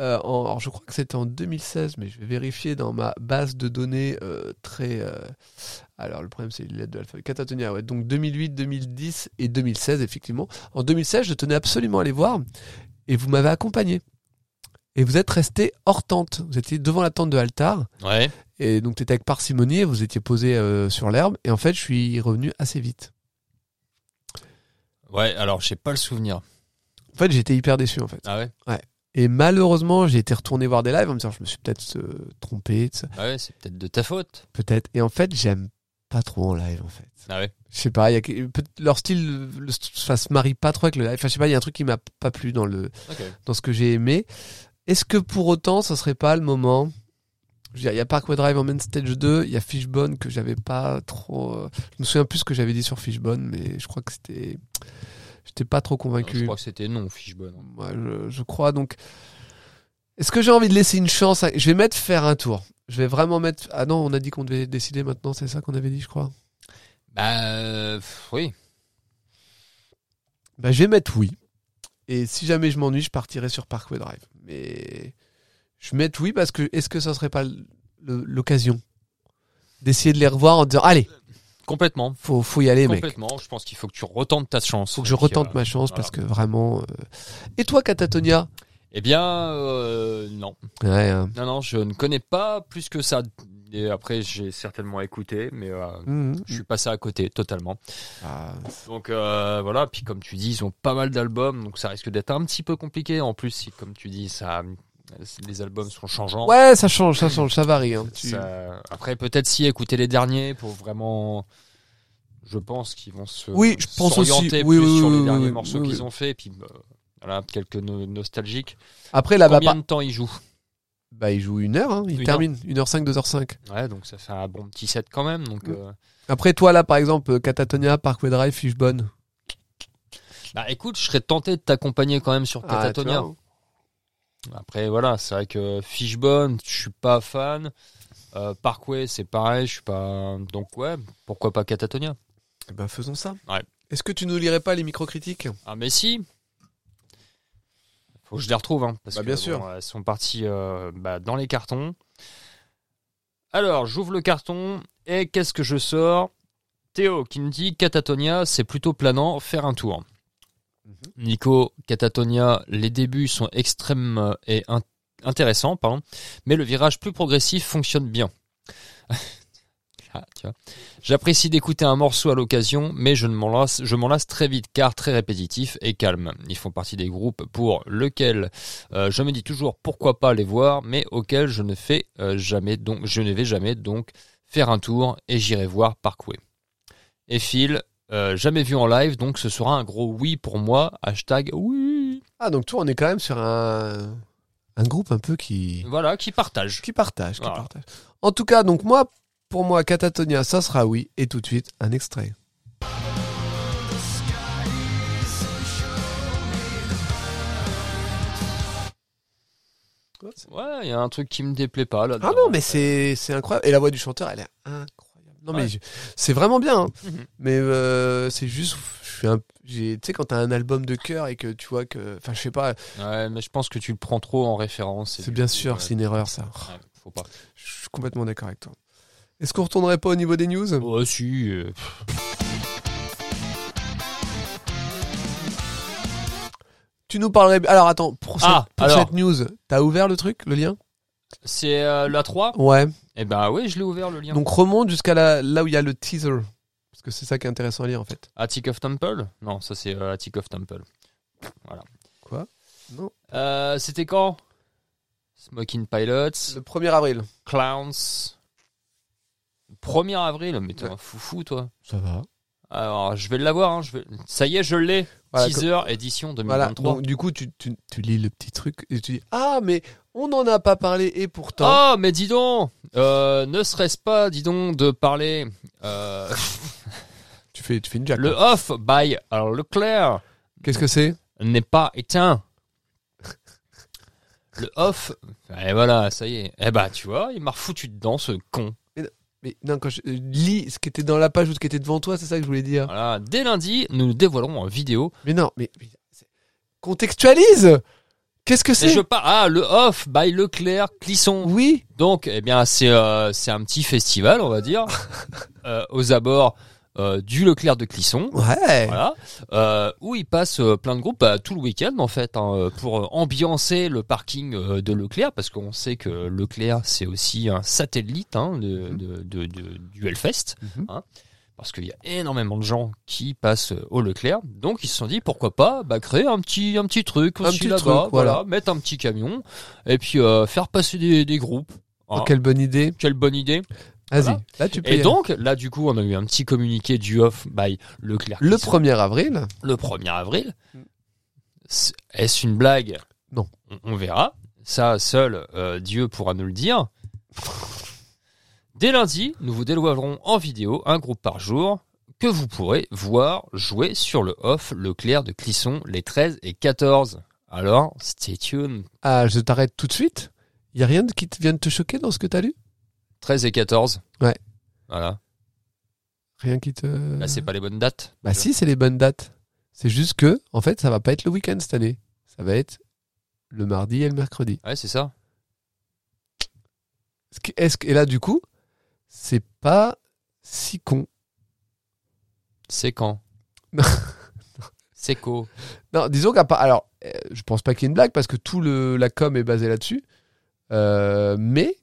[SPEAKER 2] Euh, en- alors je crois que c'était en 2016, mais je vais vérifier dans ma base de données euh, très. euh, alors le problème c'est les lettres de l'alphabet. Catatonia, ouais. Donc 2008, 2010 et 2016 effectivement. En 2016, je tenais absolument à les voir et vous m'avez accompagné. Et vous êtes resté hors tente. Vous étiez devant la tente de Altar.
[SPEAKER 3] Ouais.
[SPEAKER 2] Et donc, tu étais avec parcimonie et vous étiez posé euh, sur l'herbe. Et en fait, je suis revenu assez vite.
[SPEAKER 3] Ouais, alors, j'ai pas le souvenir.
[SPEAKER 2] En fait, j'étais hyper déçu, en fait.
[SPEAKER 3] Ah ouais
[SPEAKER 2] Et malheureusement, j'ai été retourné voir des lives en me disant, je me suis peut-être euh, trompé, tout ça.
[SPEAKER 3] Ah ouais, c'est peut-être de ta faute.
[SPEAKER 2] peut-être. Et en fait, j'aime pas trop en live, en fait.
[SPEAKER 3] Ah ouais.
[SPEAKER 2] Je sais pas, il y a que- peut- leur style le, ça se marie pas trop avec le live. Enfin, je sais pas, il y a un truc qui m'a pas plu dans, le,
[SPEAKER 3] Ok.
[SPEAKER 2] dans ce que j'ai aimé. Est-ce que pour autant, ça serait pas le moment Je veux dire, il y a Parkway Drive en Main Stage 2, il y a Fishbone que j'avais pas trop. euh, Je me souviens plus ce que j'avais dit sur Fishbone, mais je crois que c'était. J'étais pas trop
[SPEAKER 3] Je
[SPEAKER 2] convaincu.
[SPEAKER 3] crois que c'était non, Fishbone.
[SPEAKER 2] Ouais, je, je crois donc. Est-ce que j'ai envie de laisser une chance à- Je vais mettre faire un tour. Je vais vraiment mettre. Ah non, on a dit qu'on devait décider maintenant, c'est ça qu'on avait dit, je crois.
[SPEAKER 3] Bah, euh, pff, oui.
[SPEAKER 2] Bah, je vais mettre oui. Et si jamais je m'ennuie, je partirai sur Parkway Drive. Mais je mets oui parce que est-ce que ça serait pas l- le- l'occasion d'essayer de les revoir en disant allez,
[SPEAKER 3] Complètement.
[SPEAKER 2] faut, faut y aller, Eh, mec.
[SPEAKER 3] Complètement. Je pense qu'il faut que tu retentes ta chance. euh,
[SPEAKER 2] Faut que je retente ma chance parce que vraiment. euh, Et toi, Catatonia
[SPEAKER 3] Eh bien, euh, non.
[SPEAKER 2] Ouais, hein.
[SPEAKER 3] Non, non, je ne connais pas plus que ça. Et après, j'ai certainement écouté, mais euh,
[SPEAKER 2] Mhm.
[SPEAKER 3] je suis passé à côté totalement.
[SPEAKER 2] Ah,
[SPEAKER 3] Donc euh, voilà, puis comme tu dis, ils ont pas mal d'albums, donc ça risque d'être un petit peu compliqué. En plus, si, comme tu dis, ça, les albums sont changeants.
[SPEAKER 2] Ouais, ça change, ça change, ça varie. hein. Tu-
[SPEAKER 3] Ça- Après, peut-être si écouter les derniers pour vraiment. Je pense qu'ils vont se
[SPEAKER 2] Oui, je pense aussi.
[SPEAKER 3] s'orienter
[SPEAKER 2] Oui,
[SPEAKER 3] plus
[SPEAKER 2] oui,
[SPEAKER 3] sur
[SPEAKER 2] oui,
[SPEAKER 3] les
[SPEAKER 2] oui,
[SPEAKER 3] derniers
[SPEAKER 2] oui,
[SPEAKER 3] morceaux
[SPEAKER 2] oui,
[SPEAKER 3] qu'ils
[SPEAKER 2] oui.
[SPEAKER 3] ont fait, et puis bah, voilà, quelques no- nostalgiques.
[SPEAKER 2] Après, là, bah,
[SPEAKER 3] Combien de temps ils jouent
[SPEAKER 2] bah, il joue une heure, hein, il
[SPEAKER 3] Une
[SPEAKER 2] termine, 1h05, 2h05.
[SPEAKER 3] Ouais, donc ça fait un bon petit set quand même. Donc,
[SPEAKER 2] Oui.
[SPEAKER 3] euh,
[SPEAKER 2] Après, toi, là, par exemple, euh, Catatonia, Parkway Drive, Fishbone.
[SPEAKER 3] bah, écoute, je serais tenté de t'accompagner quand même sur
[SPEAKER 2] Ah,
[SPEAKER 3] Catatonia.
[SPEAKER 2] tu vois.
[SPEAKER 3] Après, voilà, c'est vrai que Fishbone, je suis pas fan. Euh, Parkway, c'est pareil, je suis pas. Donc, ouais, pourquoi pas Catatonia
[SPEAKER 2] Eh ben, faisons ça.
[SPEAKER 3] Ouais.
[SPEAKER 2] Est-ce que tu nous lirais pas les micro-critiques
[SPEAKER 3] Ah, mais si Faut que je les retrouve, hein. Parce
[SPEAKER 2] Bah,
[SPEAKER 3] que,
[SPEAKER 2] bien sûr.
[SPEAKER 3] bon, elles sont parties euh, bah, dans les cartons. Alors, j'ouvre le carton et qu'est-ce que je sors Théo qui me dit Catatonia, c'est plutôt planant, faire un tour.
[SPEAKER 2] Mhm.
[SPEAKER 3] Nico, Catatonia, les débuts sont extrêmes euh, et in- intéressants, pardon, mais le virage plus progressif fonctionne bien. Ah, tu vois. J'apprécie d'écouter un morceau à l'occasion, mais je ne m'en lasse, je m'en lasse très vite car très répétitif et calme. Ils font partie des groupes pour lesquels euh, je me dis toujours pourquoi pas les voir, mais auxquels je ne fais euh, jamais, donc je ne vais jamais donc faire un tour et j'irai voir Parkway. Et Phil, euh, jamais vu en live, donc ce sera un gros oui pour moi. Hashtag oui.
[SPEAKER 2] Ah, donc toi, on est quand même sur un, un groupe un peu qui,
[SPEAKER 3] Voilà, qui partage.
[SPEAKER 2] qui partage, qui
[SPEAKER 3] Voilà.
[SPEAKER 2] partage. En tout cas, donc moi, pour moi, Catatonia, ça sera oui. Et tout de suite, un extrait.
[SPEAKER 3] Ouais, il y a un truc qui me déplaît pas là.
[SPEAKER 2] Ah non, mais c'est c'est incroyable. Et la voix du chanteur, elle est incroyable. Non, mais
[SPEAKER 3] Ouais.
[SPEAKER 2] je- c'est vraiment bien. hein.
[SPEAKER 3] Mhm.
[SPEAKER 2] Mais euh, c'est juste, je suis un. j'ai- Tu sais, quand t'as un album de cœur et que tu vois que. Enfin, je sais pas,
[SPEAKER 3] Ouais, mais je pense que tu le prends trop en référence. et
[SPEAKER 2] c'est
[SPEAKER 3] du
[SPEAKER 2] bien
[SPEAKER 3] coup,
[SPEAKER 2] sûr,
[SPEAKER 3] ouais,
[SPEAKER 2] c'est une erreur ça.
[SPEAKER 3] ouais, faut pas.
[SPEAKER 2] Je suis complètement d'accord avec toi. Est-ce qu'on retournerait pas au niveau des news
[SPEAKER 3] Ouais, si. euh,
[SPEAKER 2] Tu nous parlerais. Alors attends, pour, cette,
[SPEAKER 3] Ah,
[SPEAKER 2] pour
[SPEAKER 3] alors.
[SPEAKER 2] cette news, t'as ouvert le truc, le lien
[SPEAKER 3] C'est euh, la 3
[SPEAKER 2] Ouais.
[SPEAKER 3] Eh ben oui, je l'ai ouvert le lien.
[SPEAKER 2] Donc remonte jusqu'à la- là où il y a le teaser. Parce que c'est ça qui est intéressant à lire en fait.
[SPEAKER 3] Attic of Temple Non, ça c'est euh, Attic of Temple. Voilà.
[SPEAKER 2] Quoi Non.
[SPEAKER 3] Euh, C'était quand Smoking Pilots,
[SPEAKER 2] Le 1er avril.
[SPEAKER 3] Clowns. 1er avril, mais t'es un foufou toi.
[SPEAKER 2] Ça va.
[SPEAKER 3] Alors, je vais l'avoir. Hein, je vais... Ça y est, je l'ai.
[SPEAKER 2] Voilà,
[SPEAKER 3] Teaser édition
[SPEAKER 2] Voilà.
[SPEAKER 3] 2023.
[SPEAKER 2] Donc du coup, tu, tu- tu lis le petit truc et tu dis Ah, mais on n'en a pas parlé et pourtant.
[SPEAKER 3] Oh, mais dis donc euh, Ne serait-ce pas, dis donc, de parler euh,
[SPEAKER 2] Tu, fais, tu fais une jack.
[SPEAKER 3] le off by alors, Leclerc
[SPEAKER 2] Qu'est-ce que c'est
[SPEAKER 3] n'est pas éteint. Le off, et voilà, ça y est. Eh bah, tu vois, il m'a refoutu dedans, ce con.
[SPEAKER 2] Mais non, quand je euh, lis ce qui était dans la page ou ce qui était devant toi, c'est ça que je voulais dire.
[SPEAKER 3] Voilà, dès lundi, nous nous dévoilerons en vidéo.
[SPEAKER 2] Mais non, mais. mais c'est- contextualise Qu'est-ce que
[SPEAKER 3] Et
[SPEAKER 2] c'est
[SPEAKER 3] je pas ah, le off by Leclerc Clisson.
[SPEAKER 2] Oui
[SPEAKER 3] Donc, eh bien, c'est euh, c'est un petit festival, on va dire, euh, aux abords euh, du Leclerc de Clisson.
[SPEAKER 2] Ouais.
[SPEAKER 3] Voilà, Euh, où ils passent euh, plein de groupes bah, tout le week-end en fait hein, euh, pour euh, ambiancer le parking euh, de Leclerc parce qu'on sait que Leclerc c'est aussi un satellite hein, de, de- de- de- du Hellfest
[SPEAKER 2] Mhm.
[SPEAKER 3] hein, parce qu'il y a énormément de gens qui passent euh, au Leclerc donc ils se sont dit pourquoi pas bah, créer un petit, un petit truc
[SPEAKER 2] Un
[SPEAKER 3] aussi
[SPEAKER 2] petit
[SPEAKER 3] là-bas
[SPEAKER 2] truc, voilà.
[SPEAKER 3] voilà. mettre un petit camion et puis euh, faire passer des, des groupes
[SPEAKER 2] Oh,
[SPEAKER 3] hein.
[SPEAKER 2] quelle bonne idée.
[SPEAKER 3] Quelle bonne idée
[SPEAKER 2] Vas-y,
[SPEAKER 3] Voilà.
[SPEAKER 2] là tu peux. y
[SPEAKER 3] Et
[SPEAKER 2] aller.
[SPEAKER 3] donc, là, du coup, on a eu un petit communiqué du off by Leclerc.
[SPEAKER 2] le
[SPEAKER 3] Clisson
[SPEAKER 2] 1er avril,
[SPEAKER 3] le 1er avril.
[SPEAKER 2] Mm.
[SPEAKER 3] S- Est-ce une blague
[SPEAKER 2] Non.
[SPEAKER 3] On, on verra. Ça, seul euh, Dieu pourra nous le dire. Dès lundi, nous vous dévoilerons en vidéo un groupe par jour que vous pourrez voir jouer sur le off Leclerc de Clisson les 13 et 14. Alors, stay tuned.
[SPEAKER 2] ah, je t'arrête tout de suite. Il y a rien de- qui te vienne te choquer dans ce que t'as lu
[SPEAKER 3] 13 et 14.
[SPEAKER 2] Ouais.
[SPEAKER 3] Voilà.
[SPEAKER 2] Rien qui te.
[SPEAKER 3] Là, c'est pas les bonnes dates.
[SPEAKER 2] Bah si, c'est Bah, les bonnes dates. C'est juste que, en fait, ça va pas être le week-end cette année. Ça va être le mardi et le mercredi.
[SPEAKER 3] Ouais, c'est ça.
[SPEAKER 2] Ce qui- est-ce que- et là, du coup, c'est pas si con.
[SPEAKER 3] C'est quand
[SPEAKER 2] Non.
[SPEAKER 3] C'est quoi
[SPEAKER 2] Non, disons qu'à part. Alors, euh, je pense pas qu'il y ait une blague parce que tout le la com est basée là-dessus. Euh, mais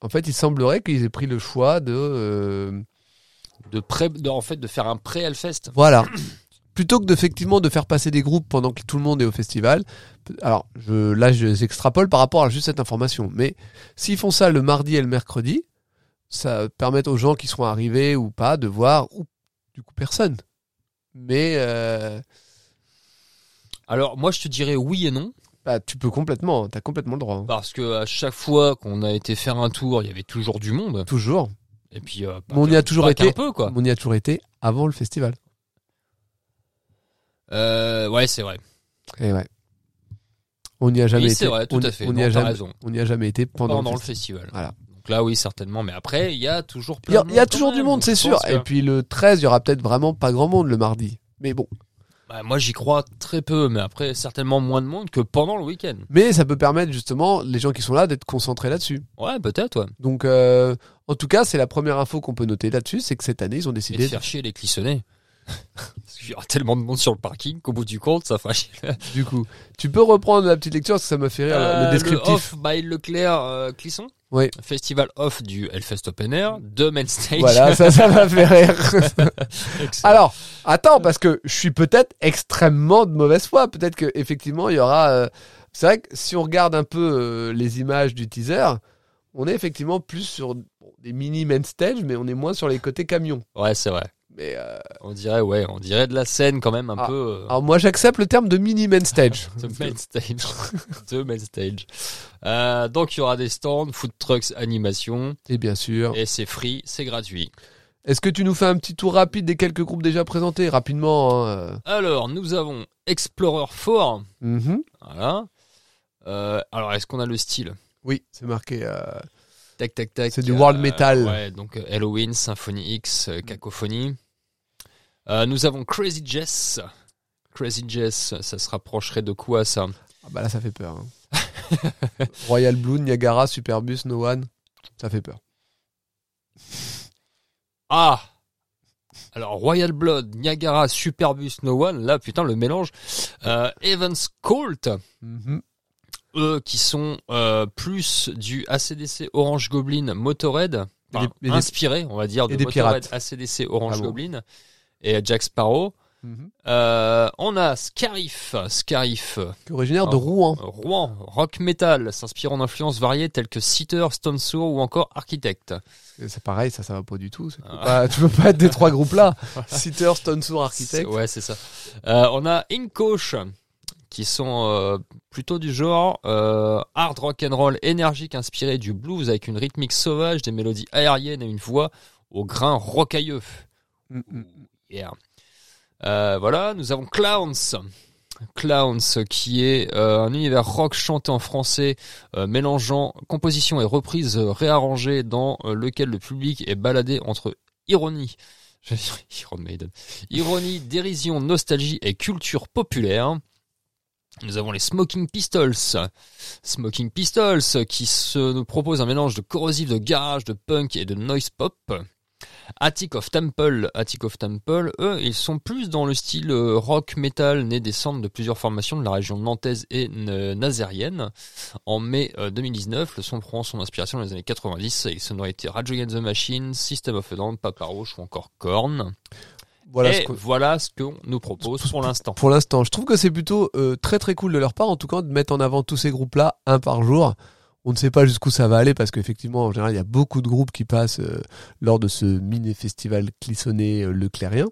[SPEAKER 2] en fait, il semblerait qu'ils aient pris le choix de euh,
[SPEAKER 3] de pré... de- En fait, de faire un pré-Hellfest.
[SPEAKER 2] Voilà. Plutôt que d'effectivement de faire passer des groupes pendant que tout le monde est au festival, pe- alors je, là je extrapole par rapport à juste cette information, mais s'ils font ça le mardi et le mercredi, ça permet aux gens qui seront arrivés ou pas de voir ou, du coup personne. Mais euh,
[SPEAKER 3] Alors, moi, je te dirais oui et non.
[SPEAKER 2] bah, tu peux complètement, t'as complètement le droit. hein.
[SPEAKER 3] Parce que à chaque fois qu'on a été faire un tour, il y avait toujours du monde.
[SPEAKER 2] Toujours.
[SPEAKER 3] Et puis, euh, pas
[SPEAKER 2] Mais on y
[SPEAKER 3] qu'un-
[SPEAKER 2] a toujours
[SPEAKER 3] pas
[SPEAKER 2] été.
[SPEAKER 3] qu'un peu, quoi.
[SPEAKER 2] On y a toujours été avant le festival.
[SPEAKER 3] Euh, ouais, c'est vrai.
[SPEAKER 2] Et ouais. On n'y a jamais
[SPEAKER 3] Oui,
[SPEAKER 2] été.
[SPEAKER 3] c'est vrai, tout
[SPEAKER 2] on,
[SPEAKER 3] à fait.
[SPEAKER 2] On n'y
[SPEAKER 3] Non,
[SPEAKER 2] a
[SPEAKER 3] t'as
[SPEAKER 2] jamais.
[SPEAKER 3] raison.
[SPEAKER 2] On n'y a jamais été pendant,
[SPEAKER 3] Pendant,
[SPEAKER 2] le
[SPEAKER 3] le
[SPEAKER 2] festival.
[SPEAKER 3] festival.
[SPEAKER 2] Voilà.
[SPEAKER 3] Donc là, oui, certainement. Mais après, il y a toujours
[SPEAKER 2] Il y
[SPEAKER 3] plein
[SPEAKER 2] a,
[SPEAKER 3] de
[SPEAKER 2] il y a
[SPEAKER 3] monde quand
[SPEAKER 2] toujours du
[SPEAKER 3] même.
[SPEAKER 2] monde, c'est
[SPEAKER 3] Je
[SPEAKER 2] sûr.
[SPEAKER 3] pense que-
[SPEAKER 2] Et puis le 13, il y aura peut-être vraiment pas grand monde le mardi. Mais bon.
[SPEAKER 3] Bah, moi, j'y crois très peu. Mais après, certainement moins de monde que pendant le week-end.
[SPEAKER 2] Mais ça peut permettre justement les gens qui sont là d'être concentrés là-dessus.
[SPEAKER 3] Ouais, peut-être, ouais.
[SPEAKER 2] Donc, euh, en tout cas, c'est la première info qu'on peut noter là-dessus, c'est que cette année, ils ont
[SPEAKER 3] Et de
[SPEAKER 2] décidé.
[SPEAKER 3] faire chier les clissonnets. Parce qu'il y aura tellement de monde sur le parking qu'au bout du compte, ça fera chier.
[SPEAKER 2] Du coup, tu peux reprendre la petite lecture parce que ça m'a fait rire
[SPEAKER 3] Euh,
[SPEAKER 2] le descriptif.
[SPEAKER 3] off by Leclerc euh, Clisson.
[SPEAKER 2] Oui.
[SPEAKER 3] Festival off du Hellfest Open Air, de Main Stage.
[SPEAKER 2] Voilà, ça, ça m'a fait rire.
[SPEAKER 3] Excellent.
[SPEAKER 2] Alors, attends, parce que je suis peut-être extrêmement de mauvaise foi. Peut-être que effectivement, il y aura. euh, C'est vrai que si on regarde un peu euh, les images du teaser, on est effectivement plus sur bon, des mini main stage, mais on est moins sur les côtés camions.
[SPEAKER 3] Ouais, c'est vrai.
[SPEAKER 2] Mais euh,
[SPEAKER 3] On dirait, ouais, on dirait de la scène quand même un
[SPEAKER 2] Ah,
[SPEAKER 3] peu. euh,
[SPEAKER 2] alors moi, j'accepte le terme de mini main stage.
[SPEAKER 3] de Main Stage. de Main Stage. Euh, donc, il y aura des stands, food trucks, animation.
[SPEAKER 2] Et bien sûr.
[SPEAKER 3] Et c'est free, c'est gratuit.
[SPEAKER 2] Est-ce que tu nous fais un petit tour rapide des quelques groupes déjà présentés rapidement hein, euh.
[SPEAKER 3] Alors, nous avons Explorer 4.
[SPEAKER 2] Mhm.
[SPEAKER 3] Voilà. Euh, alors, est-ce qu'on a le style
[SPEAKER 2] Oui, c'est marqué. euh,
[SPEAKER 3] Tac, tac, tac. euh,
[SPEAKER 2] C'est du world metal.
[SPEAKER 3] Ouais, donc euh, Halloween, Symphony X, euh, Cacophonie. Euh, nous avons Crazy Jess. Crazy Jess, ça se rapprocherait de quoi ça
[SPEAKER 2] Ah bah là, ça fait peur. hein. Royal Blue, Niagara, Superbus, No One, ça fait peur.
[SPEAKER 3] Ah Alors Royal Blood, Niagara, Superbus, No One, là putain le mélange. Euh, Evans Colt,
[SPEAKER 2] Mhm.
[SPEAKER 3] eux qui sont euh, plus du ACDC Orange Goblin Motorhead,
[SPEAKER 2] Et
[SPEAKER 3] enfin,
[SPEAKER 2] des- et des-
[SPEAKER 3] inspiré on va dire de
[SPEAKER 2] et des
[SPEAKER 3] Motorhead,
[SPEAKER 2] pirates.
[SPEAKER 3] ACDC Orange
[SPEAKER 2] Ah bon.
[SPEAKER 3] Goblin et Jack Sparrow.
[SPEAKER 2] Mhm.
[SPEAKER 3] Euh, on a Scarif, Scarif, euh,
[SPEAKER 2] Qui est originaire de
[SPEAKER 3] Ah.
[SPEAKER 2] Rouen.
[SPEAKER 3] Rouen, rock metal, s'inspirant d'influences variées telles que Seater, Stone Sour ou encore Architect.
[SPEAKER 2] Et C'est pareil, ça, ça va pas du tout. c'est- tu peux
[SPEAKER 3] Ah.
[SPEAKER 2] pas- tu peux pas être des trois groupes là. Sitter, Stone Sour,
[SPEAKER 3] C'est-
[SPEAKER 2] Architect.
[SPEAKER 3] Ouais, c'est ça. Euh, on a Incoche, qui sont euh, plutôt du genre euh, hard rock and roll énergique inspiré du blues avec une rythmique sauvage, des mélodies aériennes et une voix au grain rocailleux.
[SPEAKER 2] Mm, mm.
[SPEAKER 3] Yeah. Euh, voilà, nous avons Clowns. Clowns, qui est euh, un univers rock chanté en français, euh, mélangeant composition et reprise réarrangées dans euh, lequel le public est baladé entre ironie, j'allais dire Iron Maiden. ironie, dérision, nostalgie et culture populaire. Nous avons les Smoking Pistols. Smoking Pistols, qui se nous propose un mélange de corrosif, de garage, de punk et de noise pop. Attic of Temple, Attic of Temple, eux, ils sont plus dans le style euh, rock metal né des cendres de plusieurs formations de la région nantaise et n- nazérienne. En mai euh, 2019, le son prend son inspiration dans les années 90 avec sonorités Radio Against the Machine, System of a Down, Papa Roach ou encore Korn.
[SPEAKER 2] Voilà
[SPEAKER 3] et
[SPEAKER 2] ce qu'on-
[SPEAKER 3] voilà ce qu'on nous propose pour l'instant.
[SPEAKER 2] Pour l'instant, je trouve que c'est plutôt euh, très très cool de leur part, en tout cas, de mettre en avant tous ces groupes-là, un par jour. On ne sait pas jusqu'où ça va aller parce qu'effectivement, en général, il y a beaucoup de groupes qui passent euh, lors de ce mini-festival clissonné euh, leclérien.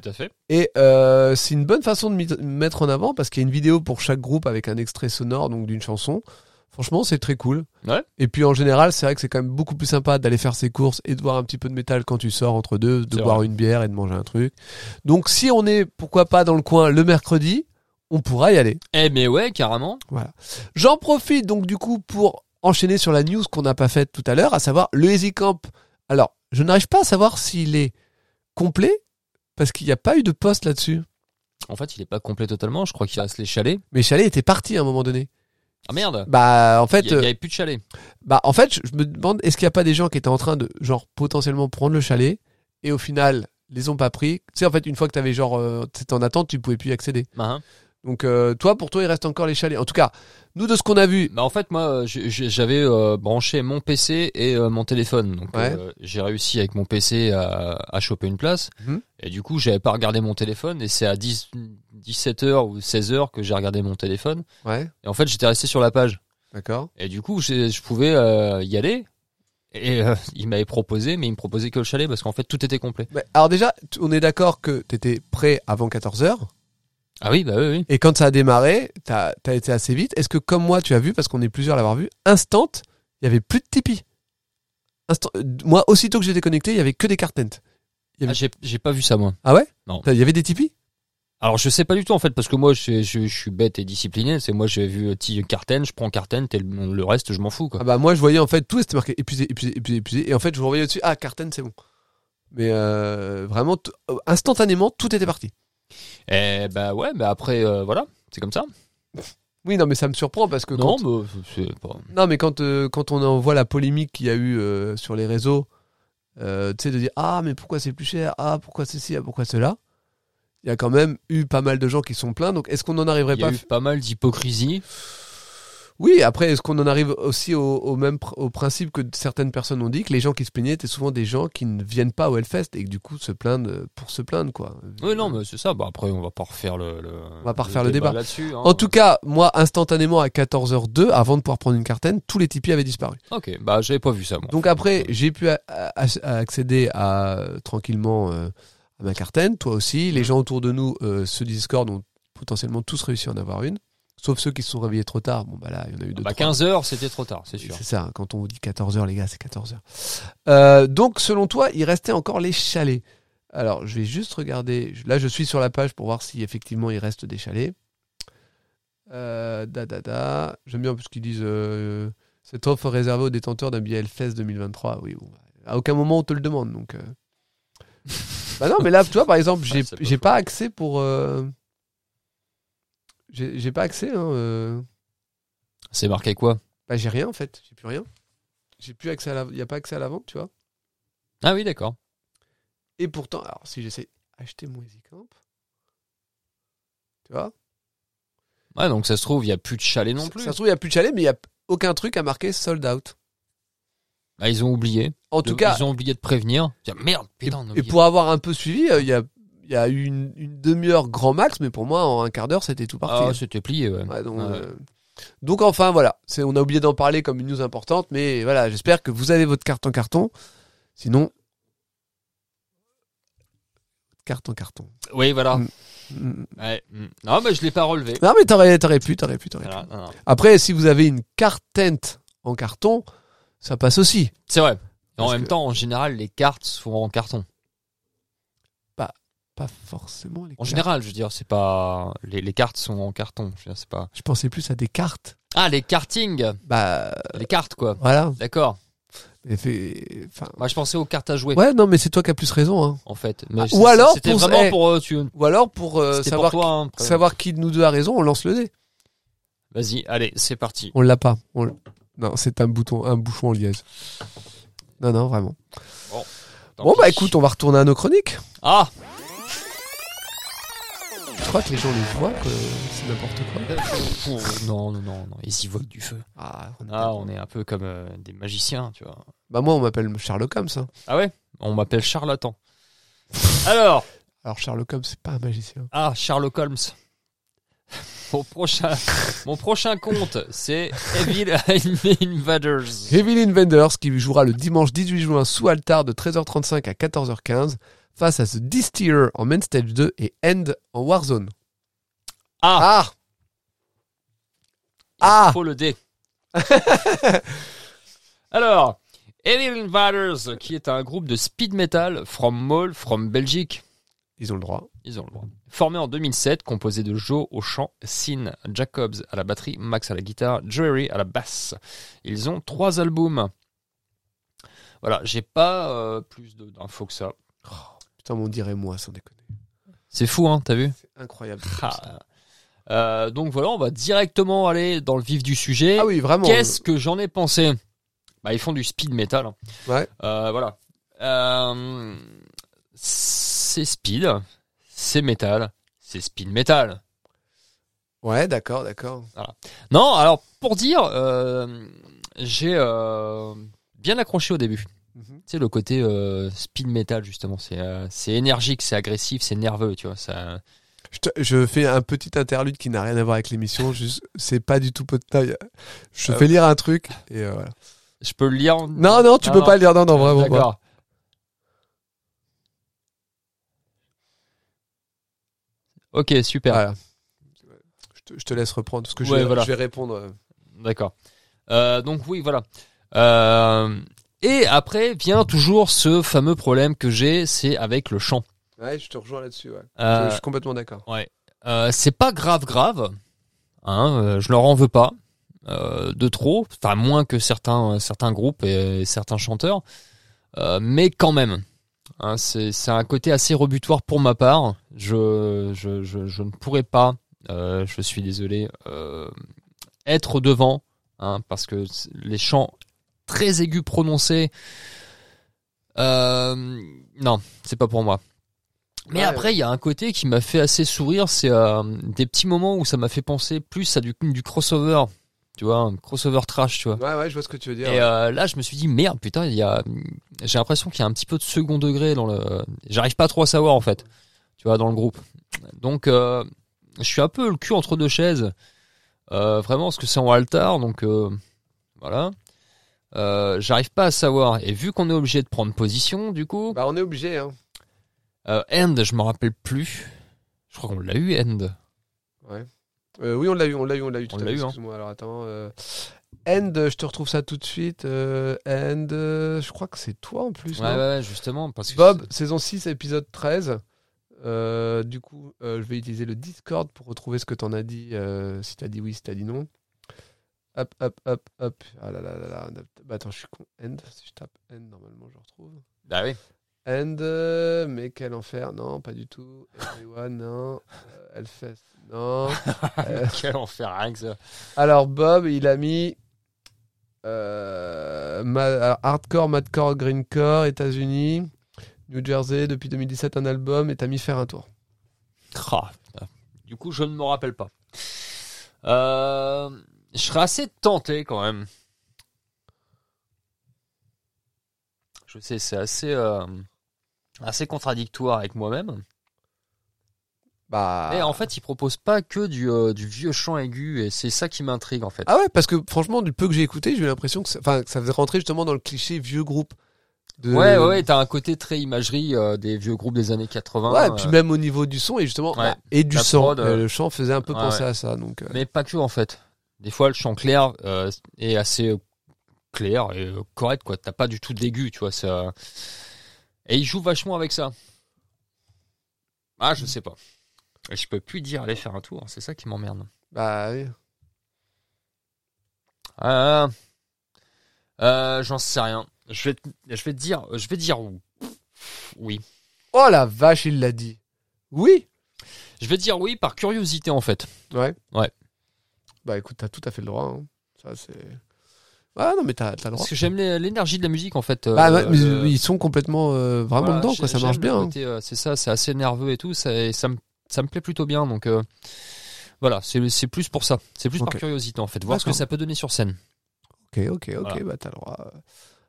[SPEAKER 3] Tout à fait.
[SPEAKER 2] Et euh, c'est une bonne façon de mit- mettre en avant parce qu'il y a une vidéo pour chaque groupe avec un extrait sonore donc d'une chanson. Franchement, c'est très cool.
[SPEAKER 3] Ouais.
[SPEAKER 2] Et puis en général, c'est vrai que c'est quand même beaucoup plus sympa d'aller faire ses courses et de voir un petit peu de métal quand tu sors entre deux, de
[SPEAKER 3] C'est
[SPEAKER 2] boire
[SPEAKER 3] vrai.
[SPEAKER 2] une bière et de manger un truc. Donc si on est, pourquoi pas, dans le coin le mercredi, on pourra y aller.
[SPEAKER 3] Eh mais ouais, carrément.
[SPEAKER 2] J'en profite donc du coup pour enchaîner sur la news qu'on n'a pas faite tout à l'heure, à savoir le Easy Camp. Alors, je n'arrive pas à savoir s'il est complet parce qu'il n'y a pas eu de post là-dessus.
[SPEAKER 3] En fait, il est pas complet totalement. Je crois qu'il reste les chalets.
[SPEAKER 2] Mais Chalet était parti à un moment donné.
[SPEAKER 3] Ah merde
[SPEAKER 2] Bah en
[SPEAKER 3] Il
[SPEAKER 2] fait,
[SPEAKER 3] n'y
[SPEAKER 2] euh,
[SPEAKER 3] avait plus de chalets.
[SPEAKER 2] bah en fait, je- je me demande est-ce qu'il n'y a pas des gens qui étaient en train de genre potentiellement prendre le chalet et au final les ont pas pris. Tu sais en fait une fois que t'avais genre euh, t'étais en attente, tu pouvais plus y accéder.
[SPEAKER 3] Bah, hein.
[SPEAKER 2] Donc euh, toi pour toi il reste encore les chalets. En tout cas, nous de ce qu'on a vu,
[SPEAKER 3] Bah, en fait, moi, j'ai- j'ai- j'avais euh, branché mon PC et euh, mon téléphone. Donc,
[SPEAKER 2] Ouais.
[SPEAKER 3] euh, j'ai réussi avec mon PC à, à choper une place.
[SPEAKER 2] Mhm.
[SPEAKER 3] Et du coup, j'avais pas regardé mon téléphone. Et c'est à 10, 17h ou 16h que j'ai regardé mon téléphone.
[SPEAKER 2] ouais,
[SPEAKER 3] Et en fait, j'étais resté sur la page.
[SPEAKER 2] d'accord.
[SPEAKER 3] Et du coup, j'ai- je pouvais euh, y aller. Et euh, il m'avait proposé, mais il me proposait que le chalet parce qu'en fait, tout était complet.
[SPEAKER 2] Bah, alors déjà, t- on est d'accord que t'étais prêt avant 14 h
[SPEAKER 3] Ah oui, bah oui, oui.
[SPEAKER 2] Et quand ça a démarré, t'as as été assez vite. Est-ce que comme moi, tu as vu, parce qu'on est plusieurs à l'avoir vu, instant, il y avait plus de Tipeee. Instant, euh, moi, aussitôt que j'ai déconnecté, il y avait que des cartes tentes. Il y
[SPEAKER 3] Ah,
[SPEAKER 2] avait-
[SPEAKER 3] j'ai j'ai pas vu ça, moi.
[SPEAKER 2] Ah ouais
[SPEAKER 3] Non.
[SPEAKER 2] T'as- Il y avait des Tipeee
[SPEAKER 3] Alors je sais pas du tout en fait parce que moi je, je, je suis bête et discipliné. C'est moi j'ai vu euh, T- Carten, je prends Carten, et le, le reste je m'en fous
[SPEAKER 2] Ah
[SPEAKER 3] quoi.
[SPEAKER 2] bah moi, je voyais en fait tout, et c'était marqué épuisé, épuisé, épuisé, épuisé. Et en fait, je revoyais au-dessus, ah, carte tente, c'est bon. Mais euh, vraiment, t- euh, instantanément, tout était parti.
[SPEAKER 3] Eh bah ouais, bah après euh, voilà, c'est comme ça.
[SPEAKER 2] Oui, non, mais ça me surprend parce que
[SPEAKER 3] non,
[SPEAKER 2] quand-
[SPEAKER 3] mais c'est pas.
[SPEAKER 2] Non, mais quand, euh, quand on en voit la polémique qu'il y a eu euh, sur les réseaux, euh, tu sais, de dire Ah, mais pourquoi c'est plus cher Ah, pourquoi ceci Ah, pourquoi cela Il y a quand même eu pas mal de gens qui sont pleins. Donc, est-ce qu'on en arriverait
[SPEAKER 3] Il y a
[SPEAKER 2] pas
[SPEAKER 3] eu pas mal d'hypocrisie.
[SPEAKER 2] Oui, après, est-ce qu'on en arrive aussi au, au même pr- au principe que certaines personnes ont dit que les gens qui se plaignaient étaient souvent des gens qui ne viennent pas au Hellfest et que du coup se plaignent euh, pour se plaindre, quoi.
[SPEAKER 3] Oui non mais c'est ça. Bah après on va pas refaire le. le-
[SPEAKER 2] On va pas refaire le débat.
[SPEAKER 3] là-dessus. hein.
[SPEAKER 2] En tout cas, moi, instantanément à 14h02, avant de pouvoir prendre une cartaine, tous les Tipeee avaient disparu.
[SPEAKER 3] Ok, bah j'avais pas vu ça. Moi.
[SPEAKER 2] Donc après, j'ai pu a- a- a- accéder à, euh, tranquillement euh, à ma cartaine, toi aussi. Les gens autour de nous, euh, ce Discord, ont potentiellement tous réussi à en avoir une. Sauf ceux qui se sont réveillés trop tard. Bon, bah là, il y en a eu deux.
[SPEAKER 3] bah
[SPEAKER 2] trois.
[SPEAKER 3] 15 heures c'était trop tard, c'est sûr.
[SPEAKER 2] C'est ça, hein, quand on vous dit 14h, les gars, c'est 14h. Euh, donc, selon toi, il restait encore les chalets. Alors, je vais juste regarder. Je- Là, je suis sur la page pour voir si effectivement il reste des chalets. Euh, da, da, da. J'aime bien parce qu'ils disent euh, cette offre réservée aux détenteurs d'un billet Hellfest 2023. Oui, bon, à aucun moment on te le demande. Donc, euh. bah non, mais là, tu vois, par exemple, j'ai
[SPEAKER 3] Ouais, c'est pas
[SPEAKER 2] j'ai
[SPEAKER 3] faux.
[SPEAKER 2] pas accès pour. euh, J'ai j'ai pas accès. Hein, euh,
[SPEAKER 3] C'est marqué quoi
[SPEAKER 2] bah, j'ai rien en fait, j'ai plus rien. J'ai plus accès à la, y a pas accès à la vente, tu vois.
[SPEAKER 3] Ah oui d'accord.
[SPEAKER 2] Et pourtant, alors si j'essaie d'acheter mon EasyCamp, tu vois,
[SPEAKER 3] Ouais donc ça se trouve il y a plus de chalet non
[SPEAKER 2] ça-
[SPEAKER 3] plus.
[SPEAKER 2] ça se trouve il y a plus de chalet, mais il y a p- aucun truc à marquer sold out.
[SPEAKER 3] Ah, ils ont oublié.
[SPEAKER 2] En tout cas,
[SPEAKER 3] ils ont oublié de prévenir. Tiens, Merde putain. on a
[SPEAKER 2] et
[SPEAKER 3] oublié.
[SPEAKER 2] pour avoir un peu suivi, euh, il y a, il y a eu une, une demi-heure grand max, mais pour moi en un quart d'heure c'était tout parti.
[SPEAKER 3] Ah c'était plié. Ouais.
[SPEAKER 2] Ouais, donc,
[SPEAKER 3] Ouais.
[SPEAKER 2] euh, donc, enfin voilà, c'est on a oublié d'en parler comme une news importante, mais voilà, j'espère que vous avez votre carte en carton. Sinon, carte en carton.
[SPEAKER 3] Oui voilà.
[SPEAKER 2] Mm.
[SPEAKER 3] Ouais. mm. Non, mais je l'ai pas relevé.
[SPEAKER 2] Non, mais t'aurais, t'aurais pu, t'aurais pu, t'aurais
[SPEAKER 3] Voilà,
[SPEAKER 2] pu.
[SPEAKER 3] non, non.
[SPEAKER 2] Après, si vous avez une carte tente en carton, ça passe aussi.
[SPEAKER 3] C'est vrai. Et en
[SPEAKER 2] Parce
[SPEAKER 3] même
[SPEAKER 2] que-
[SPEAKER 3] temps, en général, les cartes sont en carton.
[SPEAKER 2] Pas forcément les
[SPEAKER 3] En
[SPEAKER 2] cartes.
[SPEAKER 3] général, je veux dire, c'est pas les, les cartes sont en carton. Je veux dire, c'est pas.
[SPEAKER 2] Je pensais plus à des cartes.
[SPEAKER 3] Ah, les kartings,
[SPEAKER 2] Bah, euh,
[SPEAKER 3] les cartes quoi.
[SPEAKER 2] voilà.
[SPEAKER 3] D'accord.
[SPEAKER 2] Et fait- enfin,
[SPEAKER 3] Moi, je pensais aux cartes à jouer
[SPEAKER 2] Ouais, non, mais c'est toi qui as plus raison. hein.
[SPEAKER 3] en fait. Mais
[SPEAKER 2] Ah,
[SPEAKER 3] c'est-
[SPEAKER 2] ou alors,
[SPEAKER 3] c'était
[SPEAKER 2] pour-
[SPEAKER 3] vraiment
[SPEAKER 2] eh,
[SPEAKER 3] pour euh, tu.
[SPEAKER 2] Ou alors, pour euh,
[SPEAKER 3] c'était
[SPEAKER 2] savoir,
[SPEAKER 3] pour toi. hein, après.
[SPEAKER 2] savoir qui de nous deux a raison, on lance le dé.
[SPEAKER 3] Vas-y, allez, c'est parti.
[SPEAKER 2] On l'a pas. On l'- Non, c'est un bouton, un bouchon en liège. Non, non, vraiment.
[SPEAKER 3] Tant
[SPEAKER 2] bon,
[SPEAKER 3] pis.
[SPEAKER 2] bah écoute, on va retourner à nos chroniques.
[SPEAKER 3] Ah,
[SPEAKER 2] Je crois que les gens les voient, que c'est n'importe quoi.
[SPEAKER 3] non, non, non, non, ils y voient que du feu.
[SPEAKER 2] Ah, on est-
[SPEAKER 3] Ah, on est un peu comme euh, des magiciens, tu vois.
[SPEAKER 2] Bah, moi, on m'appelle Sherlock Holmes. hein.
[SPEAKER 3] Ah ouais, on m'appelle charlatan. Alors.
[SPEAKER 2] Alors, Sherlock Holmes, c'est pas un magicien.
[SPEAKER 3] Ah, Sherlock Holmes. Mon prochain, mon prochain compte, c'est Evil Invaders.
[SPEAKER 2] Evelyn Vendors qui jouera le dimanche 18 juin sous Altar de 13h35 à 14h15 face à The Distiller en Main Stage 2 et End en Warzone.
[SPEAKER 3] Ah,
[SPEAKER 2] Ah
[SPEAKER 3] il
[SPEAKER 2] Ah
[SPEAKER 3] faut le dé. Alors, Evil Invaders, qui est un groupe de speed metal from Maul, from Belgique.
[SPEAKER 2] Ils ont le droit.
[SPEAKER 3] Ils ont le droit. Formé en 2007, composé de Joe au chant, Sin, Jacobs à la batterie, Max à la guitare, Jerry à la basse. Ils ont trois albums. Voilà, j'ai pas euh, plus de- d'infos que ça.
[SPEAKER 2] Oh, Putain, mais on dirait moi, sans déconner.
[SPEAKER 3] C'est fou, hein, t'as vu
[SPEAKER 2] C'est incroyable.
[SPEAKER 3] Ah. Euh, donc voilà, on va directement aller dans le vif du sujet.
[SPEAKER 2] Ah oui, vraiment.
[SPEAKER 3] Qu'est-ce que j'en ai pensé Bah, ils font du speed metal. hein.
[SPEAKER 2] Ouais.
[SPEAKER 3] Euh, voilà. Euh, c'est speed, c'est metal, c'est speed metal.
[SPEAKER 2] Ouais, d'accord, d'accord.
[SPEAKER 3] Non, alors pour dire, euh, j'ai euh, bien accroché au début.
[SPEAKER 2] Mhm.
[SPEAKER 3] Tu sais, le côté euh, speed metal, justement, c'est euh, c'est énergique, c'est agressif, c'est nerveux, tu vois. Ça...
[SPEAKER 2] Je, te- je fais un petit interlude qui n'a rien à voir avec l'émission. juste- C'est pas du tout podcast. Je
[SPEAKER 3] Ah
[SPEAKER 2] fais lire un truc et euh, voilà.
[SPEAKER 3] Je peux le lire en-
[SPEAKER 2] Non, non, tu
[SPEAKER 3] Ah
[SPEAKER 2] peux
[SPEAKER 3] non.
[SPEAKER 2] pas lire. Non, non, vraiment pas.
[SPEAKER 3] D'accord. Ok, super.
[SPEAKER 2] Voilà. Je te, je te laisse reprendre parce que je,
[SPEAKER 3] Ouais,
[SPEAKER 2] vais,
[SPEAKER 3] voilà.
[SPEAKER 2] je vais répondre. euh,
[SPEAKER 3] D'accord. Euh, donc oui, voilà. Euh, et après vient toujours ce fameux problème que j'ai, c'est avec le chant.
[SPEAKER 2] Ouais, je te rejoins là-dessus. ouais. Je,
[SPEAKER 3] Euh,
[SPEAKER 2] je suis complètement d'accord.
[SPEAKER 3] euh, c'est pas grave grave. Hein, euh, je leur en veux pas euh, de trop, enfin moins que certains euh, certains groupes et, certains chanteurs, Euh, mais quand même. Hein, c'est c'est un côté assez rebutoire pour ma part. Je je je, je ne pourrais pas. euh, je suis désolé. euh, être devant, hein, parce que c- les chants très aigus prononcés. euh, non, c'est pas pour moi. Mais
[SPEAKER 2] Ouais,
[SPEAKER 3] après, il y a un côté qui m'a fait assez sourire, c'est euh, des petits moments où ça m'a fait penser plus à du, du crossover, tu vois, un crossover trash, tu vois.
[SPEAKER 2] Ouais, ouais, je vois ce que tu veux dire.
[SPEAKER 3] Et euh, là, je me suis dit merde, putain, il y a, j'ai l'impression qu'il y a un petit peu de second degré dans le. J'arrive pas trop à savoir en fait, tu vois, dans le groupe. Donc, euh, je suis un peu le cul entre deux chaises. Euh, vraiment, parce que c'est en altar, donc euh, voilà. Euh, j'arrive pas à savoir. Et vu qu'on est obligé de prendre position, du coup,
[SPEAKER 2] Bah, on est obligé. Hein.
[SPEAKER 3] euh, end, je me rappelle plus. Je crois qu'on l'a eu, end.
[SPEAKER 2] Euh, oui, on l'a eu, on l'a eu, on l'a eu. Tout
[SPEAKER 3] On
[SPEAKER 2] à
[SPEAKER 3] l'a
[SPEAKER 2] l'heure,
[SPEAKER 3] eu, hein.
[SPEAKER 2] excuse-moi. Alors attends. euh, End, je te retrouve ça tout de suite. euh, End, euh, je crois que c'est toi en plus.
[SPEAKER 3] Ouais,
[SPEAKER 2] non
[SPEAKER 3] ouais, ouais, justement, parce que
[SPEAKER 2] Bob, saison 6, épisode 13. Euh, du coup, euh, je vais utiliser le Discord pour retrouver ce que t'en as dit, euh, si t'as dit oui, si t'as dit non. Hop, hop, hop, hop. Ah là là là là. Bah, attends, je suis con. End, si je tape end, normalement, je retrouve.
[SPEAKER 3] c'est- Bah oui.
[SPEAKER 2] End, euh, mais quel enfer. Non, pas du tout. Everyone, non. Euh, Hellfest, non. Euh,
[SPEAKER 3] Quel enfer, rien que ça.
[SPEAKER 2] alors, Bob, il a mis euh, ma- alors, Hardcore, Madcore, Greencore, États-Unis, New Jersey, depuis 2017, un album, et t'as mis faire un tour.
[SPEAKER 3] Ah, putain. du coup, je ne me rappelle pas. Euh, je serais assez tenté quand même. Je sais, c'est assez, euh, assez contradictoire avec moi-même.
[SPEAKER 2] Bah.
[SPEAKER 3] Et en fait, il propose pas que du, euh, du vieux chant aigu, et c'est ça qui m'intrigue en fait.
[SPEAKER 2] Ah ouais, parce que franchement, du peu que j'ai écouté, j'ai eu l'impression que ça, enfin, que ça faisait rentrer justement dans le cliché vieux groupe. De...
[SPEAKER 3] Ouais, ouais, ouais, t'as un côté très imagerie euh, des vieux groupes des années 80.
[SPEAKER 2] Ouais, et puis
[SPEAKER 3] euh,
[SPEAKER 2] même au niveau du son et justement
[SPEAKER 3] Ouais.
[SPEAKER 2] et du
[SPEAKER 3] La
[SPEAKER 2] sang,
[SPEAKER 3] prod, euh,
[SPEAKER 2] euh, le chant faisait un peu
[SPEAKER 3] ouais,
[SPEAKER 2] penser à ça. Donc euh,
[SPEAKER 3] Mais pas que en fait. Des fois, le chant clair euh, est assez euh, clair et euh, correct, quoi. T'as pas du tout d'aigu, tu vois. Ça... Et il joue vachement avec ça. Ah, je sais pas. Et Je peux plus dire aller faire un tour, c'est ça qui m'emmerde.
[SPEAKER 2] bah oui.
[SPEAKER 3] Ah, euh, j'en sais rien. Je vais, te- je vais te dire, je vais dire oui.
[SPEAKER 2] Oh la vache, il l'a dit. Oui.
[SPEAKER 3] Je vais dire oui par curiosité en fait.
[SPEAKER 2] Ouais.
[SPEAKER 3] Ouais.
[SPEAKER 2] Bah écoute, t'as tout à fait le droit. hein. Ça c'est. Ah non, mais t'as t'as le droit.
[SPEAKER 3] Parce que j'aime l'é- l'énergie de la musique en fait.
[SPEAKER 2] Bah
[SPEAKER 3] Euh,
[SPEAKER 2] ouais, mais
[SPEAKER 3] le-
[SPEAKER 2] ils sont complètement euh, vraiment
[SPEAKER 3] Voilà,
[SPEAKER 2] dedans,
[SPEAKER 3] j'ai-
[SPEAKER 2] quoi. Ça
[SPEAKER 3] j'aime
[SPEAKER 2] marche
[SPEAKER 3] le
[SPEAKER 2] bien. hein.
[SPEAKER 3] côté, euh, c'est ça, c'est assez nerveux et tout, ça, et ça me ça me plaît plutôt bien. Donc euh, voilà, c'est c'est plus pour ça. C'est plus
[SPEAKER 2] Ok.
[SPEAKER 3] par curiosité en fait, voir ce que
[SPEAKER 2] D'accord.
[SPEAKER 3] ça peut donner sur scène.
[SPEAKER 2] Ok, ok, ok.
[SPEAKER 3] Voilà.
[SPEAKER 2] Bah t'as le droit.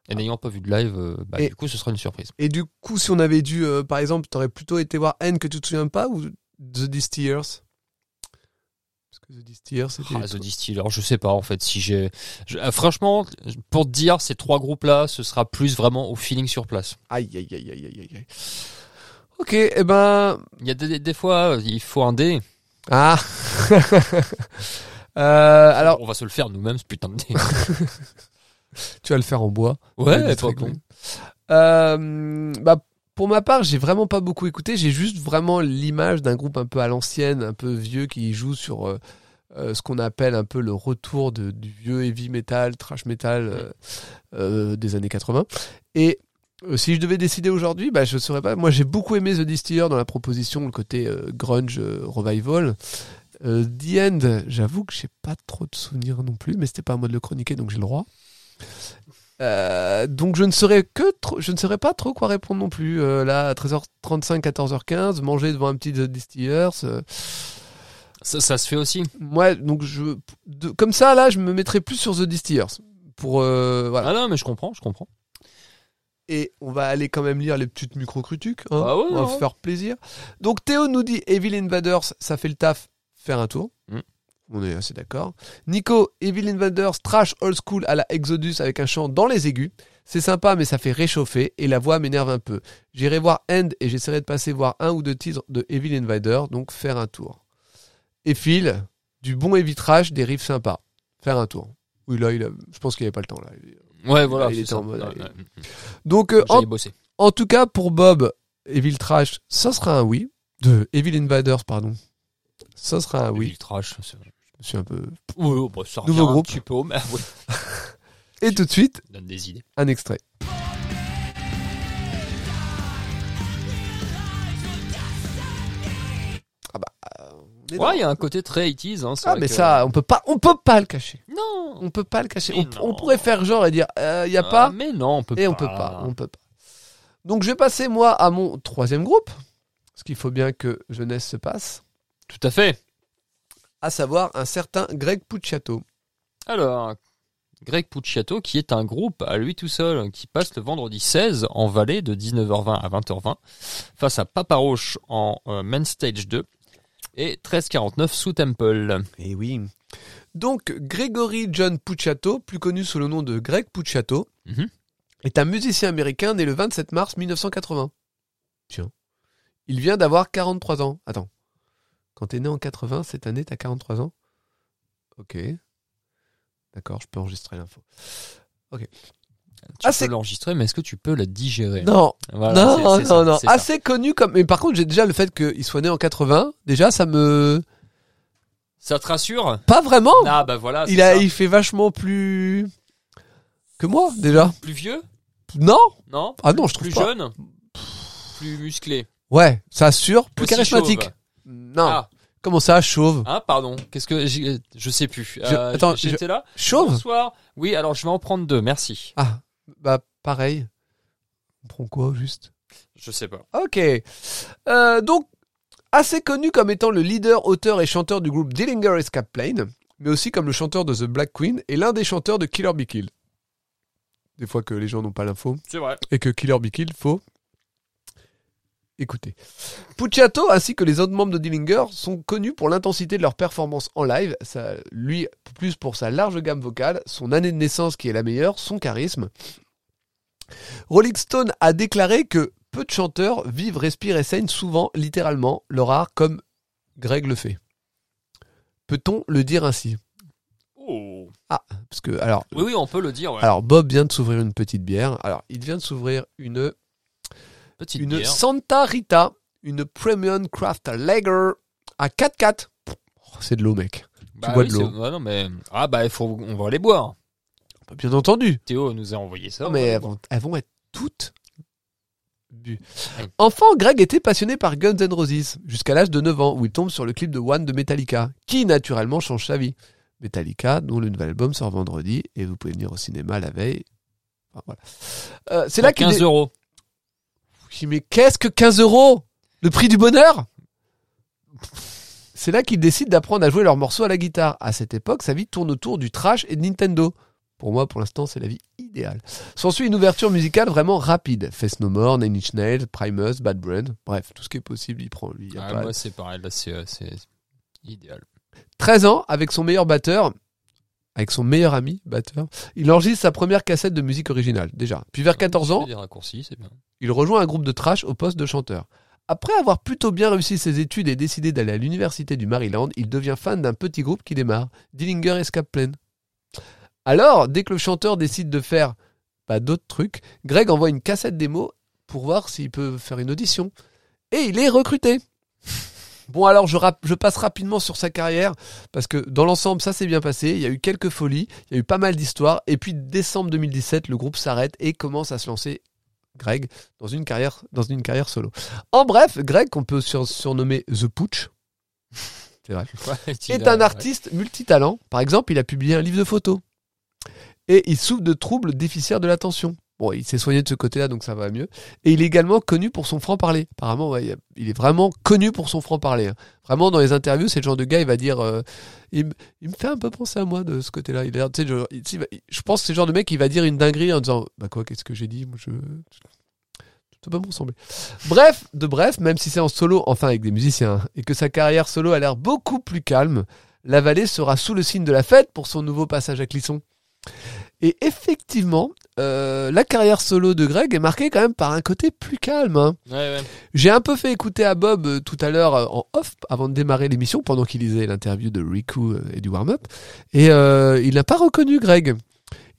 [SPEAKER 3] Et n'ayant pas vu de live, euh, bah,
[SPEAKER 2] Ah. Et-
[SPEAKER 3] du coup, ce sera une surprise.
[SPEAKER 2] Et du coup, si on avait dû, euh, par exemple, t'aurais plutôt été voir N que tu te souviens pas ou The Distillers Parce que The Distillers, c'était.
[SPEAKER 3] Ah, The Distiller, je sais pas en fait si j'ai. je- ah, franchement, pour te dire, ces trois groupes-là, ce sera plus vraiment au feeling sur place.
[SPEAKER 2] Aïe, aïe, aïe, aïe, aïe, aïe. Ok, eh ben.
[SPEAKER 3] Il y a des, des- des fois, euh, il faut un dé.
[SPEAKER 2] Ah Euh, Alors,
[SPEAKER 3] on va se le faire nous-mêmes, ce putain de dé.
[SPEAKER 2] tu vas le faire en bois.
[SPEAKER 3] ouais,
[SPEAKER 2] C'est
[SPEAKER 3] pas
[SPEAKER 2] très
[SPEAKER 3] con.
[SPEAKER 2] cool. Euh, bah, pour ma part, j'ai vraiment pas beaucoup écouté. J'ai juste vraiment l'image d'un groupe un peu à l'ancienne, un peu vieux, qui joue sur euh, euh, ce qu'on appelle un peu le retour de, du vieux heavy metal, trash metal euh, euh, des années 80. Et Euh, si je devais décider aujourd'hui, bah, je ne saurais pas. Moi, j'ai beaucoup aimé The Distiller dans la proposition, le côté euh, grunge euh, revival. Euh, The End, j'avoue que j'ai pas trop de souvenirs non plus, mais c'était pas à moi de le chroniquer, donc j'ai le droit. Euh, donc je ne saurais que trop- je ne saurais pas trop quoi répondre non plus. Euh, là, à 13h35, 14h15, manger devant un petit The Distillers. euh,
[SPEAKER 3] Ça, ça se fait aussi.
[SPEAKER 2] moi, donc je, de- comme ça, là, je me mettrais plus sur The Distillers. Pour euh, voilà.
[SPEAKER 3] Ah non, mais je comprends, je comprends.
[SPEAKER 2] Et on va aller quand même lire les petites micro-critiques. hein.
[SPEAKER 3] Ah ouais,
[SPEAKER 2] on va
[SPEAKER 3] ouais.
[SPEAKER 2] se faire plaisir. Donc Théo nous dit Evil Invaders, ça fait le taf, faire un tour.
[SPEAKER 3] Mm.
[SPEAKER 2] On est assez d'accord. Nico, Evil Invaders, trash old school à la Exodus avec un chant dans les aigus. C'est sympa, mais ça fait réchauffer et la voix m'énerve un peu. J'irai voir End et j'essaierai de passer voir un ou deux titres de Evil Invader, donc faire un tour. Et Phil, du bon heavy trash, des riffs sympas. Faire un tour. Oui, là, il a- je pense qu'il n'y avait pas le temps. Là.
[SPEAKER 3] Ouais, voilà.
[SPEAKER 2] Ah, il
[SPEAKER 3] c'est
[SPEAKER 2] était
[SPEAKER 3] ça.
[SPEAKER 2] en mode,
[SPEAKER 3] Ouais,
[SPEAKER 2] allez.
[SPEAKER 3] ouais.
[SPEAKER 2] Donc, euh, en
[SPEAKER 3] J'allais bosser.
[SPEAKER 2] en tout cas, pour Bob, Evil Trash, ça sera un oui. De Evil Invaders, pardon. Ça sera un Ah oui.
[SPEAKER 3] Evil Trash. c'est-
[SPEAKER 2] Je suis un peu.
[SPEAKER 3] Ouais, ouais, bah, ça
[SPEAKER 2] Nouveau
[SPEAKER 3] revient un
[SPEAKER 2] groupe.
[SPEAKER 3] petit peu au même. Ouais,
[SPEAKER 2] Et tout de suite,
[SPEAKER 3] Donne des idées.
[SPEAKER 2] un extrait. Ah bah. euh, on est dans-
[SPEAKER 3] Ouais, il y a un côté très 80s. Hein, c'est
[SPEAKER 2] ah
[SPEAKER 3] vrai
[SPEAKER 2] mais
[SPEAKER 3] que-
[SPEAKER 2] ça, on peut pas, on peut pas le cacher.
[SPEAKER 3] Non
[SPEAKER 2] On peut pas le cacher.
[SPEAKER 3] Mais
[SPEAKER 2] On, on
[SPEAKER 3] non.
[SPEAKER 2] pourrait faire genre et dire, il y a
[SPEAKER 3] Ah,
[SPEAKER 2] pas
[SPEAKER 3] Mais non, on peut
[SPEAKER 2] et
[SPEAKER 3] pas.
[SPEAKER 2] on peut pas, on peut pas. Donc je vais passer moi à mon troisième groupe, parce qu'il faut bien que jeunesse se passe.
[SPEAKER 3] Tout à fait.
[SPEAKER 2] à savoir un certain Greg Pucciato.
[SPEAKER 3] Alors, Greg Pucciato, qui est un groupe à lui tout seul, qui passe le vendredi 16 en Valais de 19h20 à 20h20, face à Papa Roche en euh, Main Stage 2 et 1349 sous Temple.
[SPEAKER 2] Et oui. Donc, Gregory John Pucciato, plus connu sous le nom de Greg Pucciato,
[SPEAKER 3] Mhm.
[SPEAKER 2] est un musicien américain né le 27 mars 1980. Tiens. Il vient d'avoir 43 ans. Attends. Quand t'es né en 80, cette année, t'as 43 ans Ok. D'accord, je peux enregistrer l'info.
[SPEAKER 3] Tu
[SPEAKER 2] Ah, c'est-
[SPEAKER 3] peux l'enregistrer, mais est-ce que tu peux la digérer
[SPEAKER 2] Non,
[SPEAKER 3] Voilà,
[SPEAKER 2] non,
[SPEAKER 3] c'est-
[SPEAKER 2] non,
[SPEAKER 3] c'est ça,
[SPEAKER 2] non. Ah,
[SPEAKER 3] c'est ça.
[SPEAKER 2] Assez connu comme. Mais par contre, j'ai déjà le fait qu'il soit né en 80. Déjà, ça me.
[SPEAKER 3] Ça te rassure
[SPEAKER 2] Pas vraiment
[SPEAKER 3] Ah bah voilà,
[SPEAKER 2] Oh. il, a,
[SPEAKER 3] il...
[SPEAKER 2] il fait vachement plus que moi déjà.
[SPEAKER 3] plus vieux
[SPEAKER 2] Non
[SPEAKER 3] Non
[SPEAKER 2] Ah non, je trouve
[SPEAKER 3] Plus
[SPEAKER 2] pas.
[SPEAKER 3] jeune Plus musclé
[SPEAKER 2] Ouais, ça assure, plus
[SPEAKER 3] Aussi
[SPEAKER 2] charismatique.
[SPEAKER 3] chauve.
[SPEAKER 2] Non.
[SPEAKER 3] Ah,
[SPEAKER 2] Comment ça, chauve
[SPEAKER 3] ah, pardon, qu'est-ce que... j'ai- Je sais plus. Euh,
[SPEAKER 2] attends, je- Oh.
[SPEAKER 3] J'étais là
[SPEAKER 2] Chauve
[SPEAKER 3] Bonsoir. Oui, alors je vais en prendre deux, merci.
[SPEAKER 2] Ah, bah pareil. On prend quoi juste
[SPEAKER 3] Je sais pas.
[SPEAKER 2] Ok. Euh, donc, assez connu comme étant le leader, auteur et chanteur du groupe Dillinger Escape Plane, mais aussi comme le chanteur de The Black Queen et l'un des chanteurs de Killer Be Kill. Des fois que les gens n'ont pas l'info.
[SPEAKER 3] C'est vrai.
[SPEAKER 2] et que Killer Be Kill, faut écouter. Pucciato ainsi que les autres membres de Dillinger sont connus pour l'intensité de leur performance en live, ça, lui plus pour sa large gamme vocale, son année de naissance qui est la meilleure, son charisme. Rolling Stone a déclaré que peu de chanteurs vivent, respirent et saignent souvent, littéralement, leur art comme Greg le fait. Peut-on le dire ainsi
[SPEAKER 3] Oh.
[SPEAKER 2] Parce que, alors,
[SPEAKER 3] Oui, oui, on peut le dire. Ouais.
[SPEAKER 2] alors, Bob vient de s'ouvrir une petite bière. Alors, il vient de s'ouvrir une
[SPEAKER 3] Petite
[SPEAKER 2] une
[SPEAKER 3] bière.
[SPEAKER 2] Santa Rita, une Premium Craft Lager à 4-4. Oh, c'est de l'eau, mec.
[SPEAKER 3] Bah
[SPEAKER 2] bois
[SPEAKER 3] oui,
[SPEAKER 2] de l'eau.
[SPEAKER 3] c'est- ouais, non, mais... Ah bah, il faut... on va les boire.
[SPEAKER 2] Bah, Bien entendu.
[SPEAKER 3] Théo nous a envoyé ça.
[SPEAKER 2] Non,
[SPEAKER 3] on
[SPEAKER 2] mais
[SPEAKER 3] va les
[SPEAKER 2] elles
[SPEAKER 3] boire.
[SPEAKER 2] vont, elles vont être toutes bues.
[SPEAKER 3] Ouais.
[SPEAKER 2] Enfant, Greg était passionné par Guns N' Roses jusqu'à l'âge de 9 ans où il tombe sur le clip de One de Metallica, qui naturellement change sa vie. Metallica, dont le nouvel album sort vendredi et vous pouvez venir au cinéma la veille. Enfin, voilà. Euh, c'est là
[SPEAKER 3] Pour
[SPEAKER 2] qu'il
[SPEAKER 3] 15
[SPEAKER 2] est...
[SPEAKER 3] euros.
[SPEAKER 2] Oui, Mais qu'est-ce que 15 euros Le prix du bonheur C'est là qu'ils décident d'apprendre à jouer leurs morceaux à la guitare. À cette époque, sa vie tourne autour du trash et de Nintendo. Pour moi, pour l'instant, c'est la vie idéale. S'ensuit une ouverture musicale vraiment rapide. Face No More, Nine Inch Nails, Primus, Bad Brain. Bref, tout ce qui est possible, il prend. lui, il y a
[SPEAKER 3] Ah,
[SPEAKER 2] pas-
[SPEAKER 3] moi, c'est pareil. Là, c'est euh, c'est idéal.
[SPEAKER 2] 13 ans, avec son meilleur batteur, avec son meilleur ami batteur, il enregistre sa première cassette de musique originale, déjà. Puis vers 14 ans,
[SPEAKER 3] C'est Des raccourcis, c'est bien.
[SPEAKER 2] Il rejoint un groupe de trash au poste de chanteur. Après avoir plutôt bien réussi ses études et décidé d'aller à l'université du Maryland, il devient fan d'un petit groupe qui démarre, Dillinger Escape Plane. Alors, dès que le chanteur décide de faire pas d'autres trucs, Greg envoie une cassette démo pour voir s'il peut faire une audition. Et il est recruté. Bon alors je, rap- je passe rapidement sur sa carrière parce que dans l'ensemble ça s'est bien passé, il y a eu quelques folies, il y a eu pas mal d'histoires et puis décembre 2017 le groupe s'arrête et commence à se lancer Greg, dans une carrière, dans une carrière solo. En bref, Greg, qu'on peut sur- surnommer The Pooch, est un artiste multitalent. Par exemple, il a publié un livre de photos. Et il souffre de troubles déficitaires de l'attention. Bon, il s'est soigné de ce côté-là, donc ça va mieux. Et il est également connu pour son franc-parler. Apparemment, ouais, il y a- il est vraiment connu pour son franc-parler. hein. Vraiment, dans les interviews, c'est le genre de gars, il va dire... euh, il, me- il me fait un peu penser à moi de ce côté-là. Il a l'air, tu sais, genre, il- il va- il- je pense que c'est le genre de mec qui va dire une dinguerie en disant « Bah quoi, qu'est-ce que j'ai dit Moi, je... Ça peut pas me sembler. Bref, de bref, même si c'est en solo, enfin avec des musiciens, hein, et que sa carrière solo a l'air beaucoup plus calme, la vallée sera sous le signe de la fête pour son nouveau passage à Clisson. Et effectivement, euh, la carrière solo de Greg est marquée quand même par un côté plus calme. hein.
[SPEAKER 3] Ouais, ouais.
[SPEAKER 2] J'ai un peu fait écouter à Bob euh, tout à l'heure euh, en off avant de démarrer l'émission pendant qu'il lisait l'interview de Riku euh, et du warm-up. Et euh, il n'a pas reconnu Greg.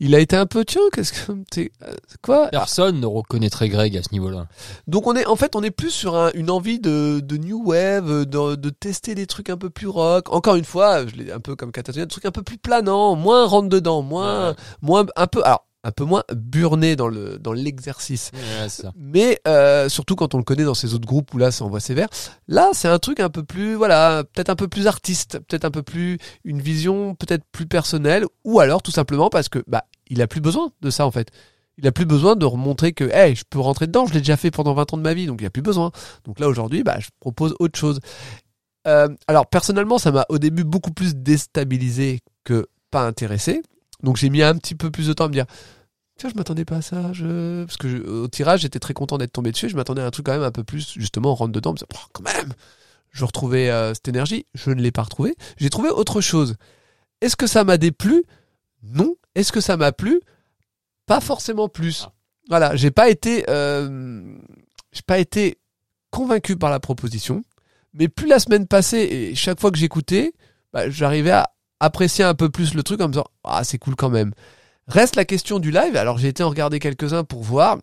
[SPEAKER 2] Il a été un peu tiens, qu'est-ce que c'est euh, c'est quoi
[SPEAKER 3] Personne ne reconnaîtrait Greg à ce niveau-là.
[SPEAKER 2] donc on est en fait on est plus sur un- une envie de, de new wave, de, de tester des trucs un peu plus rock. Encore une fois, je l'ai un peu comme Catatonia, des trucs un peu plus planants, moins rentre dedans, moins
[SPEAKER 3] Ouais.
[SPEAKER 2] moins un peu alors un peu moins burné dans le dans l'exercice.
[SPEAKER 3] Ouais, c'est ça.
[SPEAKER 2] Mais euh, surtout quand on le connaît dans ces autres groupes où là ça envoie sévère, là c'est un truc un peu plus voilà, peut-être un peu plus artiste, peut-être un peu plus une vision peut-être plus personnelle ou alors tout simplement parce que bah il a plus besoin de ça en fait. Il a plus besoin de remontrer que hey, je peux rentrer dedans, je l'ai déjà fait pendant 20 ans de ma vie donc il a plus besoin. Donc là aujourd'hui, bah je propose autre chose. Euh, alors personnellement, ça m'a au début beaucoup plus déstabilisé que pas intéressé. Donc j'ai mis un petit peu plus de temps à me dire Tiens, je m'attendais pas à ça. Je... Parce que je- au tirage, j'étais très content d'être tombé dessus. Je m'attendais à un truc quand même un peu plus, justement, on rentre dedans. me disant, Oh, quand même, je retrouvais euh, cette énergie. Je ne l'ai pas retrouvée. J'ai trouvé autre chose. Est-ce que ça m'a déplu Non. Est-ce que ça m'a plu Pas forcément plus.
[SPEAKER 3] Ah.
[SPEAKER 2] Voilà, j'ai pas été, euh, j'ai pas été convaincu par la proposition. Mais plus la semaine passée et chaque fois que j'écoutais, bah, j'arrivais à apprécier un peu plus le truc en me disant ah c'est cool quand même. Reste la question du live. Alors j'ai été en regarder quelques-uns pour voir. Bah,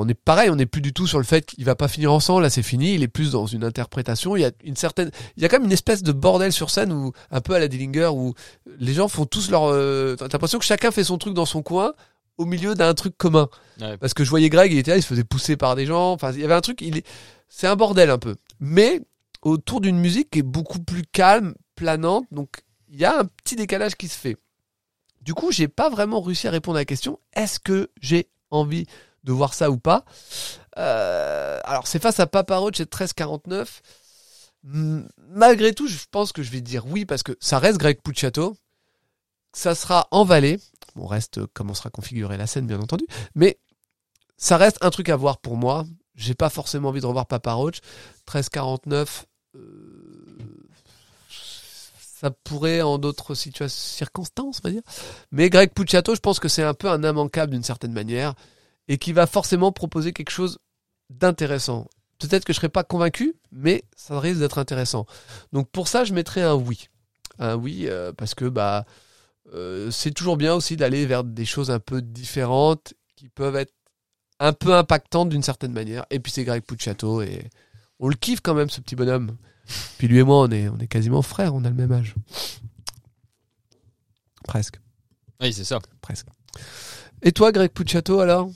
[SPEAKER 2] on est pareil, on n'est plus du tout sur le fait qu'il va pas finir ensemble. Là c'est fini. Il est plus dans une interprétation. Il y a une certaine, il y a quand même une espèce de bordel sur scène où un peu à la Dillinger où les gens font tous leur. euh, T'as l'impression que chacun fait son truc dans son coin au milieu d'un truc commun.
[SPEAKER 3] Ouais.
[SPEAKER 2] Parce que je voyais Greg, il était là, il se faisait pousser par des gens. Enfin, il y avait un truc. Il est, c'est un bordel un peu. Mais autour d'une musique qui est beaucoup plus calme, planante. Donc il y a un petit décalage qui se fait. Du coup, j'ai pas vraiment réussi à répondre à la question est-ce que j'ai envie de voir ça ou pas Euh, Alors, c'est face à Papa Roach et 1349. Hmm, Malgré tout, je pense que je vais dire oui parce que ça reste Greg Pucciato. Ça sera en vallée. On reste euh, comment sera configurée la scène, bien entendu. Mais ça reste un truc à voir pour moi. J'ai pas forcément envie de revoir Papa Roach. 1349. euh, ça pourrait en d'autres situa- circonstances, on va dire. Mais Greg Pucciato, je pense que c'est un peu un immanquable d'une certaine manière et qui va forcément proposer quelque chose d'intéressant. Peut-être que je serai pas convaincu, mais ça risque d'être intéressant. Donc pour ça, je mettrai un oui. Un oui euh, parce que bah euh, c'est toujours bien aussi d'aller vers des choses un peu différentes qui peuvent être un peu impactantes d'une certaine manière. Et puis c'est Greg Pucciato et on le kiffe quand même ce petit bonhomme. Puis lui et moi, on est, on est quasiment frères, on a le même âge. Presque.
[SPEAKER 3] Oui, c'est ça.
[SPEAKER 2] Presque. Et toi, Greg Pucciato, alors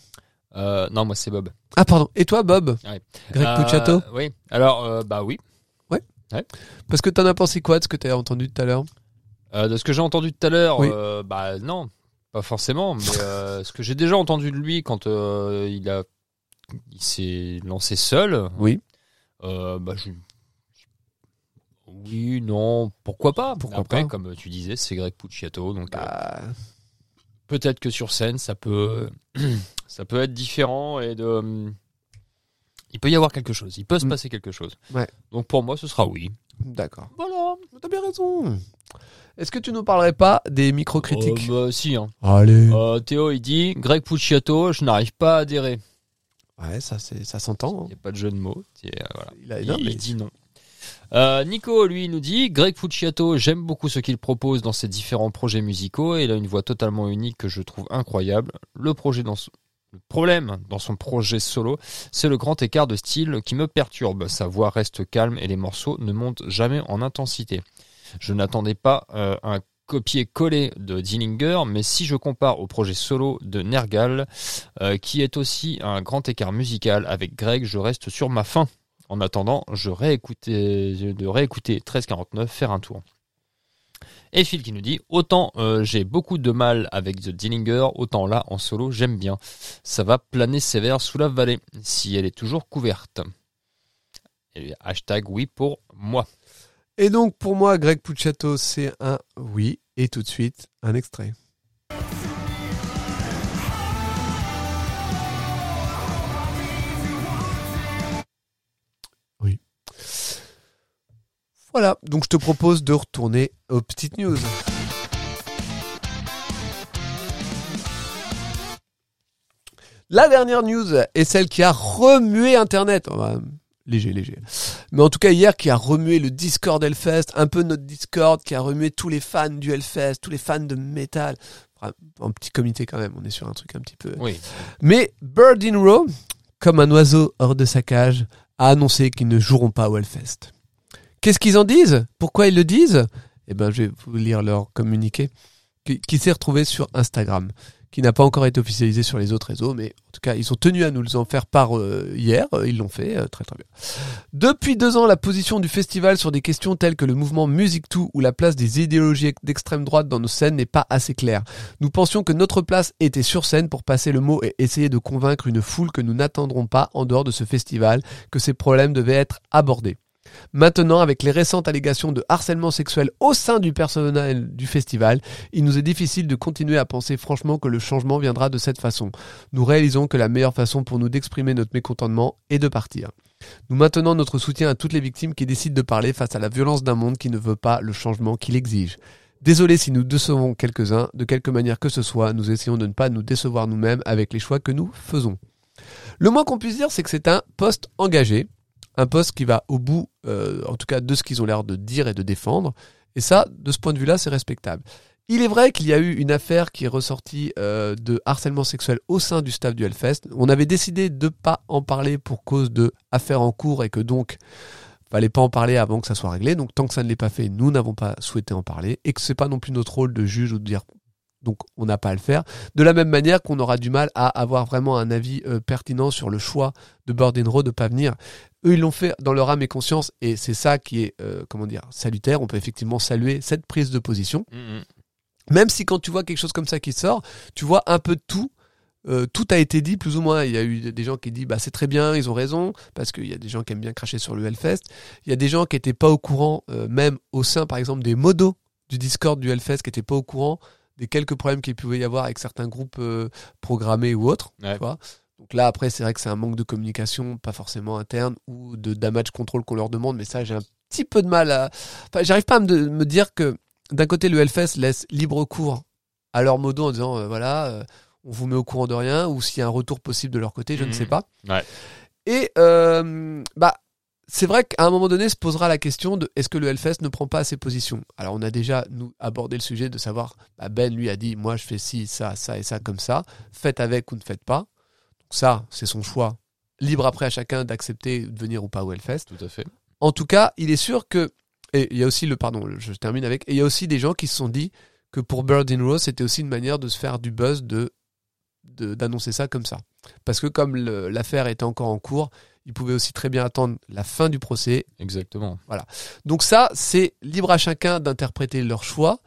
[SPEAKER 3] Euh, non, moi, c'est Bob.
[SPEAKER 2] Ah, pardon. Et toi, Bob
[SPEAKER 3] Ouais.
[SPEAKER 2] Greg
[SPEAKER 3] Euh,
[SPEAKER 2] Pucciato
[SPEAKER 3] Oui. Alors, euh, bah oui.
[SPEAKER 2] Parce que t'en as pensé quoi de ce que t'as entendu tout à l'heure
[SPEAKER 3] Euh, de ce que j'ai entendu tout à l'heure,
[SPEAKER 2] Oui.
[SPEAKER 3] euh, bah non, pas forcément. Mais euh, ce que j'ai déjà entendu de lui quand euh, il a, il s'est lancé seul.
[SPEAKER 2] Oui.
[SPEAKER 3] Euh, bah je. Oui, non, pourquoi pas
[SPEAKER 2] Pourquoi
[SPEAKER 3] Après,
[SPEAKER 2] pas
[SPEAKER 3] comme tu disais, c'est Greg Pucciato, donc euh,
[SPEAKER 2] Bah,
[SPEAKER 3] peut-être que sur scène, ça peut, ça peut être différent et de. euh, Il peut y avoir quelque chose, il peut se
[SPEAKER 2] Mm.
[SPEAKER 3] passer quelque chose.
[SPEAKER 2] Ouais.
[SPEAKER 3] Donc pour moi, ce sera oui.
[SPEAKER 2] D'accord.
[SPEAKER 3] Voilà.
[SPEAKER 2] T'as bien raison. Est-ce que tu nous parlerais pas des micro-critiques
[SPEAKER 3] Euh, bah, si, hein.
[SPEAKER 2] Allez.
[SPEAKER 3] Euh, Théo, il dit Greg Pucciato, je n'arrive pas à adhérer.
[SPEAKER 2] Ouais, ça, c'est- ça s'entend.
[SPEAKER 3] Il
[SPEAKER 2] hein.
[SPEAKER 3] n'y a pas de jeu de mots. C'est, euh, voilà.
[SPEAKER 2] Il a
[SPEAKER 3] Il,
[SPEAKER 2] non, mais-
[SPEAKER 3] il dit non. Euh, Nico, lui, il nous dit Greg Pucciato, j'aime beaucoup ce qu'il propose dans ses différents projets musicaux et il a une voix totalement unique que je trouve incroyable. Le, projet dans son- le problème dans son projet solo, c'est le grand écart de style qui me perturbe. Sa voix reste calme et les morceaux ne montent jamais en intensité. Je n'attendais pas euh, un copier-coller de Dillinger, mais si je compare au projet solo de Nergal, euh, qui est aussi un grand écart musical avec Greg, je reste sur ma faim. En attendant, je réécoutais, de réécouter 1349 faire un tour. Et Phil qui nous dit autant euh, j'ai beaucoup de mal avec The Dillinger, autant là en solo j'aime bien. Ça va planer sévère sous la vallée si elle est toujours couverte. Et hashtag oui pour moi.
[SPEAKER 2] Et donc pour moi, Greg Pucciato, c'est un oui. Et tout de suite, un extrait. Oui. Voilà, donc je te propose de retourner aux petites news. La dernière news est celle qui a remué Internet. On va- Léger, léger. Mais en tout cas, hier, qui a remué le Discord Hellfest, un peu notre Discord, qui a remué tous les fans du Hellfest, tous les fans de métal. Enfin, un petit comité quand même, on est sur un truc un petit peu.
[SPEAKER 3] Oui.
[SPEAKER 2] Mais Bird in Row, comme un oiseau hors de sa cage, a annoncé qu'ils ne joueront pas au Hellfest. Qu'est-ce qu'ils en disent Pourquoi ils le disent Eh ben, je vais vous lire leur communiqué, qui, qui s'est retrouvé sur Instagram, qui n'a pas encore été officialisé sur les autres réseaux, mais en tout cas, ils ont tenu à nous les en faire part euh, hier, euh, ils l'ont fait, euh, très très bien. Depuis deux ans, la position du festival sur des questions telles que le mouvement Musique Tout ou la place des idéologies d'extrême droite dans nos scènes n'est pas assez claire. Nous pensions que notre place était sur scène pour passer le mot et essayer de convaincre une foule que nous n'attendrons pas en dehors de ce festival, que ces problèmes devaient être abordés. Maintenant, avec les récentes allégations de harcèlement sexuel au sein du personnel du festival, il nous est difficile de continuer à penser franchement que le changement viendra de cette façon. Nous réalisons que la meilleure façon pour nous d'exprimer notre mécontentement est de partir. Nous maintenons notre soutien à toutes les victimes qui décident de parler face à la violence d'un monde qui ne veut pas le changement qu'il exige. Désolé si nous décevons quelques-uns, de quelque manière que ce soit, nous essayons de ne pas nous décevoir nous-mêmes avec les choix que nous faisons. Le moins qu'on puisse dire, c'est que c'est un poste engagé, un poste qui va au bout, euh, en tout cas, de ce qu'ils ont l'air de dire et de défendre. Et ça, de ce point de vue-là, c'est respectable. Il est vrai qu'il y a eu une affaire qui est ressortie euh, de harcèlement sexuel au sein du staff du Hellfest. On avait décidé de ne pas en parler pour cause de affaires en cours et que donc fallait pas en parler avant que ça soit réglé. Donc tant que ça ne l'est pas fait, nous n'avons pas souhaité en parler et que c'est pas non plus notre rôle de juge ou de dire donc on n'a pas à le faire. De la même manière qu'on aura du mal à avoir vraiment un avis euh, pertinent sur le choix de Burden Row de pas venir. Eux ils l'ont fait dans leur âme et conscience et c'est ça qui est euh, comment dire salutaire. On peut effectivement saluer cette prise de position.
[SPEAKER 3] Mm,
[SPEAKER 2] Même si quand tu vois quelque chose comme ça qui sort, tu vois un peu de tout. Euh, tout a été dit plus ou moins. Il y a eu des gens qui disent bah c'est très bien, ils ont raison parce qu'il y a des gens qui aiment bien cracher sur le Hellfest. Il y a des gens qui étaient pas au courant, euh, même au sein par exemple des modos du Discord du Hellfest, qui étaient pas au courant des quelques problèmes qu'il pouvait y avoir avec certains groupes euh, programmés ou autres.
[SPEAKER 3] mm. Ouais.
[SPEAKER 2] Tu vois Donc là, après, c'est vrai que c'est un manque de communication, pas forcément interne, ou de damage control qu'on leur demande, mais ça, j'ai un petit peu de mal à. Enfin, j'arrive pas à me, de- me dire que d'un côté, le Hellfest laisse libre cours à leur modo en disant euh, voilà, euh, on vous met au courant de rien, ou s'il y a un retour possible de leur côté, je ne
[SPEAKER 3] Mhm.
[SPEAKER 2] sais pas.
[SPEAKER 3] Ouais.
[SPEAKER 2] Et euh, bah. C'est vrai qu'à un moment donné se posera la question de est-ce que le Hellfest ne prend pas ses positions Alors on a déjà nous abordé le sujet de savoir bah, Ben lui a dit moi je fais ci, ça, ça et ça comme ça, faites avec ou ne faites pas. Donc ça, c'est son choix. Libre après à chacun d'accepter de venir ou pas au Hellfest.
[SPEAKER 3] Tout à fait.
[SPEAKER 2] En tout cas, il est sûr que. Et il y a aussi le. Pardon, je termine avec. Et il y a aussi des gens qui se sont dit que pour Bird in Row, c'était aussi une manière de se faire du buzz de de- d'annoncer ça comme ça. Parce que comme le- l'affaire était encore en cours, ils pouvaient aussi très bien attendre la fin du procès
[SPEAKER 3] Exactement.
[SPEAKER 2] donc ça, c'est libre à chacun d'interpréter leur choix.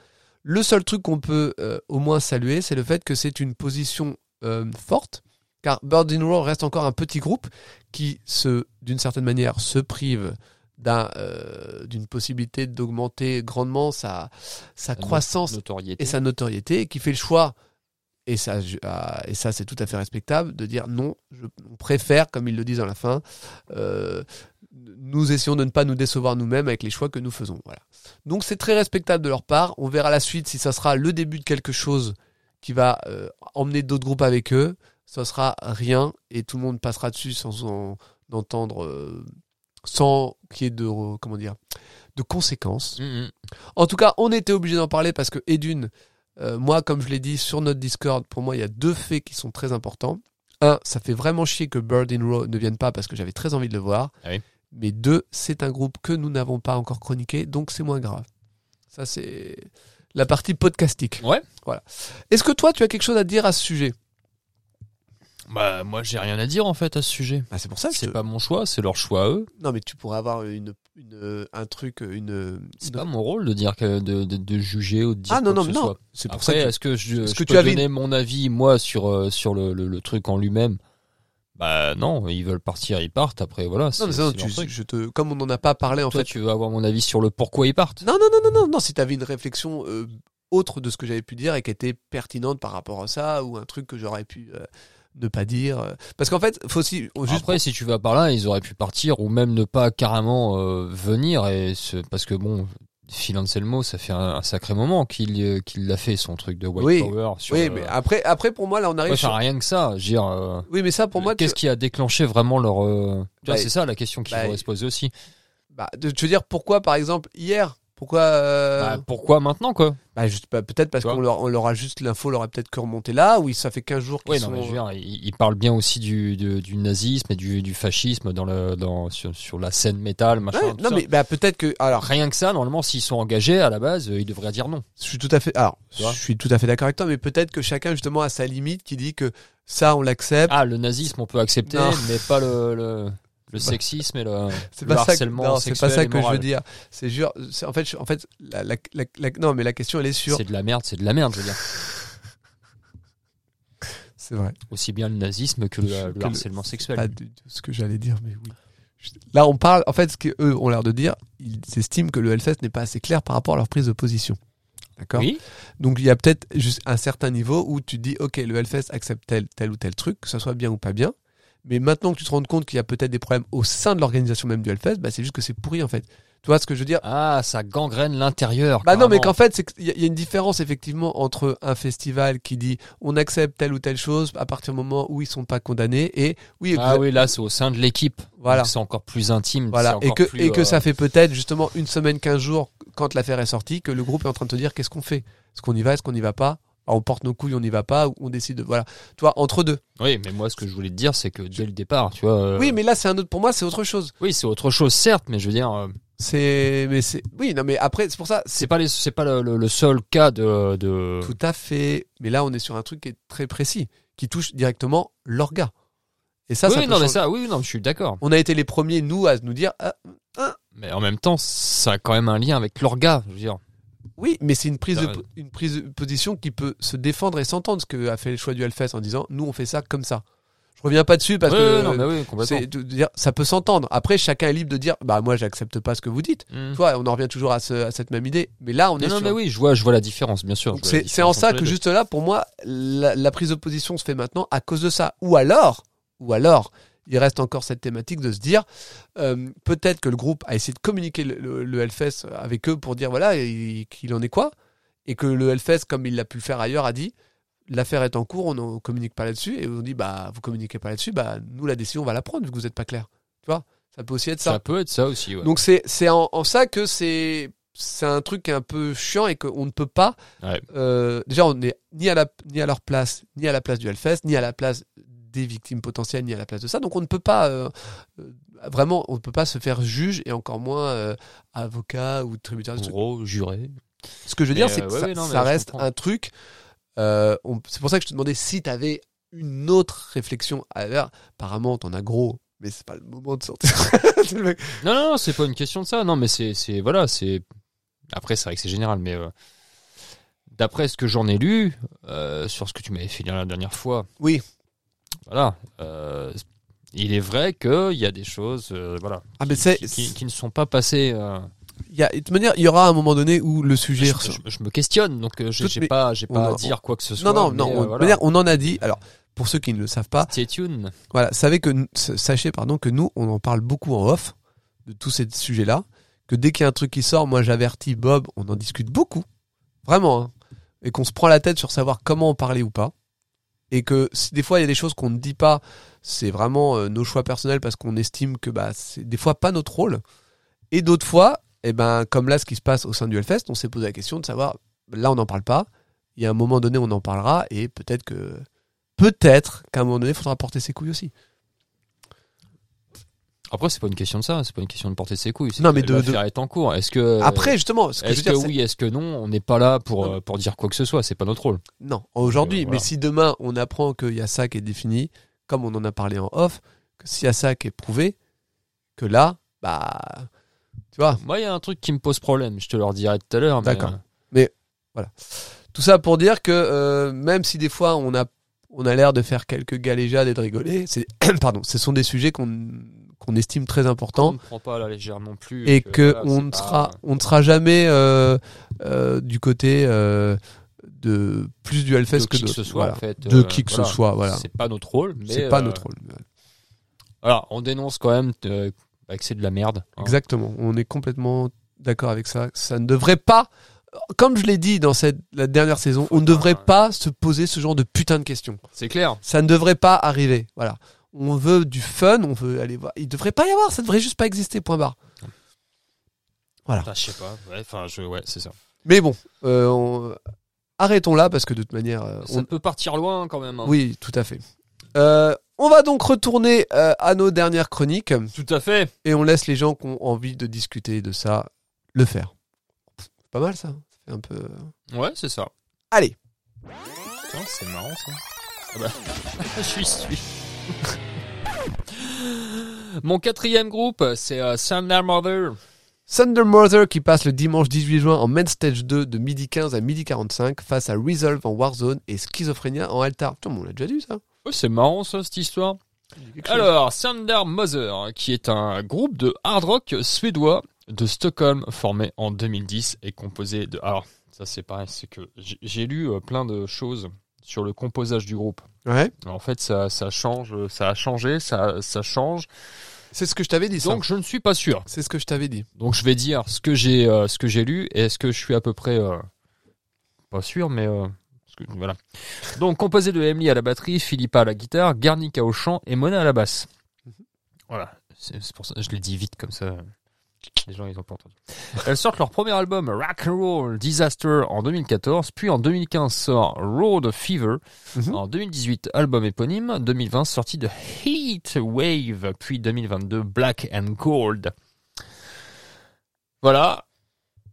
[SPEAKER 2] Le seul truc qu'on peut euh, au moins saluer, c'est le fait que c'est une position euh, forte, car Bird in Row reste encore un petit groupe qui, se, d'une certaine manière, se prive d'un, euh, d'une possibilité d'augmenter grandement sa, sa
[SPEAKER 3] no-
[SPEAKER 2] croissance
[SPEAKER 3] Notoriété.
[SPEAKER 2] et sa notoriété, et qui fait le choix, et ça, je- ah, et ça c'est tout à fait respectable, de dire non, je, on préfère, comme ils le disent à la fin, euh, nous essayons de ne pas nous décevoir nous-mêmes avec les choix que nous faisons. Voilà. Donc c'est très respectable de leur part. On verra la suite si ça sera le début de quelque chose qui va euh, emmener d'autres groupes avec eux. Ça sera rien et tout le monde passera dessus sans en entendre, euh, sans qu'il y ait de, euh, comment dire, de conséquences.
[SPEAKER 3] Mm, mm.
[SPEAKER 2] En tout cas, on était obligé d'en parler parce que, et d'une, euh, moi, comme je l'ai dit sur notre Discord, pour moi, il y a deux faits qui sont très importants. Un, ça fait vraiment chier que Bird in Row ne vienne pas parce que j'avais très envie de le voir.
[SPEAKER 3] Ah oui.
[SPEAKER 2] Mais deux, c'est un groupe que nous n'avons pas encore chroniqué, donc c'est moins grave. Ça, c'est la partie podcastique.
[SPEAKER 3] Ouais.
[SPEAKER 2] Voilà. Est-ce que toi, tu as quelque chose à dire à ce sujet
[SPEAKER 3] Bah, moi, j'ai rien à dire en fait à ce sujet.
[SPEAKER 2] bah, C'est pour ça que
[SPEAKER 3] C'est pas mon choix, c'est leur choix à eux.
[SPEAKER 2] Non, mais tu pourrais avoir une, une- un truc, une.
[SPEAKER 3] C'est
[SPEAKER 2] une-
[SPEAKER 3] pas mon rôle de dire que de, de- de juger ou de dire
[SPEAKER 2] Ah non,
[SPEAKER 3] quoi
[SPEAKER 2] non,
[SPEAKER 3] que
[SPEAKER 2] mais
[SPEAKER 3] ce
[SPEAKER 2] non.
[SPEAKER 3] soit.
[SPEAKER 2] C'est pour
[SPEAKER 3] Après, euh,
[SPEAKER 2] ça que.
[SPEAKER 3] est-ce que je,
[SPEAKER 2] Est-ce
[SPEAKER 3] je
[SPEAKER 2] que
[SPEAKER 3] peux
[SPEAKER 2] tu avais
[SPEAKER 3] donner mon avis moi sur euh, sur le, le- le truc en lui-même Bah non, ils veulent partir, ils partent. Après voilà, c'est
[SPEAKER 2] Non, mais
[SPEAKER 3] c'est
[SPEAKER 2] non,
[SPEAKER 3] leur
[SPEAKER 2] tu-
[SPEAKER 3] truc.
[SPEAKER 2] je te, comme on n'en a pas parlé en
[SPEAKER 3] Toi,
[SPEAKER 2] fait.
[SPEAKER 3] tu veux avoir mon avis sur le pourquoi ils partent
[SPEAKER 2] Non, non, non, non, non, non. Si t'avais une réflexion euh, autre de ce que j'avais pu dire et qui était pertinente par rapport à ça, ou un truc que j'aurais pu euh, ne pas dire. euh. Parce qu'en fait, faut aussi. Juste
[SPEAKER 3] Après, si tu vas par là, ils auraient pu partir ou même ne pas carrément euh, venir. Et se- parce que bon, Phil Anselmo, ça fait un, un sacré moment qu'il euh, qu'il l'a fait son truc de White
[SPEAKER 2] Oui.
[SPEAKER 3] Power. Sur,
[SPEAKER 2] oui,
[SPEAKER 3] euh,
[SPEAKER 2] mais après, après, pour moi, là, on arrive.
[SPEAKER 3] ouais,
[SPEAKER 2] sur-
[SPEAKER 3] enfin, rien que ça. je veux dire, euh,
[SPEAKER 2] Oui, mais ça, pour moi, tu-
[SPEAKER 3] qu'est-ce qui a déclenché vraiment leur. euh, tu vois,
[SPEAKER 2] Bah,
[SPEAKER 3] c'est ça la question qu'il
[SPEAKER 2] bah,
[SPEAKER 3] faudrait se poser aussi.
[SPEAKER 2] bah, de- tu veux dire pourquoi, par exemple, hier Pourquoi euh,
[SPEAKER 3] Bah, pourquoi maintenant, quoi
[SPEAKER 2] bah, juste- bah, peut-être parce
[SPEAKER 3] tu vois.
[SPEAKER 2] qu'on leur, on leur a juste l'info, leur a peut-être que remonté là, ou ça fait 15 jours qu'ils
[SPEAKER 3] Oui, non,
[SPEAKER 2] sont.
[SPEAKER 3] mais je veux dire, il, il parle bien aussi du, de- du nazisme et du, du fascisme dans le, dans, sur, sur la scène métal, machin.
[SPEAKER 2] Ouais,
[SPEAKER 3] tout
[SPEAKER 2] non,
[SPEAKER 3] ça.
[SPEAKER 2] mais bah, peut-être que. Alors,
[SPEAKER 3] Rien que ça, normalement, s'ils sont engagés à la base, euh, ils devraient dire non.
[SPEAKER 2] je suis tout à fait. Alors,
[SPEAKER 3] Tu
[SPEAKER 2] je
[SPEAKER 3] vois
[SPEAKER 2] suis tout à fait d'accord avec toi, mais peut-être que chacun, justement, a sa limite qui dit que ça, on l'accepte.
[SPEAKER 3] Ah, le nazisme, on peut accepter,
[SPEAKER 2] Non.
[SPEAKER 3] mais pas le, le, le sexisme et le,
[SPEAKER 2] C'est
[SPEAKER 3] le
[SPEAKER 2] pas, ça que,
[SPEAKER 3] harcèlement
[SPEAKER 2] non, c'est
[SPEAKER 3] sexuel
[SPEAKER 2] pas ça
[SPEAKER 3] et
[SPEAKER 2] que je veux
[SPEAKER 3] moral.
[SPEAKER 2] dire. C'est jure. c'est- En fait, je- en fait la, la- la- la- non, mais la question, elle est sur.
[SPEAKER 3] C'est de la merde, c'est de la merde, je veux dire.
[SPEAKER 2] C'est vrai.
[SPEAKER 3] Aussi bien le nazisme que le,
[SPEAKER 2] Que
[SPEAKER 3] le
[SPEAKER 2] le-
[SPEAKER 3] harcèlement sexuel.
[SPEAKER 2] Pas du- de ce que j'allais dire, mais oui. Je- Là, on parle. En fait, ce qu'eux ont l'air de dire, ils estiment que le Hellfest n'est pas assez clair par rapport à leur prise de position. D'accord
[SPEAKER 3] Oui,
[SPEAKER 2] Donc, il y a peut-être juste un certain niveau où tu te dis Ok, le Hellfest accepte tel, tel ou tel truc, que ça soit bien ou pas bien. Mais maintenant que tu te rends compte qu'il y a peut-être des problèmes au sein de l'organisation même du Hellfest, bah, c'est juste que c'est pourri, en fait. Tu vois ce que je veux dire
[SPEAKER 3] ah, ça gangrène l'intérieur.
[SPEAKER 2] Bah non, mais qu'en
[SPEAKER 3] carrément.
[SPEAKER 2] fait, c'est qu'il y a- il y a une différence effectivement entre un festival qui dit on accepte telle ou telle chose à partir du moment où ils sont pas condamnés et oui,
[SPEAKER 3] Ah
[SPEAKER 2] exa-
[SPEAKER 3] oui, là, c'est au sein de l'équipe.
[SPEAKER 2] voilà,
[SPEAKER 3] Donc, C'est encore plus intime.
[SPEAKER 2] voilà,
[SPEAKER 3] c'est
[SPEAKER 2] et
[SPEAKER 3] encore
[SPEAKER 2] que
[SPEAKER 3] plus,
[SPEAKER 2] et que
[SPEAKER 3] euh,
[SPEAKER 2] ça fait peut-être justement une semaine, 15 jours quand l'affaire est sortie que le groupe est en train de te dire qu'est-ce qu'on fait, est-ce qu'on y va, est-ce qu'on y va pas, Alors, on porte nos couilles, on n'y va pas, ou on décide, de- voilà, tu vois, entre deux.
[SPEAKER 3] Oui, mais moi, ce que je voulais te dire, c'est que dès le départ, tu vois. euh,
[SPEAKER 2] Oui, mais là c'est un autre, pour moi c'est autre chose.
[SPEAKER 3] oui, c'est autre chose, certes, mais je veux dire, euh,
[SPEAKER 2] C'est, mais c'est, oui, non, mais après c'est pour ça,
[SPEAKER 3] c'est pas les, c'est pas le, le- le seul cas de. de...
[SPEAKER 2] Tout à fait. Mais là, on est sur un truc qui est très précis, qui touche directement l'orga. Et ça,
[SPEAKER 3] oui,
[SPEAKER 2] ça, peut
[SPEAKER 3] non, mais
[SPEAKER 2] changer.
[SPEAKER 3] ça, oui, non, je suis d'accord.
[SPEAKER 2] On a été les premiers, nous, à nous dire ah,
[SPEAKER 3] Mais en même temps, ça a quand même un lien avec l'orga, je veux dire.
[SPEAKER 2] oui, mais c'est une prise, de,
[SPEAKER 3] T'as-
[SPEAKER 2] une prise de position qui peut se défendre et s'entendre, ce que a fait le choix du Hellfest en disant nous, on fait ça comme ça. Je reviens pas dessus parce
[SPEAKER 3] Ouais,
[SPEAKER 2] que
[SPEAKER 3] ouais, non, mais oui, complètement.
[SPEAKER 2] c'est de dire, ça peut s'entendre. Après, chacun est libre de dire bah moi, j'accepte pas ce que vous dites.
[SPEAKER 3] Mm.
[SPEAKER 2] Tu vois, on en revient toujours à, ce- à cette même idée. Mais là, on est
[SPEAKER 3] Non, non,
[SPEAKER 2] sur
[SPEAKER 3] mais oui, je vois, je vois la différence, bien sûr.
[SPEAKER 2] Donc,
[SPEAKER 3] je vois la
[SPEAKER 2] C'est c'est en
[SPEAKER 3] différence
[SPEAKER 2] ça
[SPEAKER 3] entre
[SPEAKER 2] que
[SPEAKER 3] les deux.
[SPEAKER 2] juste là, pour moi, la, la prise de position se fait maintenant à cause de ça. Ou alors, ou alors, il reste encore cette thématique de se dire, euh, peut-être que le groupe a essayé de communiquer le, le- le Hellfest avec eux pour dire voilà et- qu'il en est quoi, et que le Hellfest, comme il l'a pu le faire ailleurs, a dit l'affaire est en cours, on ne communique pas là-dessus, et on dit bah vous communiquez pas là-dessus, bah nous la décision on va la prendre vu que vous n'êtes pas clair. Tu vois, ça peut aussi être
[SPEAKER 3] Ça peut être ça aussi, ouais.
[SPEAKER 2] donc c'est c'est en, en ça que c'est c'est un truc qui est un peu chiant et qu'on ne peut pas.
[SPEAKER 3] Ouais.
[SPEAKER 2] euh, déjà, on n'est ni à la ni à leur place, ni à la place du Hellfest, ni à la place des victimes potentielles, ni à la place de ça. Donc on ne peut pas euh, euh, vraiment, on ne peut pas se faire juge et encore moins euh, avocat ou tributaire. de ce truc.
[SPEAKER 3] Gros, juré.
[SPEAKER 2] Ce que je veux
[SPEAKER 3] Mais,
[SPEAKER 2] dire, c'est
[SPEAKER 3] euh,
[SPEAKER 2] que
[SPEAKER 3] ouais,
[SPEAKER 2] ça,
[SPEAKER 3] ouais, non, mais
[SPEAKER 2] ça
[SPEAKER 3] je
[SPEAKER 2] reste
[SPEAKER 3] comprends.
[SPEAKER 2] un truc. euh, on- c'est pour ça que je te demandais si tu avais une autre réflexion à faire. Apparemment, t'en as gros, mais c'est pas le moment de sortir. C'est le mec.
[SPEAKER 3] Non, non, non, c'est pas une question de ça. Non, mais c'est, c'est voilà, c'est. Après, c'est vrai que c'est général, mais euh, d'après ce que j'en ai lu euh, sur ce que tu m'avais fait lire la dernière fois.
[SPEAKER 2] Oui.
[SPEAKER 3] Voilà. euh, il est vrai qu'il y a des choses, euh, voilà,
[SPEAKER 2] ah, mais c'est
[SPEAKER 3] qui, qui- qui ne sont pas passées. euh,
[SPEAKER 2] Il y a, de toute manière, il y aura un moment donné où le
[SPEAKER 3] Ah, je,
[SPEAKER 2] sujet. ressort.
[SPEAKER 3] je- je me questionne, donc euh, j'ai,
[SPEAKER 2] Toutes
[SPEAKER 3] j'ai
[SPEAKER 2] mes-
[SPEAKER 3] pas, j'ai
[SPEAKER 2] on
[SPEAKER 3] pas
[SPEAKER 2] en-
[SPEAKER 3] à dire quoi que ce soit.
[SPEAKER 2] Non, non,
[SPEAKER 3] mais,
[SPEAKER 2] non.
[SPEAKER 3] euh,
[SPEAKER 2] on, de
[SPEAKER 3] voilà.
[SPEAKER 2] manière, on en a dit. Alors, pour ceux qui ne le savent pas,
[SPEAKER 3] Stay tuned.
[SPEAKER 2] voilà, savez que nous- s- sachez pardon que nous, on en parle beaucoup en off de tous ces sujets-là. Que dès qu'il y a un truc qui sort, moi j'avertis Bob, on en discute beaucoup, vraiment, hein. et qu'on se prend la tête sur savoir comment en parler ou pas. Et que si des fois il y a des choses qu'on ne dit pas, c'est vraiment euh, nos choix personnels parce qu'on estime que bah c'est des fois pas notre rôle. Et d'autres fois, eh ben comme là ce qui se passe au sein du Hellfest, on s'est posé la question de savoir là on n'en parle pas. Il y a un moment donné on en parlera et peut-être que peut-être qu'à un moment donné il faudra porter ses couilles aussi.
[SPEAKER 3] Après, c'est pas une question de ça, c'est pas une question de porter ses couilles. c'est
[SPEAKER 2] Non,
[SPEAKER 3] que
[SPEAKER 2] mais de- de-
[SPEAKER 3] L'affaire est en cours. Est-ce que.
[SPEAKER 2] Après, justement, ce que je
[SPEAKER 3] Euh, Est-ce
[SPEAKER 2] veux
[SPEAKER 3] que
[SPEAKER 2] dire, c'est-
[SPEAKER 3] oui, est-ce que non On n'est pas là pour,
[SPEAKER 2] Non.
[SPEAKER 3] euh, pour dire quoi que ce soit, c'est pas notre rôle.
[SPEAKER 2] Non, aujourd'hui.
[SPEAKER 3] Euh, voilà.
[SPEAKER 2] Mais si demain on apprend qu'il y a ça qui est défini, comme on en a parlé en off, que s'il y a ça qui est prouvé, que là, bah, tu vois.
[SPEAKER 3] Moi, il y a un truc qui me pose problème, je te le redirai tout à l'heure. mais,
[SPEAKER 2] D'accord.
[SPEAKER 3] euh,
[SPEAKER 2] Tout ça pour dire que euh, même si des fois on a on a l'air de faire quelques galéjades et de rigoler, c'est pardon, ce sont des sujets qu'on qu'on estime très
[SPEAKER 3] on
[SPEAKER 2] importants
[SPEAKER 3] ne prend pas à la légère non plus. euh,
[SPEAKER 2] et que
[SPEAKER 3] voilà,
[SPEAKER 2] on
[SPEAKER 3] c'est
[SPEAKER 2] ne
[SPEAKER 3] pas-
[SPEAKER 2] sera on ne sera jamais euh, euh, du côté euh, de plus du
[SPEAKER 3] de
[SPEAKER 2] Hellfest que
[SPEAKER 3] qui que
[SPEAKER 2] d'autres.
[SPEAKER 3] ce soit,
[SPEAKER 2] Voilà.
[SPEAKER 3] en fait.
[SPEAKER 2] de
[SPEAKER 3] euh,
[SPEAKER 2] qui que
[SPEAKER 3] voilà.
[SPEAKER 2] ce soit, voilà.
[SPEAKER 3] C'est pas notre rôle. mais,
[SPEAKER 2] C'est pas
[SPEAKER 3] euh,
[SPEAKER 2] notre rôle.
[SPEAKER 3] Voilà, on dénonce quand même euh, bah, que c'est de la merde. hein.
[SPEAKER 2] Exactement, on est complètement d'accord avec ça. Ça ne devrait pas, comme je l'ai dit dans cette, la dernière saison, on ne
[SPEAKER 3] hein.
[SPEAKER 2] devrait pas se poser ce genre de putain de questions.
[SPEAKER 3] C'est clair.
[SPEAKER 2] Ça ne devrait pas arriver. Voilà. On veut du fun, on veut aller voir. Il devrait pas y avoir, ça devrait juste pas exister, point barre.
[SPEAKER 3] Putain, Ah, je sais pas. Ouais, enfin, je- ouais, c'est ça.
[SPEAKER 2] Mais bon, euh, on- arrêtons là parce que de toute manière, euh,
[SPEAKER 3] Ça
[SPEAKER 2] on,
[SPEAKER 3] peut partir loin quand même. hein.
[SPEAKER 2] oui, tout à fait. Euh, on va donc retourner euh, à nos dernières chroniques
[SPEAKER 3] Tout à fait.
[SPEAKER 2] et on laisse les gens qui ont envie de discuter de ça le faire. Pas mal ça. Ça fait un peu.
[SPEAKER 3] Ouais, c'est ça.
[SPEAKER 2] Allez,
[SPEAKER 3] Putain, c'est marrant ça. Ah bah, je suis suis. Mon quatrième groupe, c'est euh, Thunder Mother.
[SPEAKER 2] Thunder Mother qui passe le dimanche 18 juin en Main Stage 2 de midi 15 à midi 45 face à Resolve en Warzone et Schizophrenia en Altar. Putain, mais on l'a déjà vu ça.
[SPEAKER 3] Ouais, c'est marrant ça, cette histoire. Alors, Thunder Mother, qui est un groupe de hard rock suédois de Stockholm formé en 2010 et composé de... Alors, ça c'est pareil, c'est que j'ai- j'ai lu euh, plein de choses sur le composage du groupe.
[SPEAKER 2] Ouais,
[SPEAKER 3] En fait, ça, ça change, ça a changé, ça, ça change.
[SPEAKER 2] c'est ce que je t'avais dit ça.
[SPEAKER 3] Donc, je ne suis pas sûr.
[SPEAKER 2] c'est ce que je t'avais dit.
[SPEAKER 3] Donc je vais dire ce que j'ai euh, ce que j'ai lu et ce que je suis à peu près euh, pas sûr mais euh, parce que- voilà. Donc composé de Emily à la batterie, Philippa à la guitare, Garnica au chant et Mona à la basse. Voilà, c'est c'est pour ça je l'ai dit vite comme ça. Les gens ils ont pas entendu. Elles sortent leur premier album Rock and Roll Disaster en 2014, puis en 2015 sort Road Fever,
[SPEAKER 2] Mhm.
[SPEAKER 3] en 2018 album éponyme, 2020 sortie de Heat Wave, puis 2022 Black and Gold. Voilà.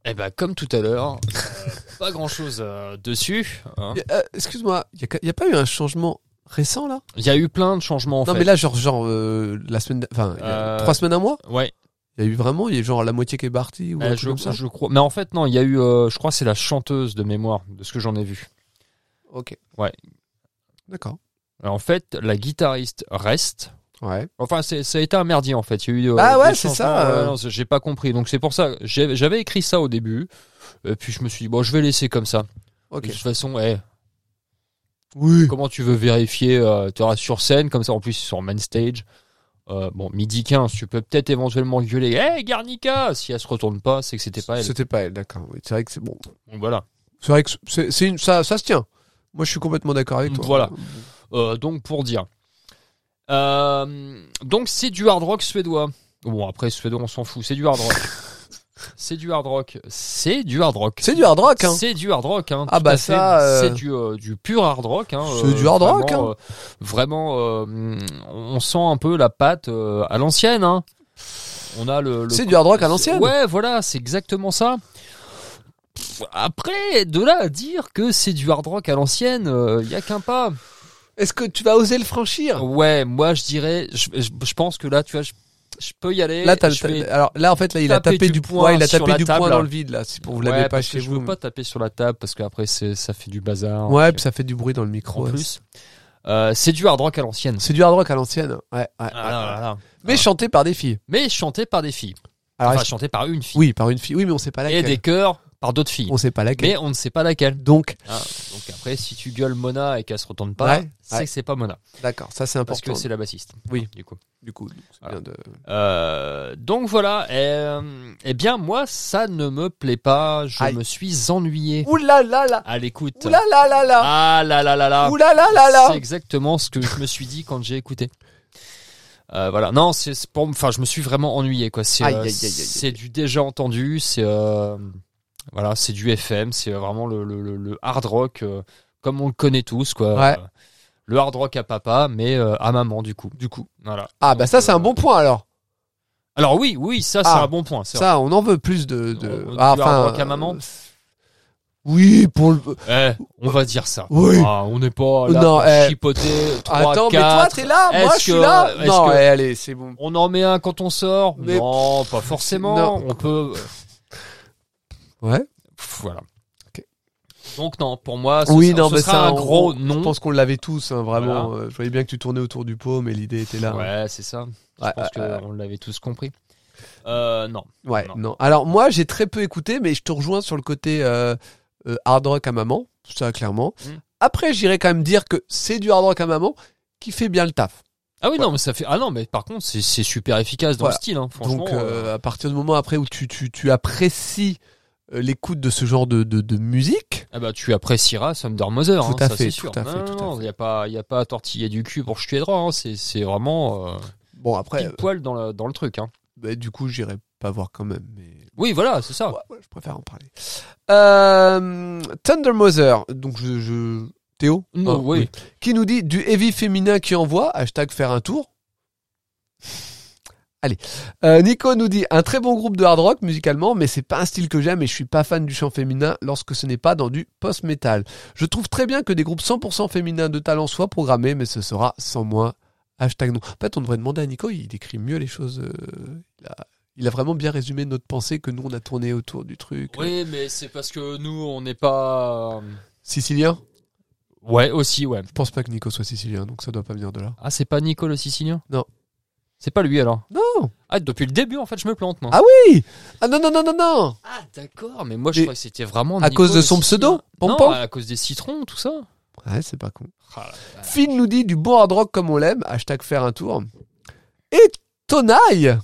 [SPEAKER 3] Et ben comme tout à l'heure, euh, pas grand chose dessus. hein.
[SPEAKER 2] Y- euh, Excuse-moi, il n'y a, pas eu un changement récent là
[SPEAKER 3] Il y a eu plein de changements en
[SPEAKER 2] Non,
[SPEAKER 3] fait.
[SPEAKER 2] mais là, genre, genre euh, la semaine. d- Enfin, il y a
[SPEAKER 3] Euh,
[SPEAKER 2] trois semaines, un mois
[SPEAKER 3] Ouais.
[SPEAKER 2] Il y a eu vraiment, il y a eu genre la moitié qui est partie ou un
[SPEAKER 3] Euh,
[SPEAKER 2] truc
[SPEAKER 3] je,
[SPEAKER 2] comme ça
[SPEAKER 3] je crois. Mais en fait non, il y a eu. euh, je crois que c'est la chanteuse de mémoire de ce que j'en ai vu.
[SPEAKER 2] Ok.
[SPEAKER 3] Ouais.
[SPEAKER 2] D'accord.
[SPEAKER 3] Alors, Euh, en fait, la guitariste reste.
[SPEAKER 2] Ouais.
[SPEAKER 3] Enfin, c'est- ça a été un merdier en fait. Il y a eu. euh,
[SPEAKER 2] Ah ouais,
[SPEAKER 3] des
[SPEAKER 2] c'est
[SPEAKER 3] changements.
[SPEAKER 2] ça, euh.
[SPEAKER 3] Ouais, non, c'est- J'ai pas compris. Donc c'est pour ça. j'ai- J'avais écrit ça au début. Et puis je me suis dit bon, je vais laisser comme ça.
[SPEAKER 2] Ok.
[SPEAKER 3] De toute façon, ouais,
[SPEAKER 2] Oui.
[SPEAKER 3] Comment tu veux vérifier euh, Tu auras sur scène, comme ça, en plus, sur main stage. Euh, bon, midi 15, tu peux peut-être éventuellement gueuler Hey, Garnica Si elle se retourne pas, c'est que c'était pas elle.
[SPEAKER 2] C'était pas elle, d'accord. Oui, c'est vrai que c'est bon.
[SPEAKER 3] Donc, voilà.
[SPEAKER 2] C'est vrai que c'est, c'est une, ça, ça se tient. Moi, je suis complètement d'accord avec toi.
[SPEAKER 3] Voilà. Euh, donc, pour dire. Euh, donc, c'est du hard rock suédois. Bon, après, suédois, on s'en fout. C'est du hard rock. c'est du hard rock. C'est du hard rock.
[SPEAKER 2] C'est du hard rock, hein.
[SPEAKER 3] C'est du hard rock. Hein,
[SPEAKER 2] Ah
[SPEAKER 3] tout
[SPEAKER 2] bah
[SPEAKER 3] à fait.
[SPEAKER 2] ça, euh,
[SPEAKER 3] C'est du, euh, du pur hard rock. Hein,
[SPEAKER 2] c'est du hard rock,
[SPEAKER 3] Vraiment,
[SPEAKER 2] hein.
[SPEAKER 3] euh, vraiment, euh, mm, on sent un peu la patte euh, à l'ancienne. Hein. On a le. le-
[SPEAKER 2] C'est du hard rock à l'ancienne.
[SPEAKER 3] Ouais, voilà, c'est exactement ça. Après, de là à dire que c'est du hard rock à l'ancienne, il y a qu'un pas.
[SPEAKER 2] Est-ce que tu vas oser le franchir
[SPEAKER 3] Ouais, moi je dirais, je, je- je pense que là, tu vois, je, je peux y aller.
[SPEAKER 2] Là, t'as-
[SPEAKER 3] je vais-
[SPEAKER 2] t'as- alors là, en fait, là, il a
[SPEAKER 3] taper
[SPEAKER 2] tapé du
[SPEAKER 3] du poing
[SPEAKER 2] poing, il a
[SPEAKER 3] sur
[SPEAKER 2] tapé
[SPEAKER 3] la
[SPEAKER 2] du
[SPEAKER 3] table,
[SPEAKER 2] poing
[SPEAKER 3] là.
[SPEAKER 2] dans le vide là. Si vous l'avez
[SPEAKER 3] Ouais,
[SPEAKER 2] pas
[SPEAKER 3] parce que
[SPEAKER 2] chez
[SPEAKER 3] je
[SPEAKER 2] vous.
[SPEAKER 3] veux pas taper sur la table parce qu'après c'est- ça fait du bazar.
[SPEAKER 2] Ouais,
[SPEAKER 3] Et
[SPEAKER 2] puis ça fait du bruit dans le micro.
[SPEAKER 3] en
[SPEAKER 2] ouais.
[SPEAKER 3] plus, euh, c'est du hard rock à l'ancienne.
[SPEAKER 2] C'est du hard rock à l'ancienne. Ouais, ouais, ouais.
[SPEAKER 3] Ah, là, là, là.
[SPEAKER 2] Mais chanté par des filles.
[SPEAKER 3] Mais chanté par des filles.
[SPEAKER 2] Alors,
[SPEAKER 3] enfin,
[SPEAKER 2] est-ce-
[SPEAKER 3] chanté par une fille.
[SPEAKER 2] oui, par une fille. Ah, Oui, mais on sait pas
[SPEAKER 3] et
[SPEAKER 2] laquelle.
[SPEAKER 3] des chœurs par d'autres filles.
[SPEAKER 2] On sait pas laquelle.
[SPEAKER 3] Mais on ne sait pas laquelle.
[SPEAKER 2] Donc,
[SPEAKER 3] Ah, donc après, si tu gueules Mona et qu'elle se retourne pas,
[SPEAKER 2] Ouais,
[SPEAKER 3] c'est
[SPEAKER 2] ouais.
[SPEAKER 3] que c'est pas Mona.
[SPEAKER 2] d'accord, ça c'est
[SPEAKER 3] Parce
[SPEAKER 2] important.
[SPEAKER 3] que c'est la bassiste.
[SPEAKER 2] Oui.
[SPEAKER 3] Du coup.
[SPEAKER 2] Du coup, donc, c'est
[SPEAKER 3] Voilà.
[SPEAKER 2] bien de-
[SPEAKER 3] Euh, donc voilà. Euh, eh bien, moi, ça ne me plaît pas. Je
[SPEAKER 2] Aïe.
[SPEAKER 3] me suis ennuyé
[SPEAKER 2] Ouh là là là.
[SPEAKER 3] à l'écoute.
[SPEAKER 2] Ouh là là là là.
[SPEAKER 3] Ah là là là là.
[SPEAKER 2] Ouh là là là là.
[SPEAKER 3] C'est exactement ce que je me suis dit quand j'ai écouté. Euh, voilà, non, c'est c'est pour, enfin, je me suis vraiment ennuyé quoi. C'est
[SPEAKER 2] Aïe,
[SPEAKER 3] euh,
[SPEAKER 2] aïe, aïe, aïe, aïe.
[SPEAKER 3] c'est du déjà entendu, c'est euh, voilà, c'est du FM, c'est vraiment le, le- le- le hard rock euh, comme on le connaît tous quoi.
[SPEAKER 2] Ouais.
[SPEAKER 3] Euh, le hard rock à papa, mais euh, à maman du coup. Du coup, voilà.
[SPEAKER 2] Ah bah
[SPEAKER 3] Donc,
[SPEAKER 2] ça c'est
[SPEAKER 3] euh,
[SPEAKER 2] un bon point alors.
[SPEAKER 3] Alors oui, oui, ça c'est
[SPEAKER 2] Ah,
[SPEAKER 3] un bon point. c'est
[SPEAKER 2] Ça, on en veut plus de. de...
[SPEAKER 3] On- on doit avoir qu'à maman.
[SPEAKER 2] euh, Oui, pour le.
[SPEAKER 3] vrai. Eh, on va dire ça.
[SPEAKER 2] Oui.
[SPEAKER 3] Ah, on n'est pas là
[SPEAKER 2] Non,
[SPEAKER 3] pour
[SPEAKER 2] eh.
[SPEAKER 3] chipoter. trois,
[SPEAKER 2] Attends, mais toi,
[SPEAKER 3] quatre.
[SPEAKER 2] t'es là, moi,
[SPEAKER 3] Est-ce
[SPEAKER 2] je suis
[SPEAKER 3] que-
[SPEAKER 2] là.
[SPEAKER 3] est-ce
[SPEAKER 2] Non,
[SPEAKER 3] que-
[SPEAKER 2] eh, allez, c'est bon.
[SPEAKER 3] On en met un quand on sort
[SPEAKER 2] Mais-
[SPEAKER 3] Non, pas forcément.
[SPEAKER 2] Non.
[SPEAKER 3] On peut.
[SPEAKER 2] Ouais.
[SPEAKER 3] Pff, voilà.
[SPEAKER 2] Ok.
[SPEAKER 3] Donc non, pour moi, Ah, ce,
[SPEAKER 2] Oui,
[SPEAKER 3] sera-
[SPEAKER 2] non,
[SPEAKER 3] ce
[SPEAKER 2] mais
[SPEAKER 3] sera
[SPEAKER 2] ça,
[SPEAKER 3] un
[SPEAKER 2] on-
[SPEAKER 3] gros
[SPEAKER 2] Je
[SPEAKER 3] non.
[SPEAKER 2] pense qu'on l'avait tous, hein, vraiment. Euh, Je voyais bien que tu tournais autour du pot, mais l'idée était là.
[SPEAKER 3] Ouais, c'est ça. Je
[SPEAKER 2] Ouais,
[SPEAKER 3] pense
[SPEAKER 2] ouais,
[SPEAKER 3] qu'on l'avait tous compris. Euh, non.
[SPEAKER 2] Ouais,
[SPEAKER 3] Non.
[SPEAKER 2] non. Alors moi, j'ai très peu écouté, mais je te rejoins sur le côté euh, euh, hard rock à maman, ça clairement.
[SPEAKER 3] Mm.
[SPEAKER 2] Après, j'irais quand même dire que c'est du hard rock à maman qui fait bien le taf.
[SPEAKER 3] Ah oui, non, mais ça fait. Ah non, mais par contre, c'est c'est super efficace dans
[SPEAKER 2] Voilà.
[SPEAKER 3] le style, hein, franchement.
[SPEAKER 2] Donc
[SPEAKER 3] euh,
[SPEAKER 2] euh, à partir du moment après où tu, tu, tu apprécies euh, l'écoute de ce genre de, de, de musique,
[SPEAKER 3] Ah bah tu apprécieras Thunder Mother,
[SPEAKER 2] Tout
[SPEAKER 3] hein,
[SPEAKER 2] à
[SPEAKER 3] ça
[SPEAKER 2] fait,
[SPEAKER 3] c'est
[SPEAKER 2] tout
[SPEAKER 3] sûr.
[SPEAKER 2] à fait,
[SPEAKER 3] non,
[SPEAKER 2] tout à
[SPEAKER 3] il n'y a pas, y a pas à tortiller du cul pour jeter droit. Hein, c'est c'est vraiment euh,
[SPEAKER 2] bon après,
[SPEAKER 3] pile
[SPEAKER 2] euh,
[SPEAKER 3] poil dans le dans le truc. Hein.
[SPEAKER 2] bah, du coup, j'irai pas voir quand même. Mais
[SPEAKER 3] Oui, voilà, c'est ça.
[SPEAKER 2] ouais, ouais, je préfère en parler. Euh, Thunder Mother, donc je, je- Théo,
[SPEAKER 3] Non,
[SPEAKER 2] Oh,
[SPEAKER 3] oui.
[SPEAKER 2] qui nous dit du heavy féminin qui envoie, hashtag faire un tour. Allez, Euh, Nico nous dit un très bon groupe de hard rock musicalement, mais c'est pas un style que j'aime et je suis pas fan du chant féminin lorsque ce n'est pas dans du post-metal. Je trouve très bien que des groupes 100% féminins de talent soient programmés, mais ce sera sans moi. Hashtag non. En fait, on devrait demander à Nico, il décrit mieux les choses. euh, il, a, il a vraiment bien résumé notre pensée que nous on a tourné autour du truc.
[SPEAKER 3] Oui, mais c'est parce que nous, on n'est pas.
[SPEAKER 2] Sicilien
[SPEAKER 3] Ouais, aussi, ouais.
[SPEAKER 2] Je pense pas que Nico soit sicilien, donc ça doit pas venir de là.
[SPEAKER 3] Ah, c'est pas Nico le Sicilien
[SPEAKER 2] Non.
[SPEAKER 3] C'est pas lui alors
[SPEAKER 2] Non
[SPEAKER 3] Ah, depuis le début, en fait, je me plante, moi.
[SPEAKER 2] Ah Ah non, non, non, non, non
[SPEAKER 3] Ah, d'accord, mais moi, je
[SPEAKER 2] Et-
[SPEAKER 3] croyais que c'était vraiment.
[SPEAKER 2] À
[SPEAKER 3] Nico
[SPEAKER 2] cause de
[SPEAKER 3] le
[SPEAKER 2] son
[SPEAKER 3] Sicilien.
[SPEAKER 2] pseudo Pompon
[SPEAKER 3] Non, à cause des citrons, tout ça.
[SPEAKER 2] Ouais, c'est pas con.
[SPEAKER 3] Ah, là là.
[SPEAKER 2] Phil nous dit du bon hard rock comme on l'aime, hashtag faire un tour. Et Tonaille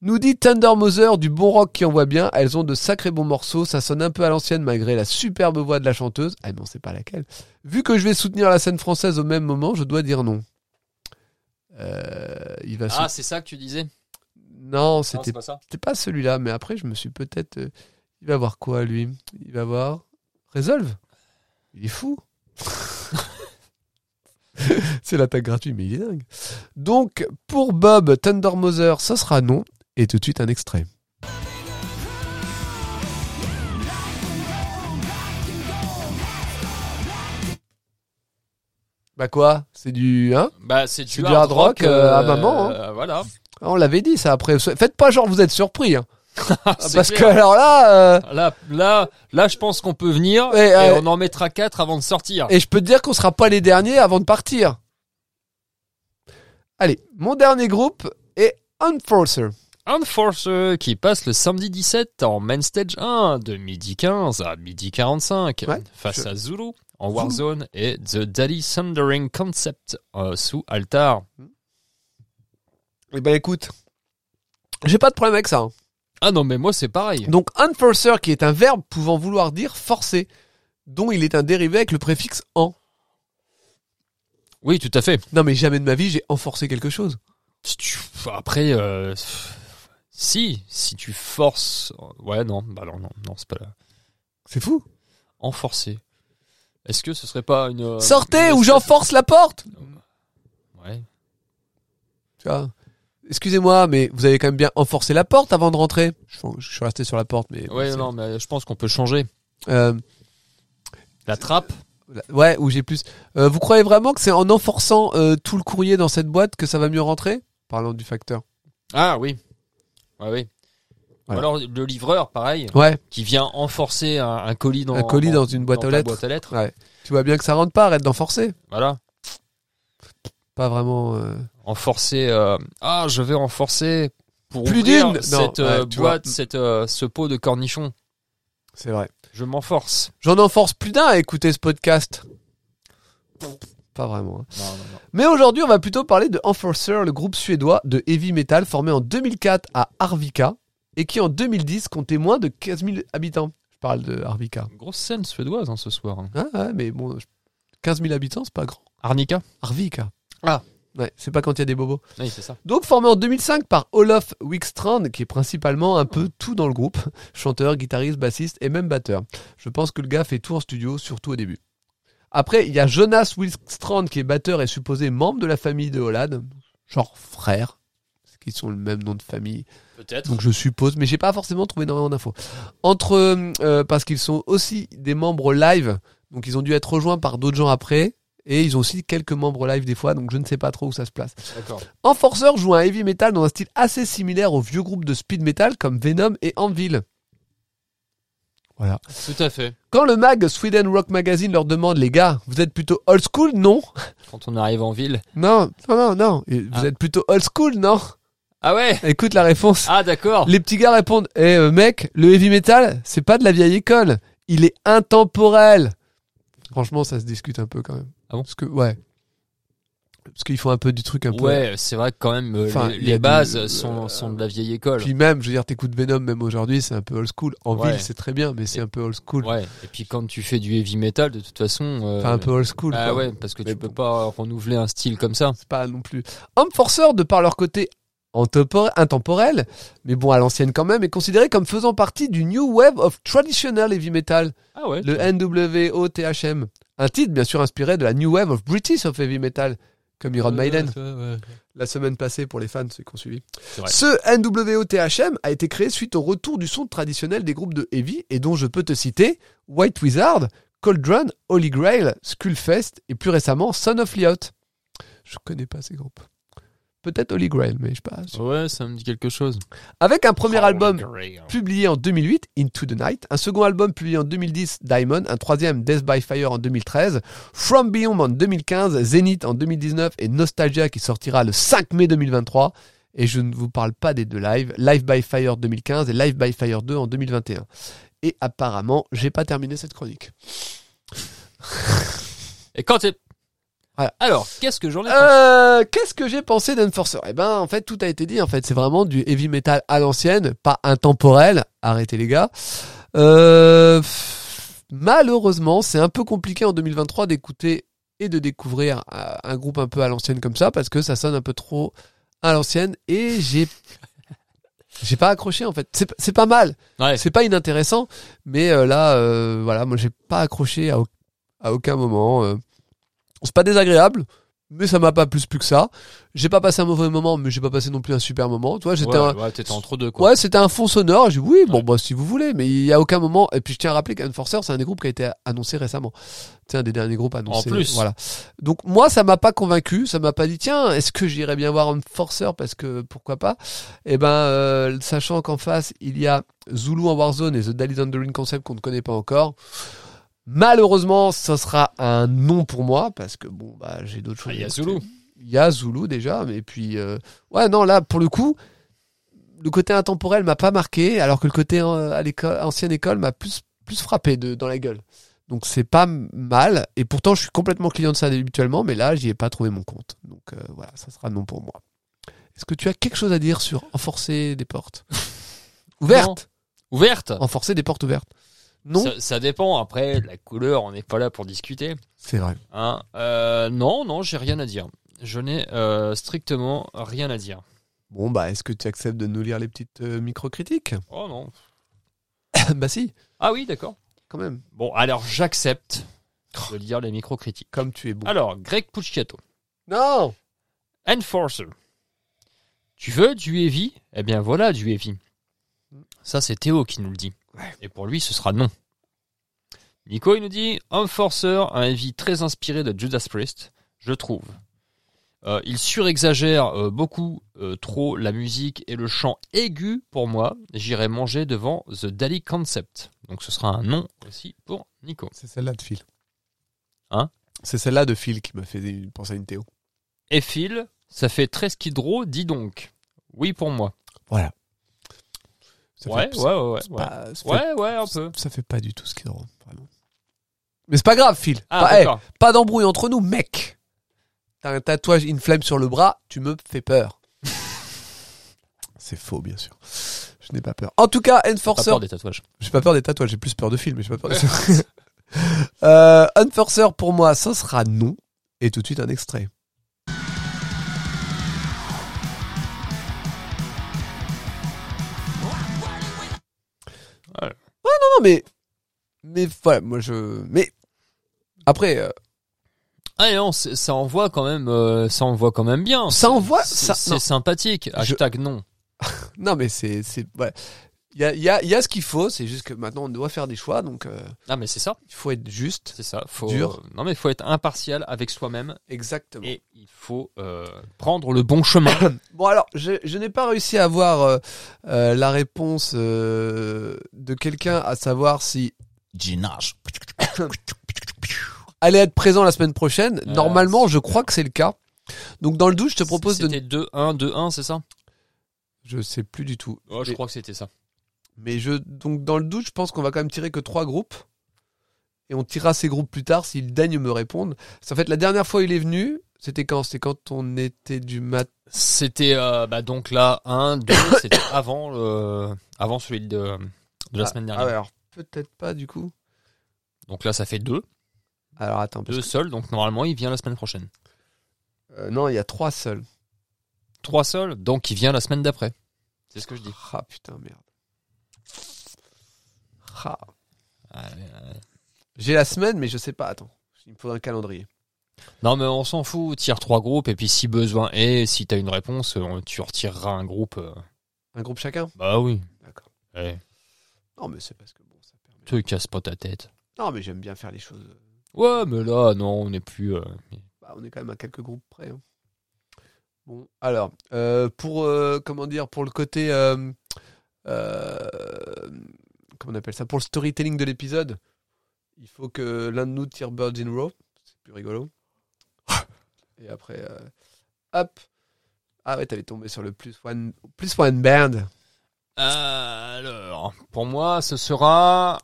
[SPEAKER 2] nous dit Thunder Mother, du bon rock qui envoie bien, elles ont de sacrés bons morceaux, ça sonne un peu à l'ancienne malgré la superbe voix de la chanteuse. Ah non, c'est pas laquelle. Vu que je vais soutenir la scène française au même moment, je dois dire non. Euh, il va
[SPEAKER 3] Ah,
[SPEAKER 2] sou-
[SPEAKER 3] c'est ça que tu disais Non,
[SPEAKER 2] Non, c'était
[SPEAKER 3] c'est pas ça.
[SPEAKER 2] c'était pas celui-là, mais après je me suis peut-être... euh, Il va voir quoi lui Il va voir... Resolve Il est fou C'est l'attaque gratuite, mais il est dingue. Donc, pour Bob, Thunder Mother, ça sera non. Et tout de suite, un extrait. Bah quoi C'est du... Hein
[SPEAKER 3] Bah, c'est du,
[SPEAKER 2] C'est du hard rock, euh, à maman, hein.
[SPEAKER 3] euh, Voilà.
[SPEAKER 2] on l'avait dit ça après. Faites pas genre vous êtes surpris. hein.
[SPEAKER 3] C'est
[SPEAKER 2] Parce que
[SPEAKER 3] clair.
[SPEAKER 2] alors là... euh,
[SPEAKER 3] Là, là, là, je pense qu'on peut venir
[SPEAKER 2] Ouais,
[SPEAKER 3] et
[SPEAKER 2] ouais.
[SPEAKER 3] on en mettra quatre avant de sortir.
[SPEAKER 2] Et je peux te dire qu'on sera pas les derniers avant de partir. Allez, mon dernier groupe est Unforcer.
[SPEAKER 3] Enforcer qui passe le samedi 17 en Main Stage 1 de midi 15 à midi 45
[SPEAKER 2] Ouais,
[SPEAKER 3] face
[SPEAKER 2] je-
[SPEAKER 3] à Zulu en Warzone et The Daddy Thundering Concept euh, sous Altar.
[SPEAKER 2] Eh ben écoute, j'ai pas de problème avec ça. hein.
[SPEAKER 3] Ah non mais moi c'est pareil.
[SPEAKER 2] Donc Unforcer qui est un verbe pouvant vouloir dire forcer, dont il est un dérivé avec le préfixe en.
[SPEAKER 3] Oui tout à fait.
[SPEAKER 2] Non mais jamais de ma vie j'ai enforcé quelque chose.
[SPEAKER 3] Tu- Après euh, si si tu forces ouais non bah non non non c'est pas là.
[SPEAKER 2] C'est fou.
[SPEAKER 3] Enforcer. Est-ce que ce serait pas une euh,
[SPEAKER 2] Sortez
[SPEAKER 3] une
[SPEAKER 2] ou
[SPEAKER 3] espèce-
[SPEAKER 2] j'enforce la porte.
[SPEAKER 3] Ouais.
[SPEAKER 2] Tu vois. Excusez-moi, mais vous avez quand même bien enforcé la porte avant de rentrer. Je, je suis resté sur la porte, mais.
[SPEAKER 3] Ouais
[SPEAKER 2] c'est-
[SPEAKER 3] non mais je pense qu'on peut changer
[SPEAKER 2] Euh,
[SPEAKER 3] la trappe.
[SPEAKER 2] Ouais, où j'ai plus. Euh, vous croyez vraiment que c'est en enforçant euh, tout le courrier dans cette boîte que ça va mieux rentrer Parlant du facteur.
[SPEAKER 3] Ah oui. Ouais oui. Ou
[SPEAKER 2] Voilà.
[SPEAKER 3] Alors le livreur pareil.
[SPEAKER 2] Ouais,
[SPEAKER 3] qui vient enforcer un, un colis dans
[SPEAKER 2] Un colis dans une boîte aux
[SPEAKER 3] ta
[SPEAKER 2] lettres.
[SPEAKER 3] boîte
[SPEAKER 2] tu vois bien que ça rentre pas, arrête d'enforcer.
[SPEAKER 3] Voilà,
[SPEAKER 2] Pas vraiment. euh,
[SPEAKER 3] enforcer. euh, ah, je vais enforcer pour
[SPEAKER 2] Plus
[SPEAKER 3] ouvrir
[SPEAKER 2] d'une Non,
[SPEAKER 3] cette euh,
[SPEAKER 2] ouais, tu
[SPEAKER 3] boîte,
[SPEAKER 2] vois.
[SPEAKER 3] cette euh, ce pot de cornichons.
[SPEAKER 2] C'est vrai.
[SPEAKER 3] Je m'enforce.
[SPEAKER 2] J'en enforce plus d'un à écouter ce podcast. Pas vraiment. hein. Mais aujourd'hui, on va plutôt parler de Enforcer, le groupe suédois de heavy metal formé en 2004 à Arvika et qui en 2010 comptait moins de 15 000 habitants. Je parle de Arvika.
[SPEAKER 3] Grosse scène suédoise hein, ce soir. hein.
[SPEAKER 2] Ah, ouais, mais bon, je- 15 000 habitants, c'est pas grand.
[SPEAKER 3] Arnica.
[SPEAKER 2] Arvika.
[SPEAKER 3] Ah.
[SPEAKER 2] Ouais, c'est pas quand il y a des bobos.
[SPEAKER 3] Oui, c'est ça.
[SPEAKER 2] Donc formé en 2005 par Olaf Wikstrand, qui est principalement un peu tout dans le groupe, chanteur, guitariste, bassiste et même batteur. Je pense que le gars fait tout en studio, surtout au début. Après, il y a Jonas Wikstrand, qui est batteur et supposé membre de la famille de Hollande, genre frère, ce qui qu'ils ont le même nom de famille.
[SPEAKER 3] Peut-être.
[SPEAKER 2] Donc je suppose, mais j'ai pas forcément trouvé énormément d'infos. Entre euh, parce qu'ils sont aussi des membres live, donc ils ont dû être rejoints par d'autres gens après, et ils ont aussi quelques membres live des fois, donc je ne sais pas trop où ça se place.
[SPEAKER 3] D'accord.
[SPEAKER 2] Enforcer joue un heavy metal dans un style assez similaire aux vieux groupes de speed metal comme Venom et Anvil. Voilà.
[SPEAKER 3] Tout à fait.
[SPEAKER 2] Quand le mag Sweden Rock Magazine leur demande, les gars, vous êtes plutôt old school, non
[SPEAKER 3] Quand on arrive en ville.
[SPEAKER 2] Non, non, non, non. Et Vous
[SPEAKER 3] Ah.
[SPEAKER 2] êtes plutôt old school, non
[SPEAKER 3] Ah ouais
[SPEAKER 2] Écoute la réponse.
[SPEAKER 3] Ah d'accord.
[SPEAKER 2] Les petits gars répondent Eh euh, mec, le heavy metal, c'est pas de la vieille école. Il est intemporel. Franchement, ça se discute un peu quand même.
[SPEAKER 3] Ah bon
[SPEAKER 2] Parce que, ouais. Parce qu'ils font un peu du truc un peu.
[SPEAKER 3] Ouais, c'est vrai que quand même euh,
[SPEAKER 2] Enfin,
[SPEAKER 3] les,
[SPEAKER 2] il y
[SPEAKER 3] les
[SPEAKER 2] a du-
[SPEAKER 3] bases
[SPEAKER 2] euh,
[SPEAKER 3] sont, sont de la vieille école.
[SPEAKER 2] Puis même, je veux dire, t'écoutes Venom même aujourd'hui, c'est un peu old school. En
[SPEAKER 3] Ouais.
[SPEAKER 2] ville, c'est très bien, mais c'est un peu old school.
[SPEAKER 3] Ouais. Et puis quand tu fais du heavy metal, de toute façon. euh,
[SPEAKER 2] Enfin, un peu old school.
[SPEAKER 3] Ah
[SPEAKER 2] quoi.
[SPEAKER 3] ouais, parce que
[SPEAKER 2] Mais
[SPEAKER 3] tu peux
[SPEAKER 2] bon.
[SPEAKER 3] pas renouveler un style comme ça.
[SPEAKER 2] C'est pas non plus. Homme forceur, de par leur côté antopor- intemporel, mais bon, à l'ancienne quand même, est considéré comme faisant partie du New Wave of Traditional Heavy Metal.
[SPEAKER 3] Ah ouais.
[SPEAKER 2] le NWOTHM. Un titre bien sûr inspiré de la New Wave of British of Heavy Metal, comme Iron Maiden la semaine passée pour les fans, ceux qui ont suivi.
[SPEAKER 3] vrai.
[SPEAKER 2] Ce NWOTHM a été créé suite au retour du son traditionnel des groupes de Heavy et dont je peux te citer White Wizard, Cauldron, Holy Grail, Skullfest et plus récemment Son of Liot. Je connais pas ces groupes. Peut-être Holy Grail, mais je sais pas.
[SPEAKER 3] Ouais, ça me dit quelque chose.
[SPEAKER 2] Avec un premier
[SPEAKER 3] Oh. Holy
[SPEAKER 2] album
[SPEAKER 3] Grail.
[SPEAKER 2] publié en 2008, Into the Night, un second album publié en 2010, Diamond, un troisième, Death by Fire en 2013, From Beyond en 2015, Zenith en 2019 et Nostalgia qui sortira le 5 mai 2023. Et je ne vous parle pas des deux lives, Live by Fire 2015 et Live by Fire 2 en 2021. Et apparemment, j'ai pas terminé cette chronique.
[SPEAKER 3] Et quand t'es.
[SPEAKER 2] Voilà.
[SPEAKER 3] Alors, qu'est-ce que j'en ai pensé
[SPEAKER 2] Euh, Qu'est-ce que j'ai pensé d'Enforcer Eh ben, en fait, tout a été dit. En fait, c'est vraiment du heavy metal à l'ancienne, pas intemporel. Arrêtez les gars. Euh, pff, malheureusement, c'est un peu compliqué en 2023 d'écouter et de découvrir euh, un groupe un peu à l'ancienne comme ça parce que ça sonne un peu trop à l'ancienne et j'ai j'ai pas accroché en fait. C'est p- C'est pas mal.
[SPEAKER 3] Ouais.
[SPEAKER 2] C'est pas inintéressant, mais euh, là, euh, voilà, moi j'ai pas accroché à, au- à aucun moment. euh. C'est pas désagréable, mais ça m'a pas plus plus que ça. J'ai pas passé un mauvais moment, mais j'ai pas passé non plus un super moment. Toi, j'étais
[SPEAKER 3] Ouais,
[SPEAKER 2] un-
[SPEAKER 3] ouais, t'étais entre deux quoi.
[SPEAKER 2] Ouais, c'était un fond sonore. J'ai dit, oui, bon,
[SPEAKER 3] Ouais.
[SPEAKER 2] bah, si vous voulez, mais il y a aucun moment. Et puis, je tiens à rappeler qu'Enforcer, c'est un des groupes qui a été annoncé récemment. C'est un des derniers groupes annoncés.
[SPEAKER 3] En plus.
[SPEAKER 2] Voilà. Donc, moi, ça m'a pas convaincu. Ça m'a pas dit, tiens, est-ce que j'irais bien voir Enforcer parce que pourquoi pas? Et ben, euh, sachant qu'en face, il y a Zulu en Warzone et The Daily Thundering Concept qu'on ne connaît pas encore. Malheureusement, ça sera un non pour moi parce que bon, bah, j'ai d'autres
[SPEAKER 3] Ah,
[SPEAKER 2] choses.
[SPEAKER 3] Il y
[SPEAKER 2] à
[SPEAKER 3] a
[SPEAKER 2] écouter.
[SPEAKER 3] Zulu.
[SPEAKER 2] Il y a Zulu déjà, mais puis euh, ouais non là pour le coup le côté intemporel m'a pas marqué, alors que le côté euh, à l'école, ancienne école m'a plus plus frappé de, dans la gueule. Donc c'est pas m- mal, et pourtant je suis complètement client de ça habituellement, mais là j'y ai pas trouvé mon compte. Donc euh, voilà, ça sera non pour moi. Est-ce que tu as quelque chose à dire sur enforcer des portes ouvertes,
[SPEAKER 3] Ouverte
[SPEAKER 2] enforcer des portes ouvertes Non,
[SPEAKER 3] Ça, ça dépend. Après, la couleur, on n'est pas là pour discuter.
[SPEAKER 2] c'est vrai.
[SPEAKER 3] Hein. Euh, non, non, j'ai rien à dire. Je n'ai euh, strictement rien à dire.
[SPEAKER 2] Bon bah est-ce que tu acceptes de nous lire les petites euh, micro-critiques
[SPEAKER 3] Oh non.
[SPEAKER 2] Bah si,
[SPEAKER 3] Ah oui, d'accord.
[SPEAKER 2] quand même.
[SPEAKER 3] Bon, alors j'accepte de lire les micro-critiques.
[SPEAKER 2] Comme tu es bon.
[SPEAKER 3] Alors, Greg Pucciato.
[SPEAKER 2] Non
[SPEAKER 3] Enforcer. Tu veux du heavy Eh bien voilà du heavy. Ça c'est Théo qui nous le dit.
[SPEAKER 2] Ouais.
[SPEAKER 3] Et pour lui ce sera non. Nico il nous dit Enforcer, un heavy très inspiré de Judas Priest, je trouve. Euh, il surexagère euh, beaucoup euh, trop la musique et le chant aigu pour moi. J'irai manger devant The Dali Concept. Donc ce sera un non aussi pour Nico.
[SPEAKER 2] C'est celle-là de Phil.
[SPEAKER 3] Hein
[SPEAKER 2] C'est celle-là de Phil qui m'a fait penser à une Théo.
[SPEAKER 3] Et Phil, ça fait très skidro, dis donc. Oui pour moi.
[SPEAKER 2] Voilà.
[SPEAKER 3] Ouais, ouais, ouais, ouais,
[SPEAKER 2] c'est
[SPEAKER 3] ouais.
[SPEAKER 2] pas- ça fait-
[SPEAKER 3] Ouais, ouais, un peu.
[SPEAKER 2] Ça fait pas du tout ce qui est drôle, vraiment. Mais c'est pas grave, Phil.
[SPEAKER 3] Ah,
[SPEAKER 2] pas, Bah, hey,
[SPEAKER 3] d'accord.
[SPEAKER 2] pas d'embrouille entre nous, mec. T'as un tatouage in flamme sur le bras, tu me fais peur. c'est faux, bien sûr. Je n'ai pas peur. En tout cas,
[SPEAKER 3] Pas
[SPEAKER 2] Enforcer
[SPEAKER 3] peur des tatouages.
[SPEAKER 2] J'ai pas peur des tatouages, j'ai plus peur de films, mais j'ai pas peur des tatouages. euh, Unforcer, pour moi, ça sera non. Et tout de suite, un extrait. Ouais, non, non, mais. Mais voilà, moi je. Mais. Après, euh,
[SPEAKER 3] Ah non, c'est- ça envoie quand même, euh, ça envoie quand même bien.
[SPEAKER 2] Ça envoie.
[SPEAKER 3] C'est
[SPEAKER 2] Ça,
[SPEAKER 3] c'est sympathique. Hashtag non.
[SPEAKER 2] non. non, mais c'est. c'est- ouais. Il y a, il y a- il y a ce qu'il faut, c'est juste que maintenant on doit faire des choix, donc euh,
[SPEAKER 3] Ah mais c'est ça,
[SPEAKER 2] il faut être juste.
[SPEAKER 3] c'est ça. Faut,
[SPEAKER 2] Dur.
[SPEAKER 3] Non mais faut être impartial avec soi-même
[SPEAKER 2] Exactement.
[SPEAKER 3] et il faut euh, prendre le bon chemin.
[SPEAKER 2] Bon alors, je, je n'ai pas réussi à avoir euh, euh, la réponse euh, de quelqu'un à savoir si
[SPEAKER 1] Ginage.
[SPEAKER 2] allait être présent la semaine prochaine.
[SPEAKER 3] Euh,
[SPEAKER 2] Normalement, je crois que c'est le cas. Donc dans le doute, je te propose de...
[SPEAKER 3] C'était 2-1, 2-1, c'est ça
[SPEAKER 2] Je sais plus du tout.
[SPEAKER 3] Je
[SPEAKER 2] Mais-
[SPEAKER 3] crois que c'était ça.
[SPEAKER 2] Mais je donc dans le doute, je pense qu'on va quand même tirer que trois groupes. Et on tirera ces groupes plus tard s'ils daignent me répondre. Parce qu'en fait, la dernière fois il est venu, c'était quand C'était quand on était du mat.
[SPEAKER 3] C'était euh, bah, donc là 1, 2, c'était avant, le- avant celui de, de la
[SPEAKER 2] Ah,
[SPEAKER 3] semaine
[SPEAKER 2] ah
[SPEAKER 3] dernière.
[SPEAKER 2] ouais, alors peut-être pas du coup.
[SPEAKER 3] Donc là ça fait 2,
[SPEAKER 2] Alors attends, parce
[SPEAKER 3] 2 seuls, donc normalement il vient la semaine prochaine.
[SPEAKER 2] que- euh, non, il y a trois seuls.
[SPEAKER 3] 3 seuls, donc il vient la semaine d'après. C'est ce que je dis.
[SPEAKER 2] Ah putain merde. Ah.
[SPEAKER 3] euh,
[SPEAKER 2] J'ai la semaine, mais je sais pas. Attends, il me faut un calendrier.
[SPEAKER 3] Non mais on s'en fout, tire trois groupes et puis si besoin et si t'as une réponse, euh, on- tu retireras un groupe. euh,
[SPEAKER 2] Un groupe chacun.
[SPEAKER 3] Bah oui.
[SPEAKER 2] D'accord.
[SPEAKER 3] Eh,
[SPEAKER 2] Non, mais c'est parce que bon, ça permet.
[SPEAKER 3] te casse pas ta tête.
[SPEAKER 2] Non, mais j'aime bien faire les choses.
[SPEAKER 3] Ouais mais là non, on n'est plus. euh,
[SPEAKER 2] Bah, on est quand même à quelques groupes près. hein. Bon, alors, euh, pour, euh, comment dire, pour le côté, euh, euh, comment on appelle ça, pour le storytelling de l'épisode, il faut que l'un de nous tire Birds in Row, c'est plus rigolo. Et après, euh, hop. Ah ouais, t'avais tombé sur le plus one, plus one band.
[SPEAKER 3] Alors, pour moi, ce sera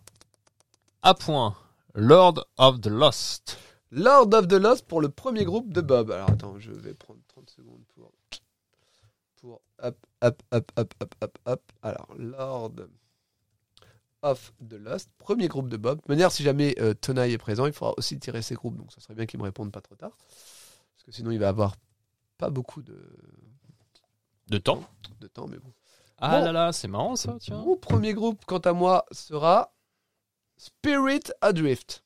[SPEAKER 3] à point. Lord of the Lost.
[SPEAKER 2] Lord of the Lost pour le premier groupe de Bob. Alors attends, je vais prendre 30 secondes pour. Pour. Hop, hop, hop, hop, hop, hop, hop. Alors, Lord of the Lost, premier groupe de Bob. De manière, si jamais euh, Tonaï est présent, il faudra aussi tirer ses groupes. Donc, ça serait bien qu'il me réponde pas trop tard. Parce que sinon, il va avoir pas beaucoup de,
[SPEAKER 3] De temps.
[SPEAKER 2] de temps. Mais bon.
[SPEAKER 3] Ah
[SPEAKER 2] Bon.
[SPEAKER 3] là là, c'est marrant ça, tiens.
[SPEAKER 2] Mon premier groupe, quant à moi, sera Spirit Adrift.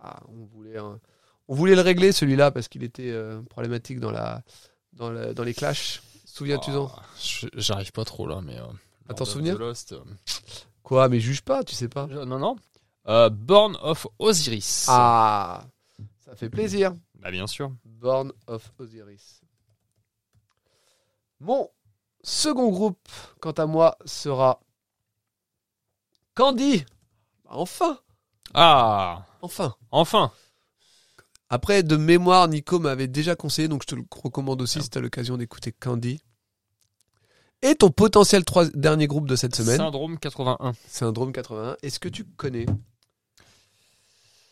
[SPEAKER 2] Ah, on voulait, un- on voulait le régler celui-là parce qu'il était euh, problématique dans, la, dans, la- dans les clashs. Souviens-tu-en
[SPEAKER 3] Ah, je- J'arrive pas trop là, mais.
[SPEAKER 2] À
[SPEAKER 3] euh, Lord
[SPEAKER 2] t'en
[SPEAKER 3] of the
[SPEAKER 2] souvenir
[SPEAKER 3] Lost, euh,
[SPEAKER 2] Quoi Mais juge pas, tu sais pas.
[SPEAKER 3] je- Non, non. Euh, Born of Osiris.
[SPEAKER 2] Ah, ça fait plaisir.
[SPEAKER 3] Bah bien sûr.
[SPEAKER 2] Born of Osiris. Mon second groupe, quant à moi, sera Candy. Bah, Enfin,
[SPEAKER 3] Ah
[SPEAKER 2] enfin.
[SPEAKER 3] Enfin
[SPEAKER 2] Après, de mémoire, Nico m'avait déjà conseillé, donc je te le recommande aussi si tu as l'occasion d'écouter Candy. Et ton potentiel trois- dernier groupe de cette semaine,
[SPEAKER 3] Syndrome 81.
[SPEAKER 2] Syndrome 81, est-ce que tu connais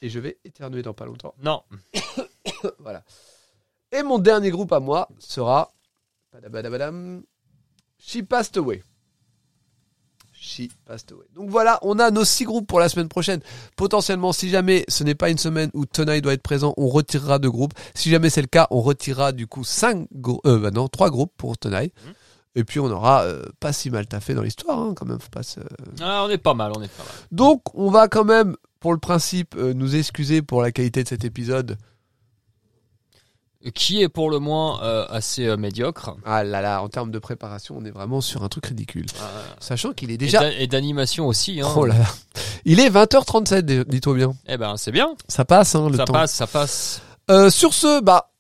[SPEAKER 2] Et je vais éternuer dans pas longtemps.
[SPEAKER 3] Non.
[SPEAKER 2] voilà. Et mon dernier groupe à moi sera. Padabadabadam. She Passed Away. She Passed Away. Donc voilà, on a nos six groupes pour la semaine prochaine. Potentiellement, si jamais ce n'est pas une semaine où Tonight doit être présent, on retirera deux groupes. Si jamais c'est le cas, on retirera du coup cinq grou- euh, bah non, trois groupes pour Tonight.
[SPEAKER 3] Mhm.
[SPEAKER 2] Et puis on aura euh, pas si mal taffé dans l'histoire, hein, quand même. Faut pas se-
[SPEAKER 3] Ah, on est pas mal, on est pas mal.
[SPEAKER 2] donc, on va quand même, pour le principe, euh, nous excuser pour la qualité de cet épisode.
[SPEAKER 3] Euh, Qui est pour le moins euh, assez euh, médiocre.
[SPEAKER 2] Ah là là, en termes de préparation, on est vraiment sur un truc ridicule.
[SPEAKER 3] Euh,
[SPEAKER 2] Sachant qu'il est
[SPEAKER 3] et
[SPEAKER 2] déjà.
[SPEAKER 3] d'a- Et d'animation aussi. Hein.
[SPEAKER 2] Oh là là. Il est 20h37, dé- dis-toi bien.
[SPEAKER 3] Eh ben, c'est bien.
[SPEAKER 2] Ça passe, hein, le
[SPEAKER 3] ça
[SPEAKER 2] temps.
[SPEAKER 3] passe, ça passe.
[SPEAKER 2] Euh, sur ce, bah,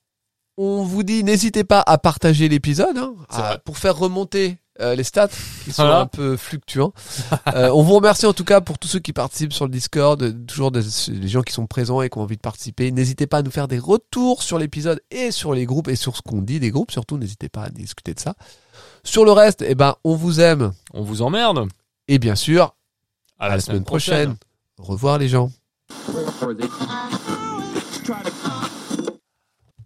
[SPEAKER 2] on vous dit, n'hésitez pas à partager l'épisode hein,
[SPEAKER 3] C'est
[SPEAKER 2] à-
[SPEAKER 3] vrai.
[SPEAKER 2] pour faire remonter euh, les stats qui sont
[SPEAKER 3] Voilà.
[SPEAKER 2] un peu fluctuants. Euh, on vous remercie en tout cas pour tous ceux qui participent sur le Discord, euh, toujours des, les gens qui sont présents et qui ont envie de participer. N'hésitez pas à nous faire des retours sur l'épisode et sur les groupes et sur ce qu'on dit des groupes. Surtout, n'hésitez pas à discuter de ça. Sur le reste, eh ben, on vous aime
[SPEAKER 3] On vous emmerde.
[SPEAKER 2] et bien sûr, à, la, semaine, prochaine. Au revoir les gens.
[SPEAKER 4] Try to